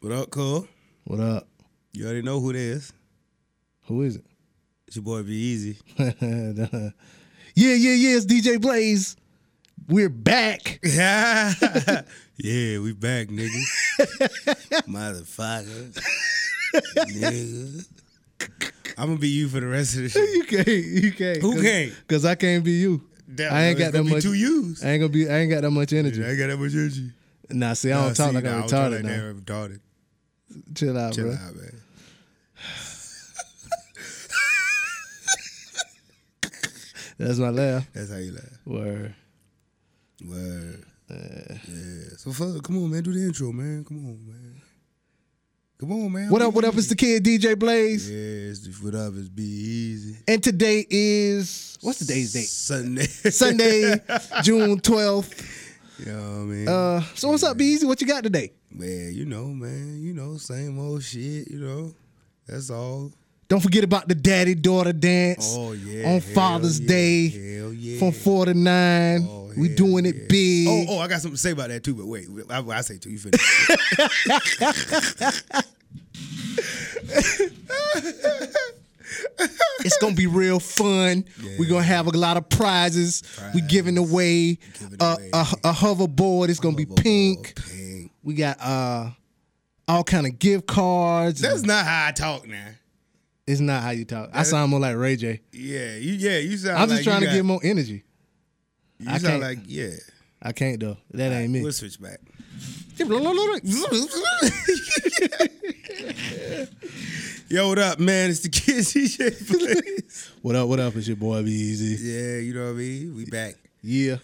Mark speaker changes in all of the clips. Speaker 1: What up, Cole?
Speaker 2: What up?
Speaker 1: You already know who it is.
Speaker 2: Who is it?
Speaker 1: It's your boy Be Easy.
Speaker 2: yeah, yeah, yeah. It's DJ Blaze. We're back.
Speaker 1: yeah, we back, nigga. Motherfucker. nigga. I'm gonna be you for the rest of the shit.
Speaker 2: You can't. You can't.
Speaker 1: Who
Speaker 2: Cause-
Speaker 1: can't?
Speaker 2: Cause I can't be you. I ain't got that much.
Speaker 1: Two U's.
Speaker 2: I ain't gonna be. I ain't got that much energy.
Speaker 1: I ain't got that much energy.
Speaker 2: Nah, see, I
Speaker 1: Nah,
Speaker 2: don't talk
Speaker 1: see,
Speaker 2: like
Speaker 1: nah, I
Speaker 2: I'm
Speaker 1: don't talk
Speaker 2: retarded.
Speaker 1: like
Speaker 2: now.
Speaker 1: that, retarded.
Speaker 2: Chill out,
Speaker 1: Chill
Speaker 2: bro.
Speaker 1: out, man.
Speaker 2: That's my laugh.
Speaker 1: That's how you laugh.
Speaker 2: Word.
Speaker 1: Word. yeah. So fuck, come on, man. Do the intro, man. Come on, man. Come on, man.
Speaker 2: What up? What up? It's
Speaker 1: It's
Speaker 2: the kid DJ Blaze,
Speaker 1: Yes, what up? It's be easy.
Speaker 2: and today is what's today's date?
Speaker 1: Sunday.
Speaker 2: Sunday, June twelfth.
Speaker 1: you know what I mean?
Speaker 2: Uh, so what's up, Beezy? What you got today?
Speaker 1: man, you know, man, you know, same old shit, you know. That's all.
Speaker 2: Don't forget about the daddy daughter dance.
Speaker 1: Oh yeah.
Speaker 2: On
Speaker 1: hell
Speaker 2: Father's
Speaker 1: yeah,
Speaker 2: Day
Speaker 1: Hell yeah.
Speaker 2: from four to nine.
Speaker 1: Oh,
Speaker 2: we
Speaker 1: hell
Speaker 2: doing it
Speaker 1: yeah.
Speaker 2: big.
Speaker 1: Oh, oh, I got something to say about that too, but wait, I, I say too. You finish.
Speaker 2: It's gonna be real fun. We're gonna have a lot of prizes. we giving away,
Speaker 1: Giving
Speaker 2: a,
Speaker 1: away.
Speaker 2: a, a hoverboard. It's gonna be pink.
Speaker 1: Oh, pink.
Speaker 2: We got uh all kind of gift cards.
Speaker 1: That's not how I talk now.
Speaker 2: it's not how you talk. I sound more like Ray J.
Speaker 1: Yeah, you. Yeah, you sound.
Speaker 2: I'm
Speaker 1: like
Speaker 2: just trying to
Speaker 1: you got,
Speaker 2: get more energy.
Speaker 1: You
Speaker 2: I
Speaker 1: sound
Speaker 2: can't-
Speaker 1: like yeah.
Speaker 2: I can't though. That ain't me.
Speaker 1: We'll switch back. Yo, what up, man? It's the kids DJ Blaze.
Speaker 2: What up? What up? It's your boy Be Easy.
Speaker 1: yeah, you know what I mean. We back.
Speaker 2: Yeah.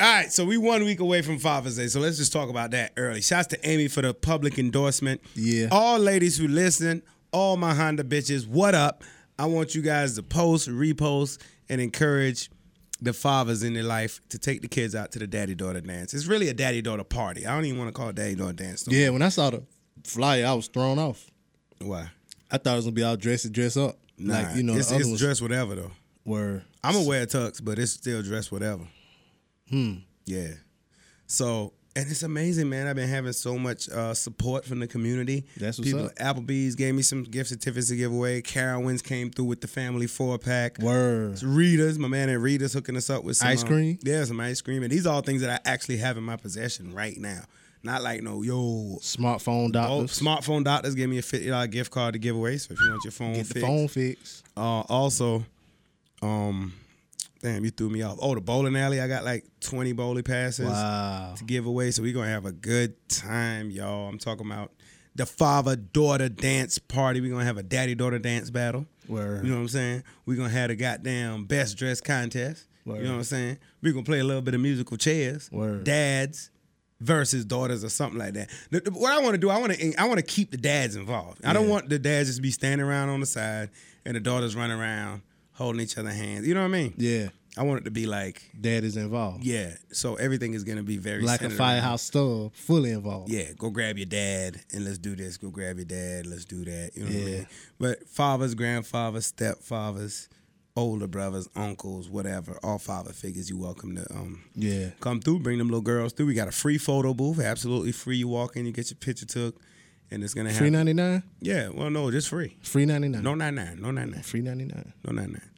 Speaker 1: All right, so we one week away from Father's Day, so let's just talk about that early. Shouts to Amy for the public endorsement.
Speaker 2: Yeah.
Speaker 1: All ladies who listen, all my Honda bitches, what up? I want you guys to post, repost, and encourage the fathers in their life to take the kids out to the daddy daughter dance. It's really a daddy daughter party. I don't even want to call it daddy daughter dance. no
Speaker 2: Yeah. When I saw the flyer, I was thrown off.
Speaker 1: more. Why?
Speaker 2: I thought it was gonna be all dressed and dress up.
Speaker 1: Nah,
Speaker 2: like you know,
Speaker 1: it's,
Speaker 2: the other
Speaker 1: it's
Speaker 2: ones
Speaker 1: dress whatever though.
Speaker 2: were
Speaker 1: I'm gonna wear a tux, but it's still dress whatever. Hmm. Yeah. So and it's amazing, man. I've been having so much uh, support from the community.
Speaker 2: That's what's
Speaker 1: People,
Speaker 2: up.
Speaker 1: Applebee's gave me some gift certificates to give away. Carowinds came through with the family four pack.
Speaker 2: word.
Speaker 1: It's Rita's, my man at Rita's hooking us up with some
Speaker 2: Ice
Speaker 1: um,
Speaker 2: cream?
Speaker 1: yeah, some ice cream, and these are all things that I actually have in my possession right now. Not like no yo.
Speaker 2: Smartphone
Speaker 1: Oh,
Speaker 2: doctors.
Speaker 1: smartphone doctors gave me a fifty dollar gift card to give away. So if you want your phone
Speaker 2: Get the
Speaker 1: fixed,
Speaker 2: phone fixed.
Speaker 1: uh, also, um, damn, you threw me off. Oh, the bowling alley. I got like 20 bowling passes
Speaker 2: Wow.
Speaker 1: to give away. So we're going to have a good time, y'all. I'm talking about the father daughter dance party. We're going to have a daddy daughter dance battle.
Speaker 2: Word.
Speaker 1: You know what I'm saying? We're going to have a goddamn best dress contest.
Speaker 2: Word.
Speaker 1: You know what I'm saying? We're going to play a little bit of musical chairs.
Speaker 2: Word.
Speaker 1: Dads. Versus daughters or something like that. The- the- What I want to do, I want to, I want to keep the dads involved. I don't want the dads just be standing around on the side and the daughters running around holding each other's hands. You know what I mean?
Speaker 2: Yeah.
Speaker 1: I want it to be like,
Speaker 2: Dad is involved.
Speaker 1: yeah. So everything is gonna be very
Speaker 2: Like a
Speaker 1: centered around-
Speaker 2: firehouse stove, fully involved.
Speaker 1: yeah, go grab your dad and let's do this. Go grab your dad, let's do that. You know what I
Speaker 2: Yeah.
Speaker 1: mean? But fathers, grandfathers, stepfathers, older brothers, uncles, whatever, all father figures, you welcome to um
Speaker 2: Yeah.
Speaker 1: come through, bring them little girls through. We got a free photo booth, absolutely free. You walk in, you get your picture took, and it's gonna
Speaker 2: Three
Speaker 1: happen.
Speaker 2: ninety nine.
Speaker 1: Yeah, well no, just free.
Speaker 2: Free ninety nine.
Speaker 1: No nine nine, no nine nine.
Speaker 2: Free ninety nine.
Speaker 1: No nine nine.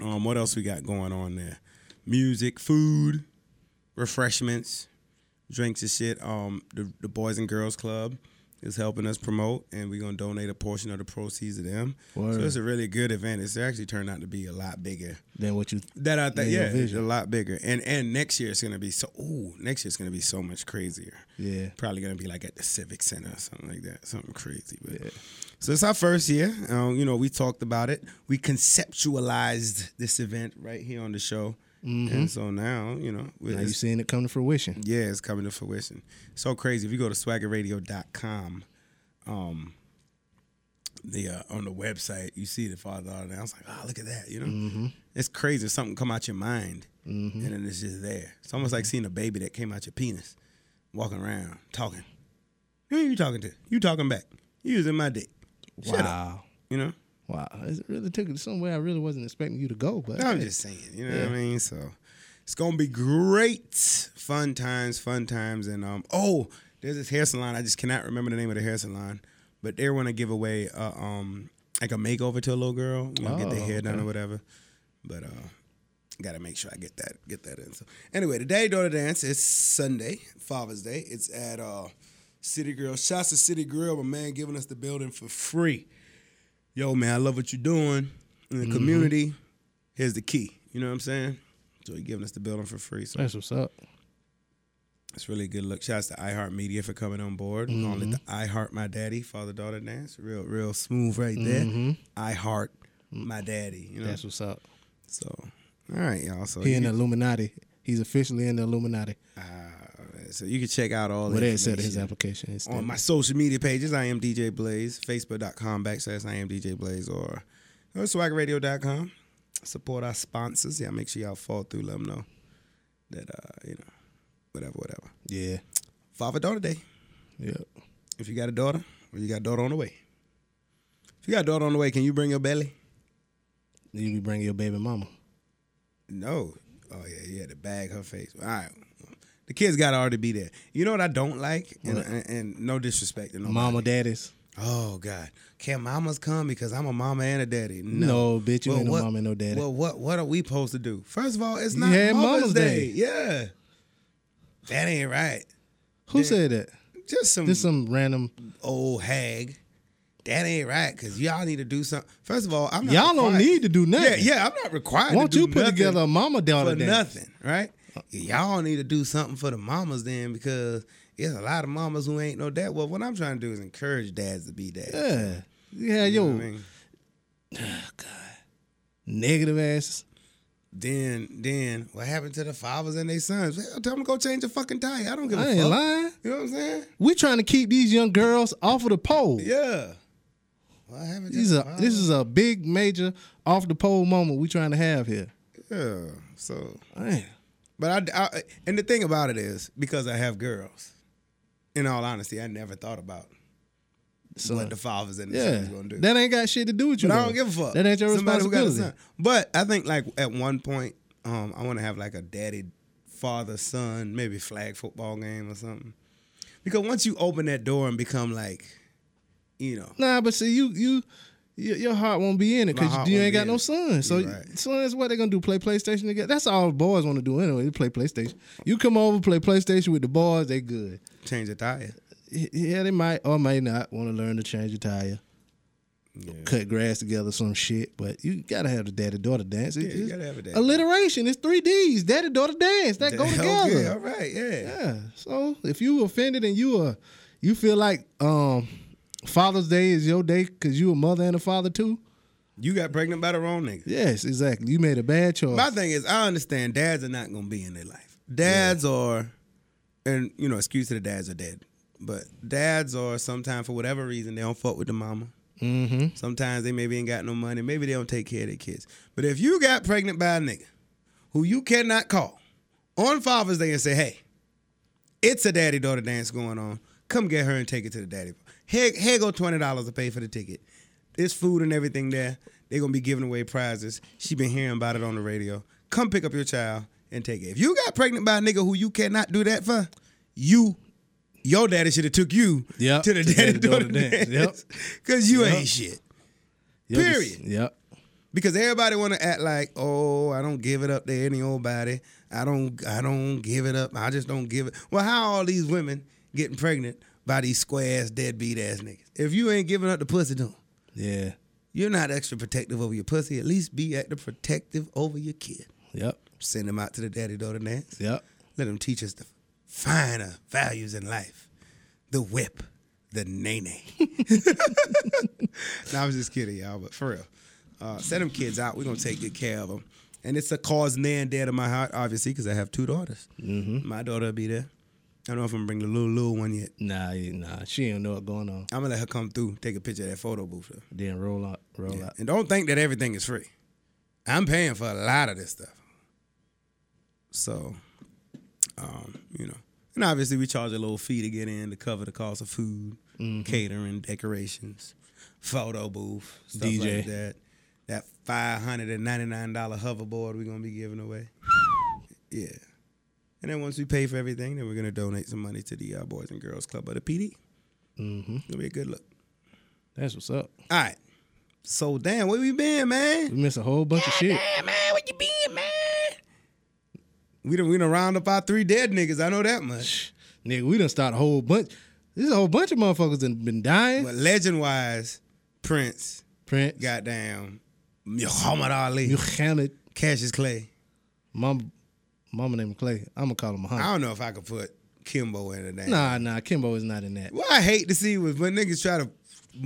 Speaker 1: Um, what else we got going on there? Music, food, refreshments, drinks and shit. Um, the, the Boys and Girls Club is helping us promote, and we're gonna donate a portion of the proceeds to them.
Speaker 2: Word.
Speaker 1: So it's a really good event. It's actually turned out to be a lot bigger
Speaker 2: Then what you?
Speaker 1: that I think.
Speaker 2: Yeah, your
Speaker 1: Yeah, it's a
Speaker 2: vision.
Speaker 1: lot bigger. And and next year it's gonna be so. Ooh, next year it's gonna be so much crazier
Speaker 2: Yeah.
Speaker 1: probably gonna be like at the Civic Center or something like that, something crazy. But so it's our first year. Um, you know, we talked about it. We conceptualized this event right here on the show, and so now you know, we-
Speaker 2: Mm-hmm. Now you
Speaker 1: it's-
Speaker 2: seeing it come to fruition.
Speaker 1: yeah, it's coming to fruition. So crazy. If you go to swaggerradio.com, um, the uh, on the website, you see the father daughter. I was like, oh, look at that. You know, it's crazy. Something come out your mind, and then it's just there. It's almost like seeing a baby that came out your penis, walking around talking. Who you talking to? You talking back? You using my dick? Shut up.
Speaker 2: Wow.
Speaker 1: You know.
Speaker 2: Wow. It really took it somewhere I really wasn't expecting you to go, but
Speaker 1: I'm just saying, you know what I mean? So it's gonna be great. Fun times, fun times, and um oh, There's this hair salon. I just cannot remember the name of the hair salon, but they want to give away a, um like a makeover to a little girl. You know, get their
Speaker 2: Oh,
Speaker 1: hair done or whatever. But uh, gotta make sure I get that get that in. So anyway, today daughter dance is Sunday, Father's Day. It's at uh City Grill. Shouts to City Grill, my man, giving us the building for free. Yo, man, I love what you're doing in the
Speaker 2: Mm-hmm.
Speaker 1: community. Here's the key. You know what I'm saying? So he giving us the building for free. So
Speaker 2: That's what's up.
Speaker 1: it's really a good look. Shouts to iHeartMedia for coming on board. We're
Speaker 2: Mm-hmm.
Speaker 1: gonna let the iHeart My Daddy father daughter dance. Real, real smooth right there. iHeart My Daddy. You know.
Speaker 2: Mm-hmm. That's what's up.
Speaker 1: so, all right, y'all. So
Speaker 2: He
Speaker 1: you,
Speaker 2: in the Illuminati. He's officially in the Illuminati.
Speaker 1: uh, so you can check out all
Speaker 2: Well,
Speaker 1: the
Speaker 2: they accepted his
Speaker 1: information
Speaker 2: application. It's
Speaker 1: on my social media pages. I am DJ Blaze. Facebook.com backslash I am DJ Blaze or go to swagradio.com. Support our sponsors. Yeah, make sure y'all fall through. Let them know that uh, you know, whatever, whatever.
Speaker 2: yeah,
Speaker 1: Father Daughter Day.
Speaker 2: yeah.
Speaker 1: If you got a daughter or you got a daughter on the way. If you got a daughter on the way, can you bring your belly?
Speaker 2: You can bring your baby mama.
Speaker 1: No. Oh yeah, you had to bag her face. All right. The kids gotta already be there. You know what I don't like? And, and, and no disrespect to nobody.
Speaker 2: Mama, daddies.
Speaker 1: Oh God. Can mamas come because I'm a mama and a daddy? No.
Speaker 2: No, bitch, you
Speaker 1: Well,
Speaker 2: ain't no
Speaker 1: what-
Speaker 2: mama, no daddy.
Speaker 1: Well what what are we supposed to do? First of all, it's not
Speaker 2: Yeah,
Speaker 1: Mama's,
Speaker 2: Mama's
Speaker 1: Day.
Speaker 2: Day.
Speaker 1: Yeah. That ain't right.
Speaker 2: Who said that?
Speaker 1: Just some
Speaker 2: Just some random.
Speaker 1: old hag. That ain't right, cause y'all need to do something. First of all, I'm not
Speaker 2: Y'all don't
Speaker 1: required-
Speaker 2: need to do
Speaker 1: Yeah,
Speaker 2: nothing.
Speaker 1: yeah, I'm not required.
Speaker 2: Won't
Speaker 1: to do
Speaker 2: you put
Speaker 1: nothing
Speaker 2: together a mama daughter
Speaker 1: for
Speaker 2: dance?
Speaker 1: nothing, right? Y'all need to do something for the mamas then, because there's a lot of mamas who ain't no dad. Well, what I'm trying to do is encourage dads to be dads.
Speaker 2: Yeah, yeah,
Speaker 1: You know
Speaker 2: yo,
Speaker 1: what I mean?
Speaker 2: negative ass.
Speaker 1: Then, then what happened to the fathers and their sons? Hell, tell them to go change a fucking tire. I don't give a
Speaker 2: I
Speaker 1: fuck.
Speaker 2: ain't lying.
Speaker 1: You know what I'm saying?
Speaker 2: We trying to keep these young girls off of the pole.
Speaker 1: Yeah. What happened to
Speaker 2: These
Speaker 1: the
Speaker 2: are this is a big major off the pole moment we trying to have here.
Speaker 1: fathers? yeah. So
Speaker 2: Man,
Speaker 1: But I, I- and the thing about it is because I have girls. In all honesty, I never thought about
Speaker 2: son.
Speaker 1: what the fathers and the
Speaker 2: yeah,
Speaker 1: sons gonna do.
Speaker 2: that ain't got shit to do with you.
Speaker 1: but I
Speaker 2: though.
Speaker 1: don't give a fuck.
Speaker 2: That ain't your
Speaker 1: Somebody who got a
Speaker 2: responsibility.
Speaker 1: son. But I think like at one point, um, I want to have like a daddy, father, son, maybe flag football game or something. Because once you open that door and become like, you know,
Speaker 2: Nah, but see, you you your, your heart won't be in it
Speaker 1: My
Speaker 2: because
Speaker 1: heart
Speaker 2: you
Speaker 1: won't
Speaker 2: ain't
Speaker 1: be
Speaker 2: got
Speaker 1: in
Speaker 2: no
Speaker 1: it.
Speaker 2: son. So
Speaker 1: You're right.
Speaker 2: son is what they gonna do? Play PlayStation together? That's all boys want to do anyway. They play PlayStation. You come over, play PlayStation with the boys. They good.
Speaker 1: change the tire.
Speaker 2: Y- Yeah, they might or may not want to learn to change a tire,
Speaker 1: Yeah.
Speaker 2: cut grass together, some shit. But you gotta have the daddy daughter dance. It's
Speaker 1: Yeah, you
Speaker 2: just
Speaker 1: gotta have a daddy.
Speaker 2: alliteration. It's three D's. Daddy daughter dance. That go together.
Speaker 1: Okay, all right, yeah.
Speaker 2: Yeah. So if you offended and you are, you feel like um Father's Day is your day because you a mother and a father too.
Speaker 1: You got pregnant by the wrong nigga.
Speaker 2: Yes, exactly. You made a bad choice.
Speaker 1: My thing is, I understand dads are not gonna be in their life. Dads are, and you know, excuse to the dads are dead, but dads are sometimes for whatever reason they don't fuck with the mama.
Speaker 2: mm-hmm.
Speaker 1: Sometimes they maybe ain't got no money. Maybe they don't take care of their kids. But if you got pregnant by a nigga who you cannot call on Father's Day and say, "Hey, it's a daddy daughter dance going on. Come get her and take it to the daddy. Here, here go twenty dollars to pay for the ticket. There's food and everything there. They're gonna be giving away prizes. She been hearing about it on the radio. Come pick up your child and take it. If you got pregnant by a nigga who you cannot do that for, you, your daddy should have took you
Speaker 2: Yep,
Speaker 1: to the daddy daughter dance.
Speaker 2: Yep.
Speaker 1: Cause you
Speaker 2: Yep.
Speaker 1: ain't shit.
Speaker 2: You'll just-
Speaker 1: Period.
Speaker 2: Yep.
Speaker 1: Because everybody want to act like, oh, I don't give it up to any old body. I don't, I don't give it up. I just don't give it. Well, how all these women getting pregnant by these square ass deadbeat ass niggas? If you ain't giving up the pussy to 'em,
Speaker 2: Yeah.
Speaker 1: you're not extra protective over your pussy. At least be extra protective over your kid.
Speaker 2: Yep.
Speaker 1: Send them out to the daddy daughter dance.
Speaker 2: Yep.
Speaker 1: Let them teach us the finer values in life, the whip, the nay nah, I was just kidding, y'all. But for real, uh, send them kids out. We're gonna take good care of them, and it's a cause near and dear to my heart, obviously, because I have two daughters. My daughter will be there. I don't know if I'm gonna bring the little little one yet.
Speaker 2: Nah, you- nah. She don't know what's going on.
Speaker 1: I'm gonna let her come through, take a picture of that photo booth. though.
Speaker 2: Then roll out. Roll out.
Speaker 1: And don't think that everything is free. I'm paying for a lot of this stuff. So, um, you know, and obviously we charge a little fee to get in to cover the cost of food, catering, decorations, photo booth, stuff
Speaker 2: DJ.
Speaker 1: like that. That five hundred and ninety nine dollar hoverboard we're gonna be giving away. yeah, And then once we pay for everything, then we're gonna donate some money to the uh, Boys and Girls Club of the PD. Mm-hmm. It'll be a good look.
Speaker 2: That's what's up.
Speaker 1: All right. So damn, where we been, man?
Speaker 2: We miss a whole bunch of shit.
Speaker 1: Damn, man, where you been, man? We done we done round up our three dead niggas. I know that much.
Speaker 2: Nigga, we done start a whole bunch. There's a whole bunch of motherfuckers that been dying.
Speaker 1: But legend wise, Prince,
Speaker 2: Prince,
Speaker 1: goddamn, Muhammad Ali,
Speaker 2: Muhammad,
Speaker 1: Cassius Clay.
Speaker 2: mama, mama named Clay. I'm gonna call him Muhammad.
Speaker 1: I don't know if I could put Kimbo in the name.
Speaker 2: Nah, nah, Kimbo is not in that.
Speaker 1: What I hate to see was when niggas try to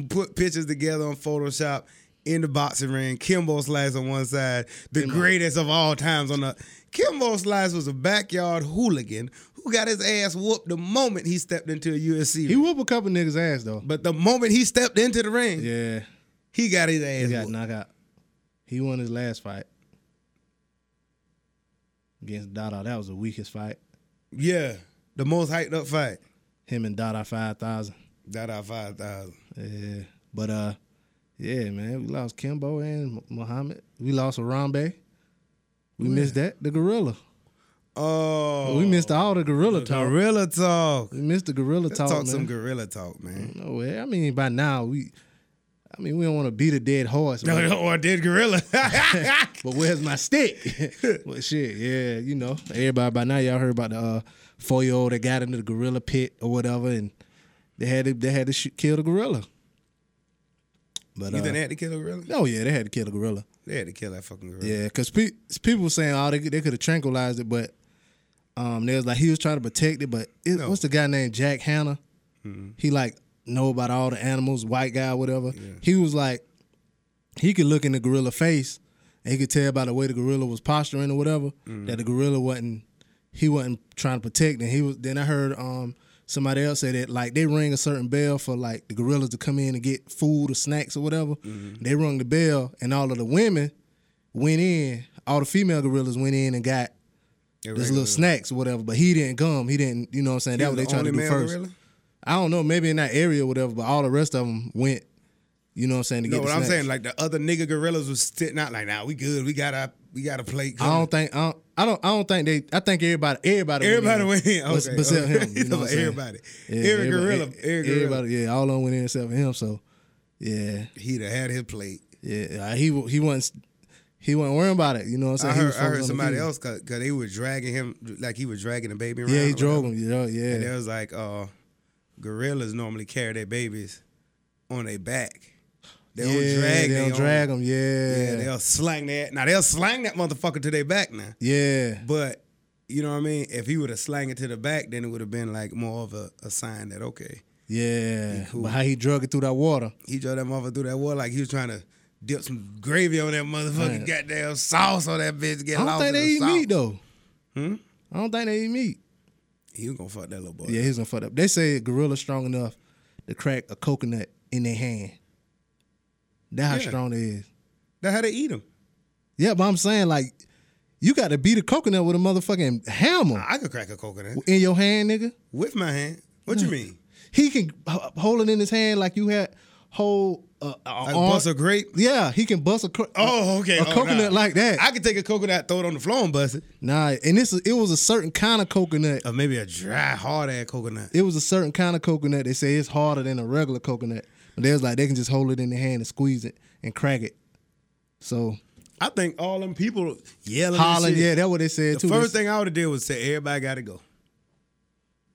Speaker 1: put pictures together on Photoshop in the boxing ring. Kimbo Slice on one side, the greatest of all times on the. Kimbo Slice was a backyard hooligan who got his ass whooped the moment he stepped into a UFC.
Speaker 2: He
Speaker 1: ring.
Speaker 2: whoop a couple niggas ass though.
Speaker 1: But the moment he stepped into the ring,
Speaker 2: Yeah,
Speaker 1: he got his
Speaker 2: he
Speaker 1: ass
Speaker 2: got
Speaker 1: whooped.
Speaker 2: knocked out. He won his last fight against Dada. That was the weakest fight.
Speaker 1: Yeah, the most hyped up fight.
Speaker 2: Him and Dada five thousand.
Speaker 1: That out five thousand.
Speaker 2: Yeah, but uh, yeah, man, we lost Kimbo and Mu- Muhammad. We lost Arambe. We missed that the gorilla.
Speaker 1: Oh,
Speaker 2: We missed all the gorilla talk.
Speaker 1: gorilla talk.
Speaker 2: We missed the gorilla
Speaker 1: Let's
Speaker 2: talk.
Speaker 1: talk
Speaker 2: man.
Speaker 1: some gorilla talk, man.
Speaker 2: No way. I mean, by now we, I mean, we don't want to beat a dead horse. but-
Speaker 1: or did gorilla?
Speaker 2: But where's my stick? well, shit, yeah, you know, everybody by now y'all heard about the uh, four year old that got into the gorilla pit or whatever, and they had to, they had to shoot, kill the gorilla. But
Speaker 1: you
Speaker 2: uh,
Speaker 1: think they had to kill a gorilla?
Speaker 2: oh yeah, they had to kill the gorilla.
Speaker 1: They had to kill that fucking gorilla.
Speaker 2: Yeah, because pe- people were saying oh they could- they could have tranquilized it, but um, they was like he was trying to protect it, but it,
Speaker 1: No.
Speaker 2: what's the guy named Jack Hanna? He like know about all the animals, white guy, whatever. He was like he could look in the gorilla face and he could tell by the way the gorilla was posturing or whatever that the gorilla wasn't he wasn't trying to protect and he was then I heard um somebody else say that like they ring a certain bell for like the gorillas to come in and get food or snacks or whatever. They rung the bell and all of the women went in, all the female gorillas went in and got
Speaker 1: Yeah,
Speaker 2: this little snacks or whatever, but he didn't come. He didn't, you know what I'm saying? That
Speaker 1: was
Speaker 2: what they
Speaker 1: the
Speaker 2: trying to
Speaker 1: only
Speaker 2: do
Speaker 1: male
Speaker 2: first.
Speaker 1: gorilla?
Speaker 2: I don't know, maybe in that area or whatever, but all the rest of them went, you know what I'm saying, to
Speaker 1: No,
Speaker 2: get
Speaker 1: what
Speaker 2: the
Speaker 1: I'm
Speaker 2: snacks.
Speaker 1: saying, like the other nigga gorillas was sitting out like, nah, we good. We got our we got a plate.
Speaker 2: I don't think I don't, I don't I don't think they I think everybody everybody
Speaker 1: everybody
Speaker 2: went
Speaker 1: went in.
Speaker 2: in, bes-
Speaker 1: Okay,
Speaker 2: besides
Speaker 1: okay.
Speaker 2: him you know what I'm saying?
Speaker 1: everybody.
Speaker 2: Yeah,
Speaker 1: every
Speaker 2: everybody- e,
Speaker 1: gorilla. Every gorilla.
Speaker 2: everybody yeah all of them went in except for him so yeah
Speaker 1: He'd have had his plate.
Speaker 2: yeah I- he wa- he wasn't he wasn't worrying about it you know what
Speaker 1: I
Speaker 2: I'm saying He
Speaker 1: heard,
Speaker 2: was
Speaker 1: I heard
Speaker 2: focused on the
Speaker 1: somebody
Speaker 2: people.
Speaker 1: else because they were dragging him, like he was dragging the baby around.
Speaker 2: yeah he
Speaker 1: or
Speaker 2: drove
Speaker 1: whatever.
Speaker 2: him you know
Speaker 1: And
Speaker 2: yeah
Speaker 1: it was like, uh, gorillas normally carry their babies on their back. They
Speaker 2: yeah
Speaker 1: don't drag
Speaker 2: they
Speaker 1: their
Speaker 2: don't
Speaker 1: own-
Speaker 2: drag him
Speaker 1: Yeah,
Speaker 2: yeah
Speaker 1: they'll slang that. Now they'll slang that motherfucker to their back now.
Speaker 2: yeah
Speaker 1: But you know what I mean? If he would have slang it to the back, then it would have been like more of a, a sign that okay.
Speaker 2: yeah
Speaker 1: cool.
Speaker 2: but how he drug it through that water
Speaker 1: He drove that motherfucker through that wall like he was trying to dip some gravy on that motherfucking
Speaker 2: Man.
Speaker 1: goddamn sauce on that bitch. Get
Speaker 2: I don't
Speaker 1: lost in
Speaker 2: think they
Speaker 1: the Hmm?
Speaker 2: eat
Speaker 1: sauce.
Speaker 2: meat though I don't think they eat meat
Speaker 1: He was gonna fuck that little boy.
Speaker 2: Yeah, he's gonna fuck up. They say a gorilla's strong enough to crack a coconut in their hand. That's how
Speaker 1: Yeah.
Speaker 2: strong they is.
Speaker 1: That's how they eat him.
Speaker 2: Yeah, but I'm saying like, you got to beat a coconut with a motherfucking hammer
Speaker 1: I could crack a coconut
Speaker 2: in your hand, nigga.
Speaker 1: with my hand. What you mean?
Speaker 2: He can h- hold it in his hand like you had hold uh, a
Speaker 1: Like
Speaker 2: arm-
Speaker 1: bust a grape?
Speaker 2: Yeah, he can bust a. cro-
Speaker 1: Oh, okay.
Speaker 2: A
Speaker 1: Oh,
Speaker 2: coconut
Speaker 1: nah.
Speaker 2: like that.
Speaker 1: I could take a coconut, throw it on the floor and bust it.
Speaker 2: nah, and this is, it was a certain kind of coconut.
Speaker 1: Or maybe a dry, hard ass coconut.
Speaker 2: It was a certain kind of coconut. They say it's harder than a regular coconut. But they was like they can just hold it in their hand and squeeze it and crack it. So
Speaker 1: I think all them people yelling,
Speaker 2: Holland,
Speaker 1: and shit,
Speaker 2: yeah, that's what they said
Speaker 1: The
Speaker 2: too.
Speaker 1: first
Speaker 2: They-
Speaker 1: thing I would have did was say, "Everybody got to go."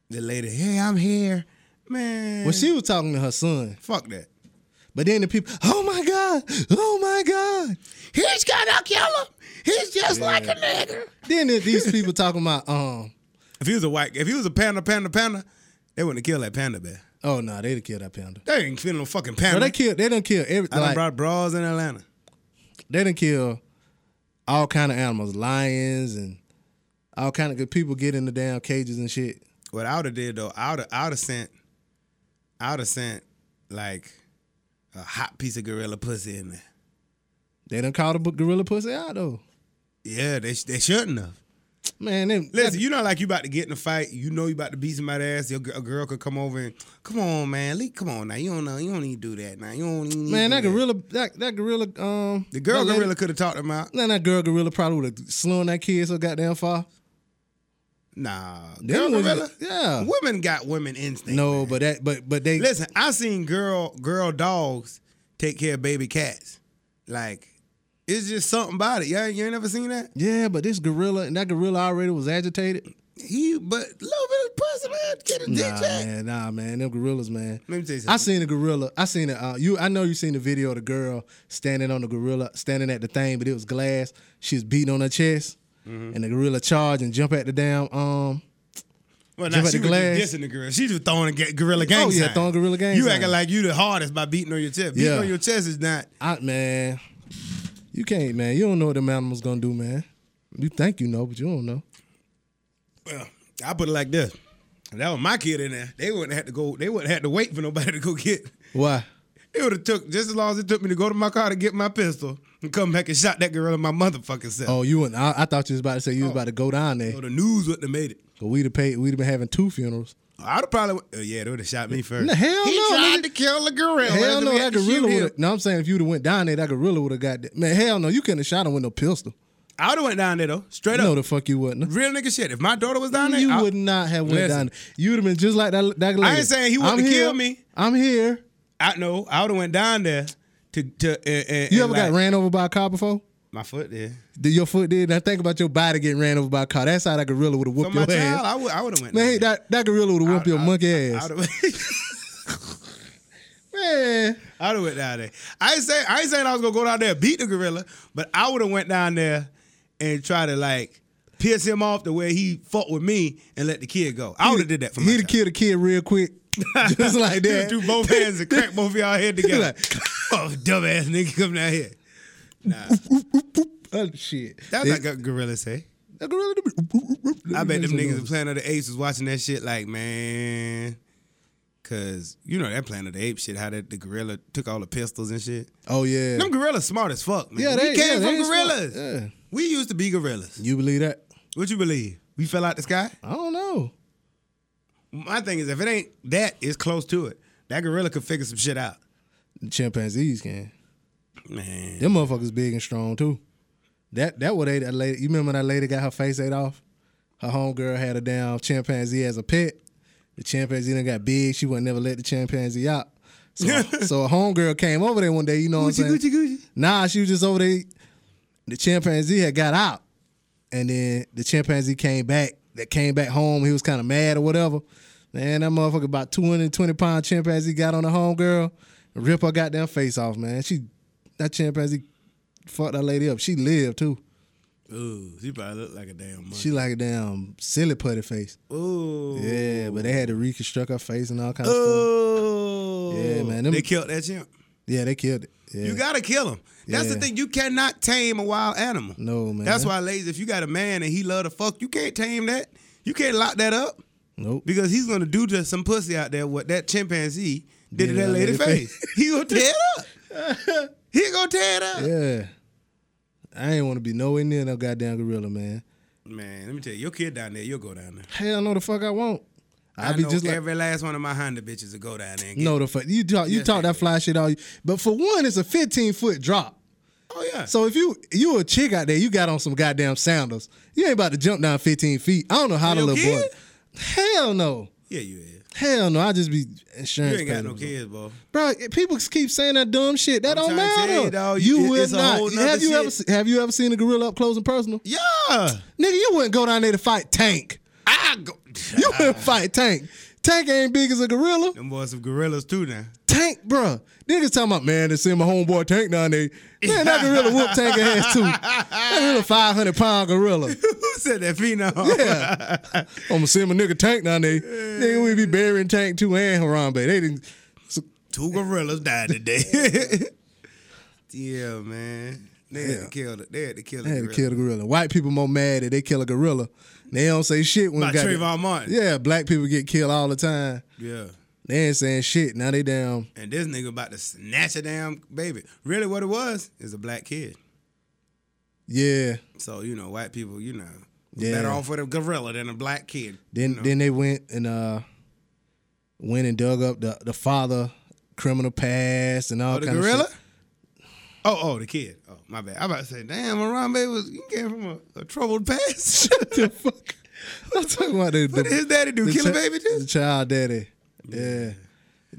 Speaker 1: The lady, hey, I'm here, man.
Speaker 2: well, she was talking to her son,
Speaker 1: fuck that.
Speaker 2: but then the people, oh my god, oh my god.
Speaker 1: He's gonna kill him. He's just like a nigger.
Speaker 2: Then there- these people talking about, um,
Speaker 1: If he was a white, if he was a panda, panda, panda, they wouldn't have killed that panda bear.
Speaker 2: oh no, they done killed that panda.
Speaker 1: They ain't killing no fucking
Speaker 2: Bro,
Speaker 1: panda.
Speaker 2: they killed, they done killed every,
Speaker 1: I done
Speaker 2: like,
Speaker 1: brought bras in Atlanta.
Speaker 2: they done kill all kind of animals, lions and all kind of good people get in the damn cages and shit.
Speaker 1: What I would have did though, I would have, I would have sent, I would have sent like a hot piece of gorilla pussy in there.
Speaker 2: They done called the gorilla pussy out though.
Speaker 1: Yeah, they sh- they shouldn't have.
Speaker 2: Man, them,
Speaker 1: Listen, you know, like you about to get in a fight. You know you about to beat somebody's ass. Your g- a girl could come over and come on, man. Lee, come on now. You don't know. You don't need to do that now. You don't even need
Speaker 2: man,
Speaker 1: to
Speaker 2: that
Speaker 1: do
Speaker 2: gorilla, that, that gorilla, um,
Speaker 1: The girl
Speaker 2: that lady-
Speaker 1: gorilla could have talked him out.
Speaker 2: Nah, that girl gorilla probably would have slung that kid so goddamn far.
Speaker 1: Nah,
Speaker 2: Them
Speaker 1: girl
Speaker 2: was-
Speaker 1: gorilla.
Speaker 2: yeah.
Speaker 1: women got women instinct.
Speaker 2: No, but that but but they
Speaker 1: listen, I seen girl girl dogs take care of baby cats. Like, it's just something about it. Yeah, you ain't never seen that.
Speaker 2: yeah, but this gorilla and that gorilla already was agitated.
Speaker 1: He, but little bit of pussy man, get a dick
Speaker 2: Nah,
Speaker 1: check.
Speaker 2: man, nah, man, them gorillas, man.
Speaker 1: Let me tell you something.
Speaker 2: I seen a gorilla. I seen it. Uh, you, I know you seen the video of the girl standing on the gorilla, standing at the thing, but it was glass. She was beating on her chest,
Speaker 1: Mm-hmm.
Speaker 2: and the gorilla charged and jump at the damn. Um,
Speaker 1: Well,
Speaker 2: Jump
Speaker 1: now
Speaker 2: at
Speaker 1: she
Speaker 2: the
Speaker 1: was
Speaker 2: glass.
Speaker 1: just dissing the gorilla. She just throwing a ga- gorilla gang.
Speaker 2: Oh, yeah,
Speaker 1: sign.
Speaker 2: throwing gorilla gang
Speaker 1: You
Speaker 2: sign.
Speaker 1: acting like you the hardest by beating on your chest. Beating
Speaker 2: Yeah.
Speaker 1: on your chest is not.
Speaker 2: I man, you can't, man. You don't know what them animals gonna do, man. You think you know, but you don't know.
Speaker 1: Well, I put it like this: if that was my kid in there, they wouldn't have to go. They wouldn't have to wait for nobody to go get.
Speaker 2: Why?
Speaker 1: It would have took just as long as it took me to go to my car to get my pistol and come back and shot that girl in my motherfucking self.
Speaker 2: Oh, you and I, I thought you was about to say
Speaker 1: Oh.
Speaker 2: you was about to go down there.
Speaker 1: So the news wouldn't have made it.
Speaker 2: But we'd have paid. We'd have been having two funerals.
Speaker 1: I'd have probably went- oh, yeah, they would have shot me first.
Speaker 2: No, hell
Speaker 1: he
Speaker 2: no,
Speaker 1: tried
Speaker 2: nigga.
Speaker 1: to kill the gorilla. That's
Speaker 2: Hell no,
Speaker 1: what we
Speaker 2: that
Speaker 1: had to shoot
Speaker 2: gorilla would.
Speaker 1: him.
Speaker 2: have No, I'm saying if you'd have went down there, that gorilla would have got. that- Man, hell no, you couldn't have shot him with no pistol.
Speaker 1: I would have went down there though, straight
Speaker 2: No,
Speaker 1: up.
Speaker 2: the fuck you wouldn't. have.
Speaker 1: Real nigga shit. If my daughter was down there,
Speaker 2: you
Speaker 1: I-
Speaker 2: would not have went
Speaker 1: Listen.
Speaker 2: down. You'd have been just like that. that lady.
Speaker 1: I ain't saying he wouldn't
Speaker 2: I'm
Speaker 1: have
Speaker 2: here.
Speaker 1: killed me.
Speaker 2: I'm here.
Speaker 1: I know. I would have went down there to to. And, and,
Speaker 2: You
Speaker 1: and
Speaker 2: ever
Speaker 1: like,
Speaker 2: got ran over by a car before?
Speaker 1: My foot there.
Speaker 2: Did your foot did? Now think about your body getting ran over by a car. That's how that gorilla would have
Speaker 1: So
Speaker 2: whooped
Speaker 1: my
Speaker 2: your
Speaker 1: child,
Speaker 2: ass.
Speaker 1: I would. I would have went.
Speaker 2: Man,
Speaker 1: down
Speaker 2: hey, that, that gorilla would have whooped your monkey ass.
Speaker 1: I would've-
Speaker 2: man,
Speaker 1: I would have went down there. I ain't say I ain't saying I was gonna go down there and beat the gorilla, but I would have went down there and try to like piss him off the way he fought with me and let the kid go. I would have did that for my
Speaker 2: he'd have
Speaker 1: child.
Speaker 2: killed a kid real quick, just like
Speaker 1: He
Speaker 2: that.
Speaker 1: would do both hands and crack both of y'all head together.
Speaker 2: Like-
Speaker 1: oh, dumbass nigga, come down here.
Speaker 2: Oh, shit.
Speaker 1: That's
Speaker 2: They-
Speaker 1: like a gorilla say.
Speaker 2: that gorilla. do- oop, oop, oop, oop.
Speaker 1: I bet them
Speaker 2: Let me
Speaker 1: niggas
Speaker 2: make
Speaker 1: at
Speaker 2: some
Speaker 1: Planet of the Apes was watching that shit like, man. Cause you know that Planet of the Apes shit, how that the gorilla took all the pistols and shit.
Speaker 2: noise. Oh yeah.
Speaker 1: Them gorillas smart as fuck, man.
Speaker 2: Yeah,
Speaker 1: we
Speaker 2: they-
Speaker 1: came
Speaker 2: yeah, they
Speaker 1: from
Speaker 2: is smart.
Speaker 1: gorillas.
Speaker 2: Yeah.
Speaker 1: We used to be gorillas.
Speaker 2: You believe that?
Speaker 1: What you believe? We fell out the sky?
Speaker 2: I don't know.
Speaker 1: My thing is, if it ain't that, it's close to it. That gorilla could figure some shit out.
Speaker 2: Chimpanzees can.
Speaker 1: Man.
Speaker 2: Them motherfuckers big and strong too. That that what they that lady. You remember when that lady got her face ate off? Her homegirl had a damn chimpanzee as a pet. The chimpanzee done got big. She would never let the chimpanzee out. So, so a homegirl came over there one day. You know what I'm saying?
Speaker 1: Gucci.
Speaker 2: Nah, she was just over there. The chimpanzee had got out, and then the chimpanzee came back. That came back home. He was kind of mad or whatever. Man, that motherfucker about 220 pound chimpanzee got on the homegirl and ripped her goddamn face off, man. She that chimpanzee fucked that lady up. She lived too.
Speaker 1: Ooh, she probably looked like a damn monkey.
Speaker 2: She like a damn silly putty face.
Speaker 1: Ooh.
Speaker 2: Yeah, but they had to reconstruct her face and all
Speaker 1: Uh,
Speaker 2: kind of stuff.
Speaker 1: Ooh.
Speaker 2: Yeah, man, them-
Speaker 1: they killed that chimp.
Speaker 2: Yeah, they killed it. Yeah.
Speaker 1: You gotta kill him. That's the
Speaker 2: Yeah.
Speaker 1: thing. You cannot tame a wild animal.
Speaker 2: no man.
Speaker 1: That's why, ladies, if you got a man and he love to fuck, you can't tame that. You can't lock that up
Speaker 2: Nope.
Speaker 1: because he's gonna do to some pussy out there what that chimpanzee did to
Speaker 2: Did
Speaker 1: that lady face. he gonna tear it up. he gonna tear it up.
Speaker 2: Yeah. I ain't want to be nowhere near no goddamn gorilla, man.
Speaker 1: Man, let me tell you, your kid down there, you'll go down there.
Speaker 2: Hell no, the fuck I won't.
Speaker 1: I,
Speaker 2: I be
Speaker 1: know
Speaker 2: just like,
Speaker 1: every last one of my Honda bitches will go down there. And get,
Speaker 2: no, the fuck you talk, you
Speaker 1: Yes,
Speaker 2: talk
Speaker 1: they
Speaker 2: that
Speaker 1: do.
Speaker 2: fly shit all you. But for one, it's a fifteen foot drop.
Speaker 1: Oh yeah.
Speaker 2: So if you you a chick out there, you got on some goddamn sandals. You ain't about to jump down fifteen feet. I don't know how the
Speaker 1: You
Speaker 2: little boy.
Speaker 1: kid?
Speaker 2: Hell no,
Speaker 1: yeah, you is.
Speaker 2: hell no. I just be
Speaker 1: You
Speaker 2: insurance.
Speaker 1: ain't got no
Speaker 2: paid.
Speaker 1: kids, bro.
Speaker 2: bro. People keep saying that dumb shit. That
Speaker 1: I'm
Speaker 2: don't
Speaker 1: trying to
Speaker 2: matter.
Speaker 1: tell you, dawg,
Speaker 2: you
Speaker 1: it-
Speaker 2: would
Speaker 1: it's a whole
Speaker 2: not.
Speaker 1: nother
Speaker 2: Have you
Speaker 1: shit.
Speaker 2: ever se- have you ever seen a gorilla up close and personal?
Speaker 1: Yeah.
Speaker 2: Nigga, you wouldn't go down there to fight Tank.
Speaker 1: I go.
Speaker 2: You wouldn't fight Tank. Tank ain't big as a gorilla.
Speaker 1: Them boys some gorillas too now.
Speaker 2: Tank, bruh. Niggas talking about, man, they send my homeboy Tank down there. Man, that gorilla whoop Tank ass too. That little 500 pound gorilla.
Speaker 1: Who said that phenom?
Speaker 2: Yeah. I'm gonna send my nigga Tank down there. Nigga, we be burying Tank too and Harambe. They didn't. So,
Speaker 1: Two gorillas died today. yeah, man. They had to kill. The, they had to kill. The
Speaker 2: they had to
Speaker 1: gorilla.
Speaker 2: kill the gorilla. White people more mad that they kill a gorilla. They don't say shit when
Speaker 1: By
Speaker 2: got
Speaker 1: Trayvon Martin.
Speaker 2: Yeah, black people get killed all the time.
Speaker 1: Yeah.
Speaker 2: They ain't saying shit. Now they down.
Speaker 1: And this nigga about to snatch a damn baby. Really, what it was is a black kid.
Speaker 2: Yeah.
Speaker 1: So you know, white people, you know,
Speaker 2: Yeah.
Speaker 1: better off with a gorilla than a black kid.
Speaker 2: Then
Speaker 1: you know.
Speaker 2: then they went and uh went and dug up the the father criminal past and all
Speaker 1: Oh, the
Speaker 2: kind
Speaker 1: gorilla.
Speaker 2: of shit.
Speaker 1: Oh, oh, the kid. Oh, my bad. I about to say, damn, Harambe was you came from a, a troubled past.
Speaker 2: the fuck. I'm talking about the,
Speaker 1: What did his daddy do?
Speaker 2: the
Speaker 1: Kill a
Speaker 2: chi-
Speaker 1: baby
Speaker 2: The
Speaker 1: just?
Speaker 2: child daddy. Yeah.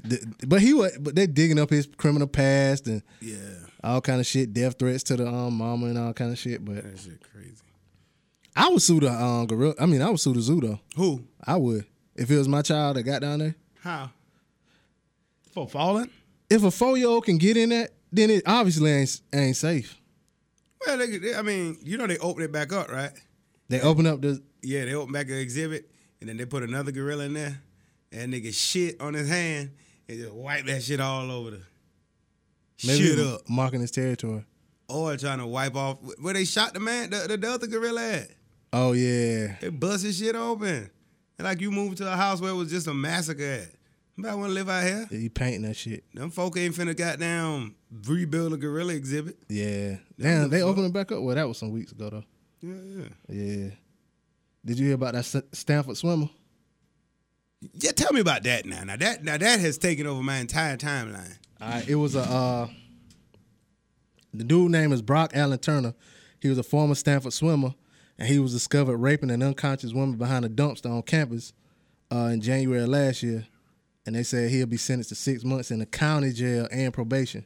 Speaker 2: The- but he was, but they digging up his criminal past and
Speaker 1: Yeah.
Speaker 2: all kind of shit, death threats to the um, mama and all kind of shit. But
Speaker 1: That shit crazy.
Speaker 2: I would sue the um, gorilla. I mean, I would sue the zoo though.
Speaker 1: Who?
Speaker 2: I would if it was my child that got down there.
Speaker 1: How? For falling?
Speaker 2: If a four year old can get in that, then it obviously ain't ain't safe.
Speaker 1: Well, they, they, I mean, you know they opened it back up, right?
Speaker 2: They open up the
Speaker 1: Yeah, they opened back an exhibit, and then they put another gorilla in there, and nigga shit on his hand, and just wipe that shit all over the
Speaker 2: maybe
Speaker 1: shit
Speaker 2: it
Speaker 1: up.
Speaker 2: was marking his territory.
Speaker 1: Or trying to wipe off where they shot the man, the, the, the other gorilla at.
Speaker 2: Oh yeah,
Speaker 1: They bust his shit open. And like you moved to a house where it was just a massacre at. Nobody wanna live out here.
Speaker 2: he painting that shit.
Speaker 1: Them folk ain't finna goddamn rebuild a gorilla exhibit.
Speaker 2: Yeah, damn, they opened it back up. Well, that was some weeks ago though.
Speaker 1: Yeah, yeah.
Speaker 2: Yeah. Did you hear about that S- Stanford swimmer?
Speaker 1: Yeah, tell me about that now. Now that now that has taken over my entire timeline.
Speaker 2: Uh, it was a uh, the dude name is Brock Allen Turner. He was a former Stanford swimmer, and he was discovered raping an unconscious woman behind a dumpster on campus uh, in January last year. And they said he'll be sentenced to six months in the county jail and probation.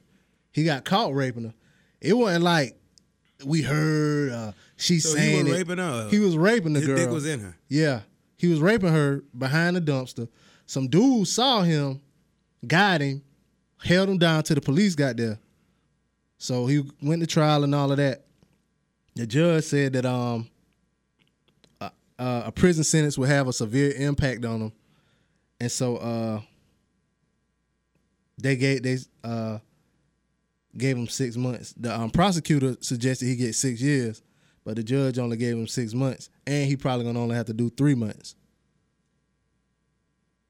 Speaker 2: He got caught raping her. It wasn't like we heard uh, she
Speaker 1: So he
Speaker 2: saying
Speaker 1: was
Speaker 2: it.
Speaker 1: raping her.
Speaker 2: He was raping the
Speaker 1: His
Speaker 2: girl.
Speaker 1: dick was in her.
Speaker 2: Yeah. He was raping her behind the dumpster. Some dude saw him, got him, held him down till the police got there. So he went to trial and all of that. The judge said that um a, a- a prison sentence would have a severe impact on him. And so uh they gave they uh gave him six months. The um, prosecutor suggested he get six years, but the judge only gave him six months, and he probably gonna only have to do three months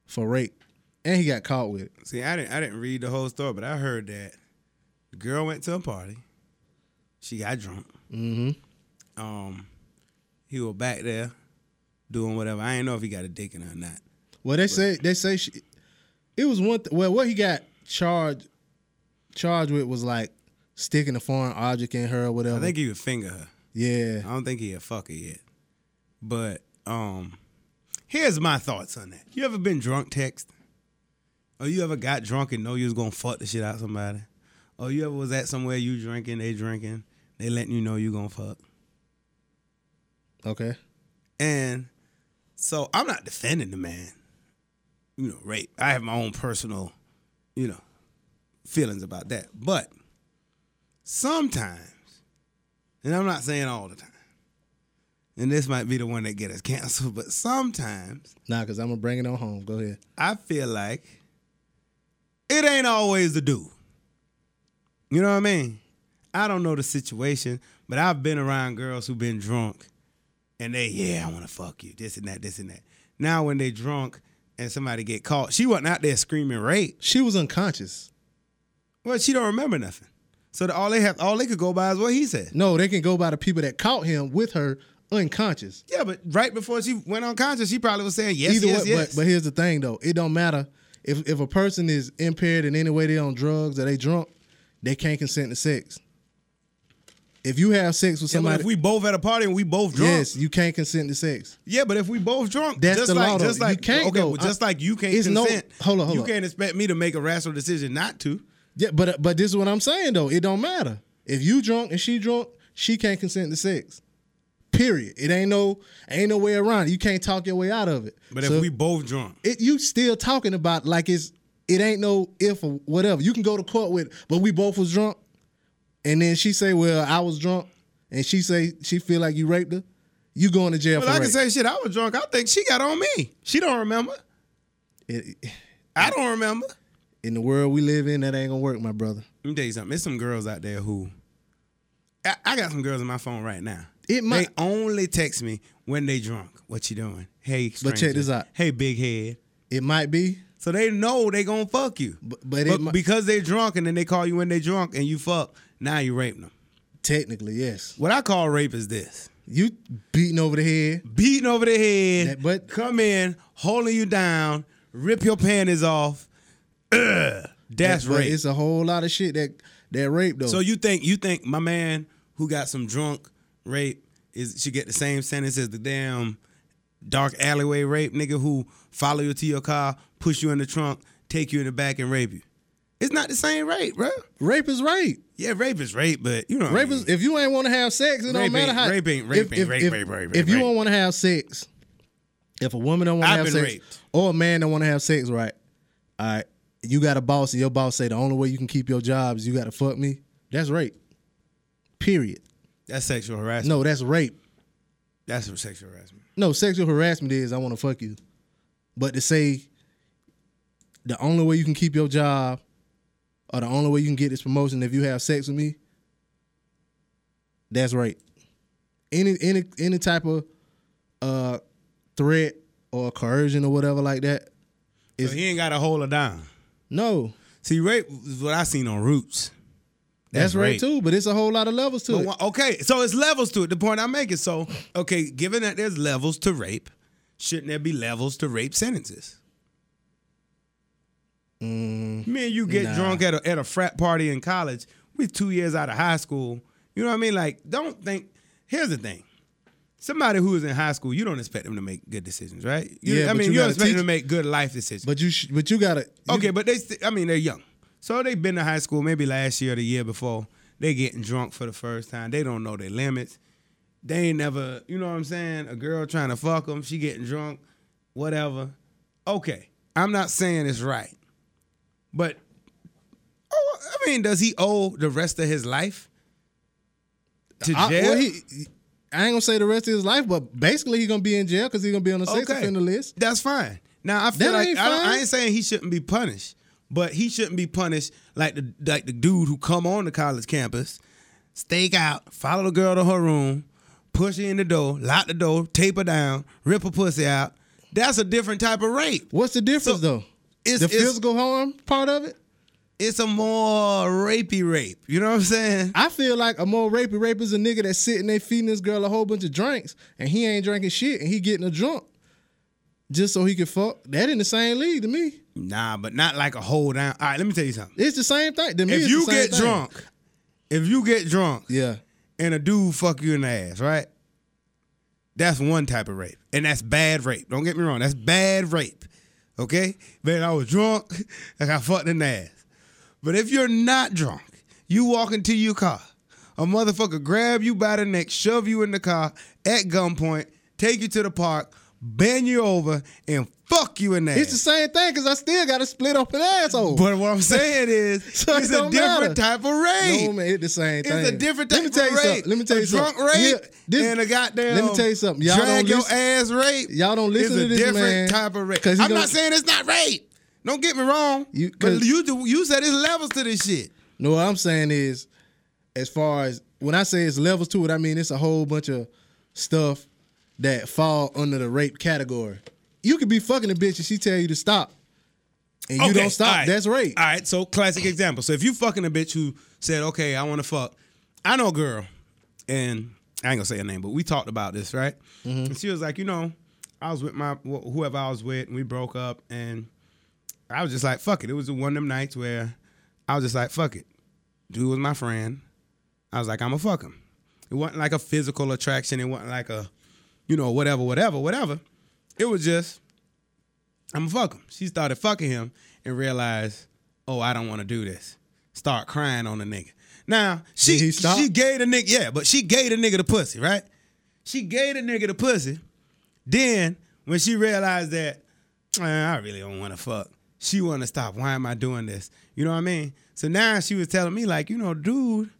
Speaker 2: for rape, and he got caught with it.
Speaker 1: See, I didn't I didn't read the whole story, but I heard that the girl went to a party. She got drunk. Mm-hmm. Um, he was back there doing whatever. I didn't know if he got a dick in her or not.
Speaker 2: Well, they say they say she, it was one. Th- well, what he got charged charged with was like sticking a foreign object in her or whatever.
Speaker 1: I think he would finger her.
Speaker 2: yeah,
Speaker 1: I don't think he a fucker yet. But um here's my thoughts on that. You ever been drunk text? Or you ever got drunk and know you was gonna fuck the shit out of somebody? Or you ever was at somewhere you drinking, they drinking, they letting you know you gonna fuck.
Speaker 2: okay.
Speaker 1: And so I'm not defending the man. You know, rape. I have my own personal, you know, feelings about that. But sometimes, and I'm not saying all the time, and this might be the one that get us canceled, but sometimes
Speaker 2: Nah, cause I'm gonna bring it on home. Go ahead.
Speaker 1: I feel like it ain't always the dude. You know what I mean? I don't know the situation, but I've been around girls who've been drunk and they, yeah, I wanna fuck you, this and that, this and that. Now when they drunk and somebody get caught, she wasn't out there screaming rape.
Speaker 2: She was unconscious.
Speaker 1: Well, she don't remember nothing. So the, all they have all they could go by is what he said.
Speaker 2: No, they can go by the people that caught him with her unconscious.
Speaker 1: Yeah, but right before she went unconscious, she probably was saying yes,
Speaker 2: Either
Speaker 1: yes,
Speaker 2: way,
Speaker 1: yes.
Speaker 2: But, but here's the thing though, it don't matter if if a person is impaired in any way, they on drugs or they drunk, they can't consent to sex. If you have sex with
Speaker 1: Yeah, but
Speaker 2: somebody,
Speaker 1: if we both at a party and we both drunk,
Speaker 2: yes, you can't consent to sex.
Speaker 1: Yeah, but if we both drunk,
Speaker 2: That's
Speaker 1: just
Speaker 2: the
Speaker 1: like,
Speaker 2: law, though.
Speaker 1: just
Speaker 2: You
Speaker 1: like,
Speaker 2: can't,
Speaker 1: okay,
Speaker 2: though.
Speaker 1: well, just like you can't
Speaker 2: It's no-
Speaker 1: consent.
Speaker 2: hold on, hold
Speaker 1: you
Speaker 2: on.
Speaker 1: can't expect me to make a rational decision not to.
Speaker 2: Yeah, but uh, but this is what I'm saying though, it don't matter if you drunk and she drunk, she can't consent to sex. Period. It ain't no ain't no way around. it. You can't talk your way out of it.
Speaker 1: But
Speaker 2: So-
Speaker 1: if we both drunk,
Speaker 2: it you still talking about like it's it ain't no if or whatever. You can go to court with, but we both was drunk, and then she say, "Well, I was drunk," and she say she feel like you raped her. You going to jail
Speaker 1: but
Speaker 2: for
Speaker 1: I
Speaker 2: rape.
Speaker 1: can say shit. I was drunk. I think she got on me. She don't remember.
Speaker 2: It-
Speaker 1: I don't remember.
Speaker 2: in the world we live in, that ain't gonna work, my brother.
Speaker 1: Let me tell you something. There's some girls out there who I, I got some girls on my phone right now.
Speaker 2: It might-
Speaker 1: They only text me when they drunk. What you doing? Hey, stranger.
Speaker 2: check this out.
Speaker 1: Hey, big head.
Speaker 2: It might be,
Speaker 1: So they know they gonna fuck you.
Speaker 2: but, but,
Speaker 1: But
Speaker 2: it might,
Speaker 1: because they drunk and then they call you when they drunk and you fuck, now you raping them.
Speaker 2: technically yes.
Speaker 1: What I call rape is this.
Speaker 2: You beating over the head.
Speaker 1: beating over the head,
Speaker 2: That- but-
Speaker 1: come in, holding you down, rip your panties off. Ugh, that's
Speaker 2: but
Speaker 1: rape.
Speaker 2: It's a whole lot of shit that that rape though.
Speaker 1: So you think you think my man who got some drunk rape is should get the same sentence as the damn dark alleyway rape nigga who follow you to your car, push you in the trunk, take you in the back and rape you. It's not the same rape, bro.
Speaker 2: Rape is rape.
Speaker 1: Yeah, rape is rape, but you know, what I
Speaker 2: Rape is
Speaker 1: mean.
Speaker 2: if you ain't want to have sex, it
Speaker 1: Rape
Speaker 2: don't matter
Speaker 1: ain't-
Speaker 2: how.
Speaker 1: rape ain't- rape
Speaker 2: if,
Speaker 1: ain't
Speaker 2: if,
Speaker 1: rape,
Speaker 2: if,
Speaker 1: rape, rape,
Speaker 2: if
Speaker 1: rape,
Speaker 2: you
Speaker 1: rape.
Speaker 2: don't want to have sex, if a woman don't want to
Speaker 1: I've
Speaker 2: have
Speaker 1: been
Speaker 2: sex,
Speaker 1: raped.
Speaker 2: or a man don't want to have sex, right? All right, you got a boss, and your boss say the only way you can keep your job is you got to fuck me. That's rape. Period.
Speaker 1: that's sexual harassment.
Speaker 2: No, that's rape.
Speaker 1: that's sexual harassment.
Speaker 2: No, sexual harassment is I want to fuck you, but to say the only way you can keep your job, or the only way you can get this promotion if you have sex with me, that's rape. Any any any type of uh threat or coercion or whatever like that.
Speaker 1: So
Speaker 2: Is-
Speaker 1: he ain't got a hole or dime.
Speaker 2: No,
Speaker 1: See, rape is what I seen on Roots.
Speaker 2: that's, rape. too. But it's a whole lot of levels to
Speaker 1: But
Speaker 2: it.
Speaker 1: one- okay, so it's levels to it. The point I'm making. So, okay, given that there's levels to rape, shouldn't there be levels to rape sentences? Me and you get
Speaker 2: Mm, nah.
Speaker 1: drunk at a, at a frat party in college. We're two years out of high school. You know what I mean? Like, don't think. Here's the thing. Somebody who is in high school, you don't expect them to make good decisions, right? You-
Speaker 2: Yeah,
Speaker 1: I
Speaker 2: but
Speaker 1: mean,
Speaker 2: you
Speaker 1: you, don't
Speaker 2: gotta
Speaker 1: expect
Speaker 2: teach-
Speaker 1: them to make good life decisions.
Speaker 2: But you sh- but you gotta you-
Speaker 1: Okay, but they, st- I mean, they're young. So they've been to high school maybe last year or the year before. They getting drunk for the first time. They don't know their limits. They ain't never, you know what I'm saying? A girl trying to fuck them, she getting drunk, whatever. Okay, I'm not saying it's right. But, oh, I mean, does he owe the rest of his life to jail?
Speaker 2: I, well, he, I ain't gonna say the rest of his life, but basically he's gonna be in jail because he's gonna be on the sex offender list.
Speaker 1: That's fine. Now I feel
Speaker 2: That
Speaker 1: like
Speaker 2: ain't
Speaker 1: I, don't- I
Speaker 2: fine.
Speaker 1: ain't saying he shouldn't be punished, but he shouldn't be punished like the like the dude who come on the college campus, stake out, follow the girl to her room, push her in the door, lock the door, tape her down, rip her pussy out. That's a different type of rape.
Speaker 2: What's the difference though?
Speaker 1: it's-
Speaker 2: the
Speaker 1: it's-
Speaker 2: physical harm part of it?
Speaker 1: It's a more rapey rape. You know what I'm saying?
Speaker 2: I feel like a more rapey rape is a nigga that's sitting there feeding this girl a whole bunch of drinks and he ain't drinking shit and he getting her drunk just so he can fuck. That in the same league to me.
Speaker 1: Nah, but not like a hold down. All right, let me tell you something.
Speaker 2: It's the same thing. To me,
Speaker 1: If
Speaker 2: it's
Speaker 1: you
Speaker 2: the same
Speaker 1: get
Speaker 2: thing.
Speaker 1: drunk, if you get drunk,
Speaker 2: yeah,
Speaker 1: and a dude fuck you in the ass, right? That's one type of rape, and that's bad rape. Don't get me wrong, that's bad rape. Okay, man, I was drunk, I got fucked in the ass. But if you're not drunk, you walk into your car, a motherfucker grab you by the neck, shove you in the car at gunpoint, take you to the park, bend you over, and fuck you in the
Speaker 2: it's the
Speaker 1: ass.
Speaker 2: same thing because I still got a split open asshole.
Speaker 1: But what I'm saying is,
Speaker 2: So it
Speaker 1: it's a
Speaker 2: don't matter.
Speaker 1: different type of rape.
Speaker 2: no man, it's the same thing.
Speaker 1: It's a different
Speaker 2: Let
Speaker 1: type
Speaker 2: me tell
Speaker 1: of
Speaker 2: you
Speaker 1: rape.
Speaker 2: Something. Let me tell
Speaker 1: a
Speaker 2: you
Speaker 1: drunk
Speaker 2: something.
Speaker 1: rape
Speaker 2: Yeah, this-
Speaker 1: and a goddamn.
Speaker 2: Let me tell you something. Y'all
Speaker 1: drag
Speaker 2: don't
Speaker 1: your
Speaker 2: listen-
Speaker 1: ass rape.
Speaker 2: y'all don't listen
Speaker 1: it's
Speaker 2: to this
Speaker 1: a different
Speaker 2: man,
Speaker 1: type of rape. I'm
Speaker 2: 'cause he
Speaker 1: not
Speaker 2: don't-
Speaker 1: saying it's not rape. Don't get me wrong.
Speaker 2: You-
Speaker 1: but
Speaker 2: 'cause-
Speaker 1: you do- you said there's levels to this shit.
Speaker 2: No, what I'm saying is, as far as when I say it's levels to it, I mean it's a whole bunch of stuff that fall under the rape category. You could be fucking a bitch and she tell you to stop, and you don't stop.
Speaker 1: all right.
Speaker 2: That's rape.
Speaker 1: All right, so classic example. So if you fucking a bitch who said, "Okay, I want to fuck," I know a girl, and I ain't gonna say her name, but we talked about this, right?
Speaker 2: Mm-hmm.
Speaker 1: And she was like, "You know, I was with my wh- whoever I was with, and we broke up, and I was just like, fuck it." It was one of them nights where I was just like, "Fuck it." Dude was my friend. I was like, "I'ma fuck him." It wasn't like a physical attraction. It wasn't like a, you know, whatever, whatever, whatever. It was just. I'm gonna fuck him. She started fucking him and realized, oh, I don't want to do this. Start crying on the nigga. Now she
Speaker 2: Did he stop?
Speaker 1: she gave the nigga yeah, but she gave the nigga the pussy, right? She gave the nigga the pussy. Then when she realized that, "Man, I really don't want to fuck. She want to stop. Why am I doing this? You know what I mean? So now she was telling me like, you know, dude,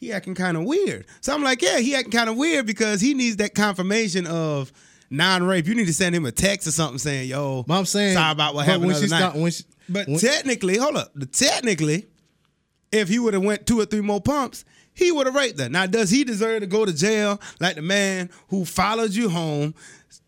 Speaker 1: he acting kind of weird. So I'm like, yeah, he acting kind of weird because he needs that confirmation of non-rape. You need to send him a text or something saying, yo,
Speaker 2: But I'm saying,
Speaker 1: sorry about what
Speaker 2: but
Speaker 1: happened.
Speaker 2: when
Speaker 1: the
Speaker 2: she
Speaker 1: other night.
Speaker 2: stop- when she-
Speaker 1: but
Speaker 2: when-
Speaker 1: technically, hold up. Technically, if he would have went two or three more pumps, he would have raped her. Now, does he deserve to go to jail like the man who followed you home,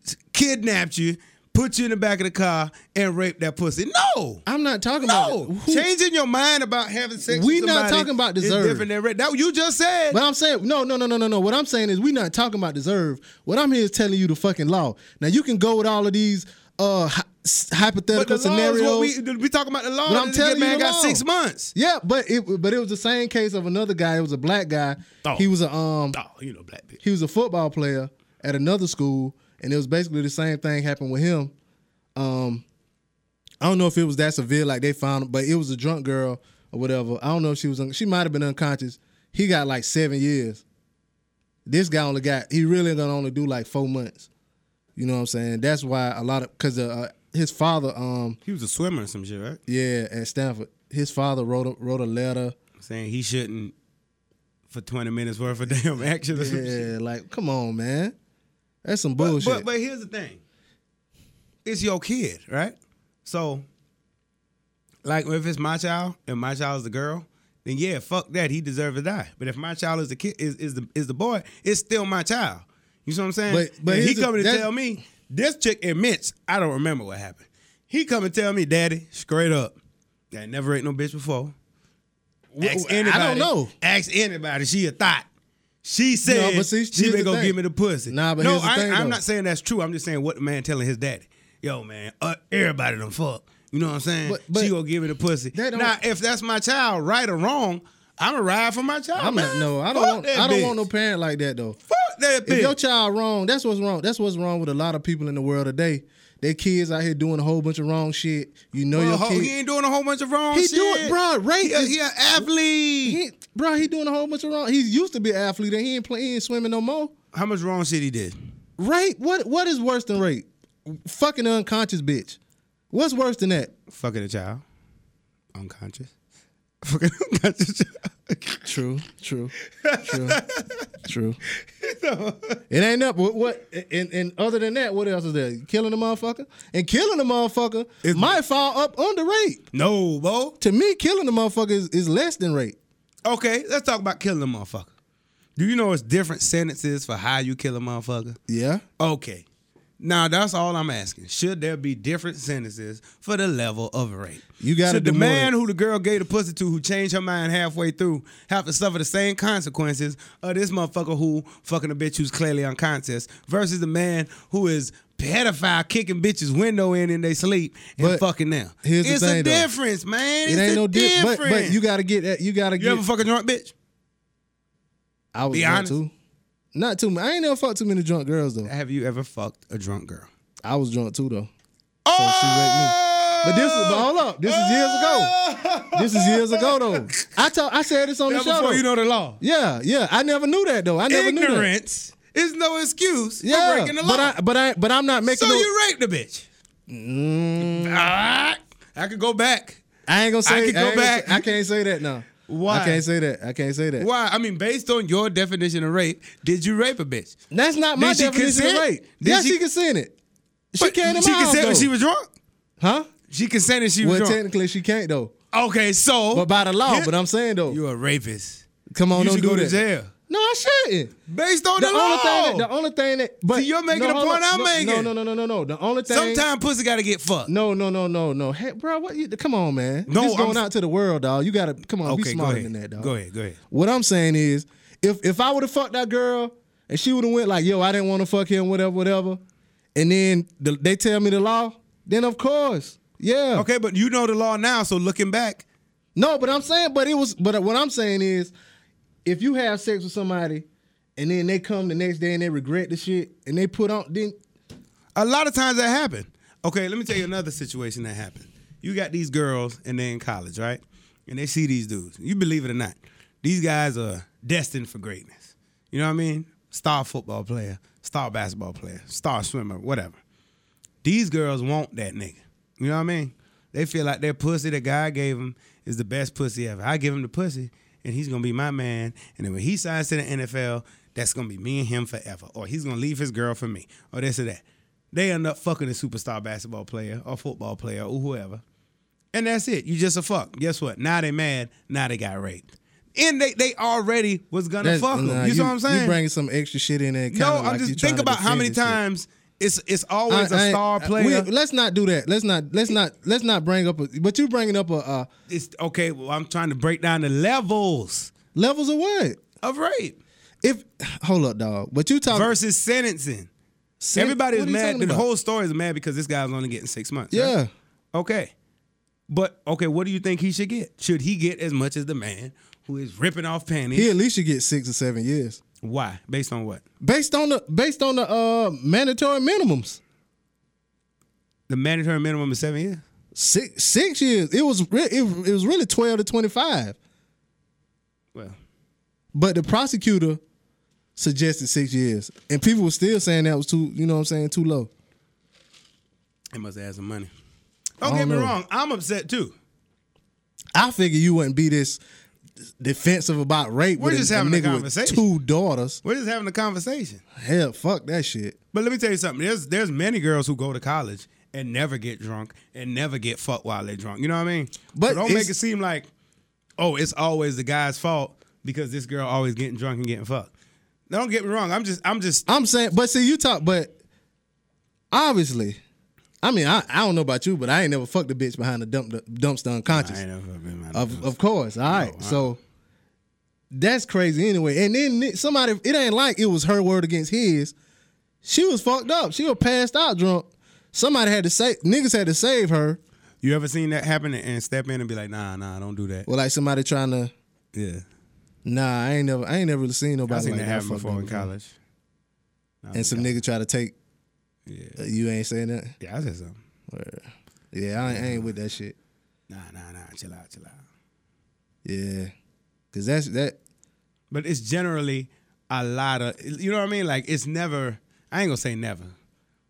Speaker 1: s- kidnapped you, put you in the back of the car, and raped that pussy? No.
Speaker 2: I'm not talking
Speaker 1: No,
Speaker 2: about who-
Speaker 1: changing your mind about having sex.
Speaker 2: We
Speaker 1: with
Speaker 2: not
Speaker 1: somebody
Speaker 2: talking about
Speaker 1: is
Speaker 2: deserve.
Speaker 1: different than rape. That you just said.
Speaker 2: But I'm saying no, no, no, no, no, no. What I'm saying is we not talking about deserve. What I'm here is telling you the fucking law. Now you can go with all of these uh hy- s-
Speaker 1: But
Speaker 2: hypothetical
Speaker 1: the law is
Speaker 2: scenarios.
Speaker 1: what we we talking about the law.
Speaker 2: But I'm
Speaker 1: This
Speaker 2: telling you
Speaker 1: man
Speaker 2: the
Speaker 1: got
Speaker 2: law.
Speaker 1: six months.
Speaker 2: yeah, but it but it was the same case of another guy. It was a black guy.
Speaker 1: Oh.
Speaker 2: He was a um
Speaker 1: Oh, you know, black bitch.
Speaker 2: he was a football player at another school and it was basically the same thing happened with him. Um, I don't know if it was that severe, like they found, but it was a drunk girl or whatever. I don't know if she was, un- she might have been unconscious. He got like seven years. This guy only got, he really gonna only do like four months. You know what I'm saying? That's why a lot of, cause uh, his father, um,
Speaker 1: He was a swimmer or some shit, right?
Speaker 2: yeah, at Stanford, his father wrote a, wrote a letter.
Speaker 1: Saying he shouldn't for 20 minutes worth of damn action or some shit.
Speaker 2: Yeah, like come on, man, that's some
Speaker 1: But-
Speaker 2: bullshit.
Speaker 1: But, but here's the thing. It's your kid, right? So, like, if it's my child and my child is the girl, then yeah, fuck that. He deserves to die. But if my child is the kid, is, is the is the boy, it's still my child. You see what I'm saying?
Speaker 2: But- but
Speaker 1: And he
Speaker 2: here's the-
Speaker 1: coming to
Speaker 2: that-
Speaker 1: tell me this chick admits I don't remember what happened. He come and tell me, Daddy, straight up, I ain't never ate no bitch before. Ask
Speaker 2: I don't
Speaker 1: anybody.
Speaker 2: know.
Speaker 1: Ask anybody. She a thought. She said
Speaker 2: No, but see,
Speaker 1: she
Speaker 2: here's
Speaker 1: been
Speaker 2: the
Speaker 1: gonna
Speaker 2: thing.
Speaker 1: give me the pussy.
Speaker 2: Nah, but
Speaker 1: no,
Speaker 2: here's the
Speaker 1: I,
Speaker 2: thing,
Speaker 1: I'm
Speaker 2: though.
Speaker 1: not saying that's true. I'm just saying what the man telling his daddy. Yo, man, uh, everybody done fuck. You know what I'm saying?
Speaker 2: But- but-
Speaker 1: she gonna give me the pussy.
Speaker 2: That don't-
Speaker 1: Now, if that's my child, right or wrong, I'm a ride for my child.
Speaker 2: I'm not.
Speaker 1: man.
Speaker 2: No, I don't
Speaker 1: Fuck
Speaker 2: want.
Speaker 1: that
Speaker 2: I don't
Speaker 1: bitch.
Speaker 2: want no parent like that though.
Speaker 1: Fuck that
Speaker 2: If your
Speaker 1: bitch.
Speaker 2: child wrong, that's what's wrong. That's what's wrong with a lot of people in the world today. Their kids out here doing a whole bunch of wrong shit. You know
Speaker 1: Well,
Speaker 2: your
Speaker 1: Oh, ho-
Speaker 2: kid.
Speaker 1: he ain't doing a whole bunch of wrong
Speaker 2: He
Speaker 1: shit.
Speaker 2: do it, bro. Rape
Speaker 1: He, a-
Speaker 2: is-
Speaker 1: he an athlete.
Speaker 2: he, bro, he doing a whole bunch of wrong. He used to be an athlete, and he ain't play, he ain't swimming no more.
Speaker 1: How much wrong shit he did?
Speaker 2: Rape? What? What is worse than rape? Fucking unconscious bitch. What's worse than that?
Speaker 1: Fucking a child, unconscious. Fucking unconscious. child.
Speaker 2: True, true, true, true. It ain't up. What, what? And and other than that, what else is there? Killing a motherfucker and killing a motherfucker
Speaker 1: It's-
Speaker 2: might fall up under rape.
Speaker 1: no, bo.
Speaker 2: To me, killing a motherfucker is, is less than rape.
Speaker 1: Okay, let's talk about killing a motherfucker. Do you know it's different sentences for how you kill a motherfucker?
Speaker 2: Yeah.
Speaker 1: Okay. Now that's all I'm asking. Should there be different sentences for the level of rape?
Speaker 2: You gotta
Speaker 1: Should the
Speaker 2: do more
Speaker 1: man who the girl gave the pussy to, who changed her mind halfway through, have to suffer the same consequences of this motherfucker who fucking a bitch who's clearly unconscious versus the man who is pedophile kicking bitches window in in they sleep and
Speaker 2: But
Speaker 1: fucking them?
Speaker 2: here's the
Speaker 1: it's a
Speaker 2: thing, though.
Speaker 1: difference, man.
Speaker 2: It
Speaker 1: It's
Speaker 2: ain't
Speaker 1: a
Speaker 2: no di-
Speaker 1: difference.
Speaker 2: But, but you gotta get that. You gotta
Speaker 1: you
Speaker 2: get.
Speaker 1: ever fucking drunk bitch?
Speaker 2: I was
Speaker 1: be
Speaker 2: drunk
Speaker 1: honest.
Speaker 2: too. Not too. ma- I ain't never fucked too many drunk girls though.
Speaker 1: Have you ever fucked a drunk girl?
Speaker 2: I was drunk too though.
Speaker 1: Oh,
Speaker 2: she raped me. But this is- but hold up. This is years
Speaker 1: ago.
Speaker 2: This is years ago though. I told. I said this on the show.
Speaker 1: before
Speaker 2: though.
Speaker 1: you know the law.
Speaker 2: yeah, yeah. I never knew that though. I never knew that.
Speaker 1: Ignorance is no excuse
Speaker 2: Yeah,
Speaker 1: for breaking the law.
Speaker 2: but I, but I, but I'm not
Speaker 1: so
Speaker 2: making. no, Mm.
Speaker 1: you raped a bitch. Ah, I could go back.
Speaker 2: I ain't gonna say.
Speaker 1: I could go
Speaker 2: ain't gonna
Speaker 1: back.
Speaker 2: say- I can't say that now.
Speaker 1: Why?
Speaker 2: I can't say that. I can't say that.
Speaker 1: Why? I mean, based on your definition of rape, did you rape a bitch?
Speaker 2: That's not my
Speaker 1: Did she
Speaker 2: definition of
Speaker 1: consent?
Speaker 2: rape.
Speaker 1: Did
Speaker 2: yeah,
Speaker 1: she-
Speaker 2: she consented. She
Speaker 1: But
Speaker 2: came to
Speaker 1: She
Speaker 2: my house
Speaker 1: consented
Speaker 2: though.
Speaker 1: when she was drunk.
Speaker 2: huh?
Speaker 1: She consented she was
Speaker 2: Well,
Speaker 1: drunk.
Speaker 2: technically she can't though,
Speaker 1: Okay, so
Speaker 2: but by the law.
Speaker 1: Yeah.
Speaker 2: But I'm saying though,
Speaker 1: you're a rapist.
Speaker 2: come on,
Speaker 1: you
Speaker 2: don't
Speaker 1: should
Speaker 2: do
Speaker 1: go
Speaker 2: that.
Speaker 1: to jail.
Speaker 2: No, I shouldn't.
Speaker 1: Based on
Speaker 2: The
Speaker 1: the,
Speaker 2: only
Speaker 1: law.
Speaker 2: thing that the only thing that but
Speaker 1: See, you're making
Speaker 2: no,
Speaker 1: the
Speaker 2: hold
Speaker 1: point
Speaker 2: up.
Speaker 1: I'm
Speaker 2: no,
Speaker 1: making.
Speaker 2: No, no, no, no, no, no. The only thing
Speaker 1: Sometimes pussy gotta get fucked.
Speaker 2: No, no, no, no, no. Hey, bro, what you come on, man.
Speaker 1: No,
Speaker 2: this going
Speaker 1: I'm-
Speaker 2: out to the world, dog. You gotta come on, be
Speaker 1: Okay, go
Speaker 2: smarter
Speaker 1: ahead.
Speaker 2: than that, dog.
Speaker 1: Go ahead, go ahead.
Speaker 2: What I'm saying is, if if I would have fucked that girl and she would have went like, yo, I didn't want to fuck him, whatever, whatever, and then the, they tell me the law, then of course, yeah,
Speaker 1: Okay, but you know the law now, so looking back,
Speaker 2: no, but I'm saying, but it was, but what I'm saying is, if you have sex with somebody and then they come the next day and they regret the shit and they put on, then
Speaker 1: a lot of times that happened. Okay, let me tell you another situation that happened. You got these girls and they're in college, right? And they see these dudes. You believe it or not, these guys are destined for greatness. You know what I mean? Star football player, star basketball player, star swimmer, whatever. These girls want that nigga. You know what I mean? They feel like their pussy that God gave them is the best pussy ever. I give him the pussy, and he's gonna be my man. And then when he signs to the NFL, that's gonna be me and him forever. Or he's gonna leave his girl for me. Or this or that. They end up fucking a superstar basketball player or football player or whoever. And that's it. You just a fuck. Guess what? Now they mad. Now they got raped. And they they already was gonna
Speaker 2: that's-
Speaker 1: fuck them.
Speaker 2: nah,
Speaker 1: you, see what I'm saying?
Speaker 2: You bringing some extra shit in there.
Speaker 1: no, I'm just think about how many times it's it's always
Speaker 2: a
Speaker 1: a star player.
Speaker 2: let's not do that. Let's not. Let's not. Let's not bring up. A, but you bringing up a uh,
Speaker 1: It's okay. Well, I'm trying to break down the levels
Speaker 2: levels of what?
Speaker 1: of rape
Speaker 2: If hold up, dog. But you talking
Speaker 1: versus sentencing.
Speaker 2: sen-
Speaker 1: Everybody is
Speaker 2: what are you
Speaker 1: mad.
Speaker 2: talking
Speaker 1: The
Speaker 2: about?
Speaker 1: whole story is mad because this guy's only getting six months. right?
Speaker 2: Yeah.
Speaker 1: Okay. But okay, what do you think he should get? Should he get as much as the man who is ripping off panties?
Speaker 2: He at least should get six or seven years.
Speaker 1: Why? Based on what?
Speaker 2: based on the based on the uh, mandatory minimums.
Speaker 1: The mandatory minimum is seven years.
Speaker 2: Six six years. It was re- it, it was really twelve to twenty five,
Speaker 1: Well,
Speaker 2: but the prosecutor suggested six years, and people were still saying that was too you know what I'm saying too low.
Speaker 1: they must have had some money. Don't
Speaker 2: don't
Speaker 1: get me
Speaker 2: know.
Speaker 1: wrong. I'm upset too.
Speaker 2: I figure you wouldn't be this defensive about rape.
Speaker 1: We're
Speaker 2: with
Speaker 1: just having a
Speaker 2: nigga
Speaker 1: conversation.
Speaker 2: With two daughters.
Speaker 1: We're just having a conversation.
Speaker 2: Hell, fuck that shit.
Speaker 1: But let me tell you something. There's there's many girls who go to college and never get drunk and never get fucked while they're drunk. You know what I mean?
Speaker 2: But
Speaker 1: So don't
Speaker 2: it's-
Speaker 1: make it seem like, oh, it's always the guy's fault because this girl always getting drunk and getting fucked. Now, Don't get me wrong. I'm just I'm just
Speaker 2: I'm saying, but see, you talk, but obviously, I mean, I, I don't know about you, but I ain't never fucked a bitch behind the dump dumpster
Speaker 1: I
Speaker 2: unconscious.
Speaker 1: ain't never been my
Speaker 2: Of of course. All right. So that's crazy anyway. And then ni- somebody it ain't like it was her word against his. She was fucked up. She was passed out drunk. Somebody had to say niggas had to save her.
Speaker 1: You ever seen that happen and- and step in and be like, nah, nah, don't do that.
Speaker 2: Well, like somebody trying to
Speaker 1: Yeah.
Speaker 2: Nah, I ain't never I ain't never really seen nobody
Speaker 1: I seen
Speaker 2: like
Speaker 1: that
Speaker 2: that
Speaker 1: happen
Speaker 2: fucked
Speaker 1: before
Speaker 2: up
Speaker 1: in
Speaker 2: drunk.
Speaker 1: college. Nah,
Speaker 2: And some nigga try to take
Speaker 1: yeah.
Speaker 2: uh, you ain't saying that.
Speaker 1: Yeah, I said something.
Speaker 2: Word. Yeah, I ain't, I ain't with that shit.
Speaker 1: Nah, nah, nah, chill out, chill out.
Speaker 2: Yeah. Cause that's that
Speaker 1: but it's generally a lot of you know what I mean. Like it's never. I ain't gonna say never,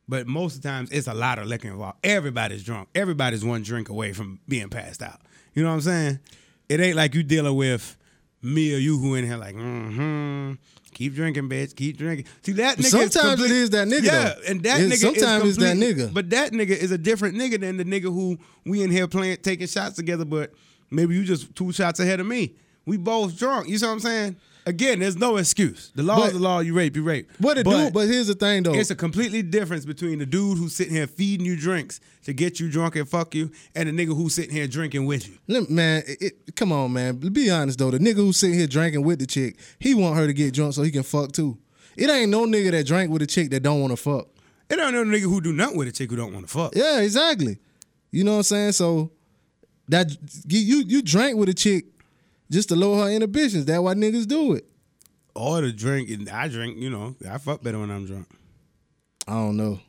Speaker 1: but most of the times it's a lot of liquor involved. Everybody's drunk. Everybody's one drink away from being passed out. You know what I'm saying? It ain't like you dealing with me or you who in here like, mm-hmm. Keep drinking, bitch. Keep drinking. See that nigga. is
Speaker 2: Sometimes it
Speaker 1: complete-
Speaker 2: is that nigga,
Speaker 1: Yeah,
Speaker 2: though.
Speaker 1: and that
Speaker 2: It's-
Speaker 1: nigga. is
Speaker 2: sometimes it's that
Speaker 1: complete-
Speaker 2: nigga.
Speaker 1: But that nigga is a different nigga than the nigga who we in here playing, taking shots together. But maybe you just two shots ahead of me. We both drunk. You see what I'm saying? Again, there's no excuse. The law is
Speaker 2: But-
Speaker 1: the law. You rape, you rape.
Speaker 2: what it
Speaker 1: But
Speaker 2: do, but here's the thing though.
Speaker 1: it's a completely difference between the dude who's sitting here feeding you drinks to get you drunk and fuck you, and the nigga who's sitting here drinking with you.
Speaker 2: Let, man, it, it- come on, man. Be honest though. The nigga who's sitting here drinking with the chick, he want her to get drunk so he can fuck too. It ain't no nigga that drank with a chick that don't want to fuck.
Speaker 1: It ain't no nigga who do nothing with a chick who don't want to fuck.
Speaker 2: Yeah, exactly. You know what I'm saying? So that you you- you drank with a chick just to lower her inhibitions. That's why niggas do it.
Speaker 1: Or the drink, and I drink. You know, I fuck better when I'm drunk.
Speaker 2: I don't know.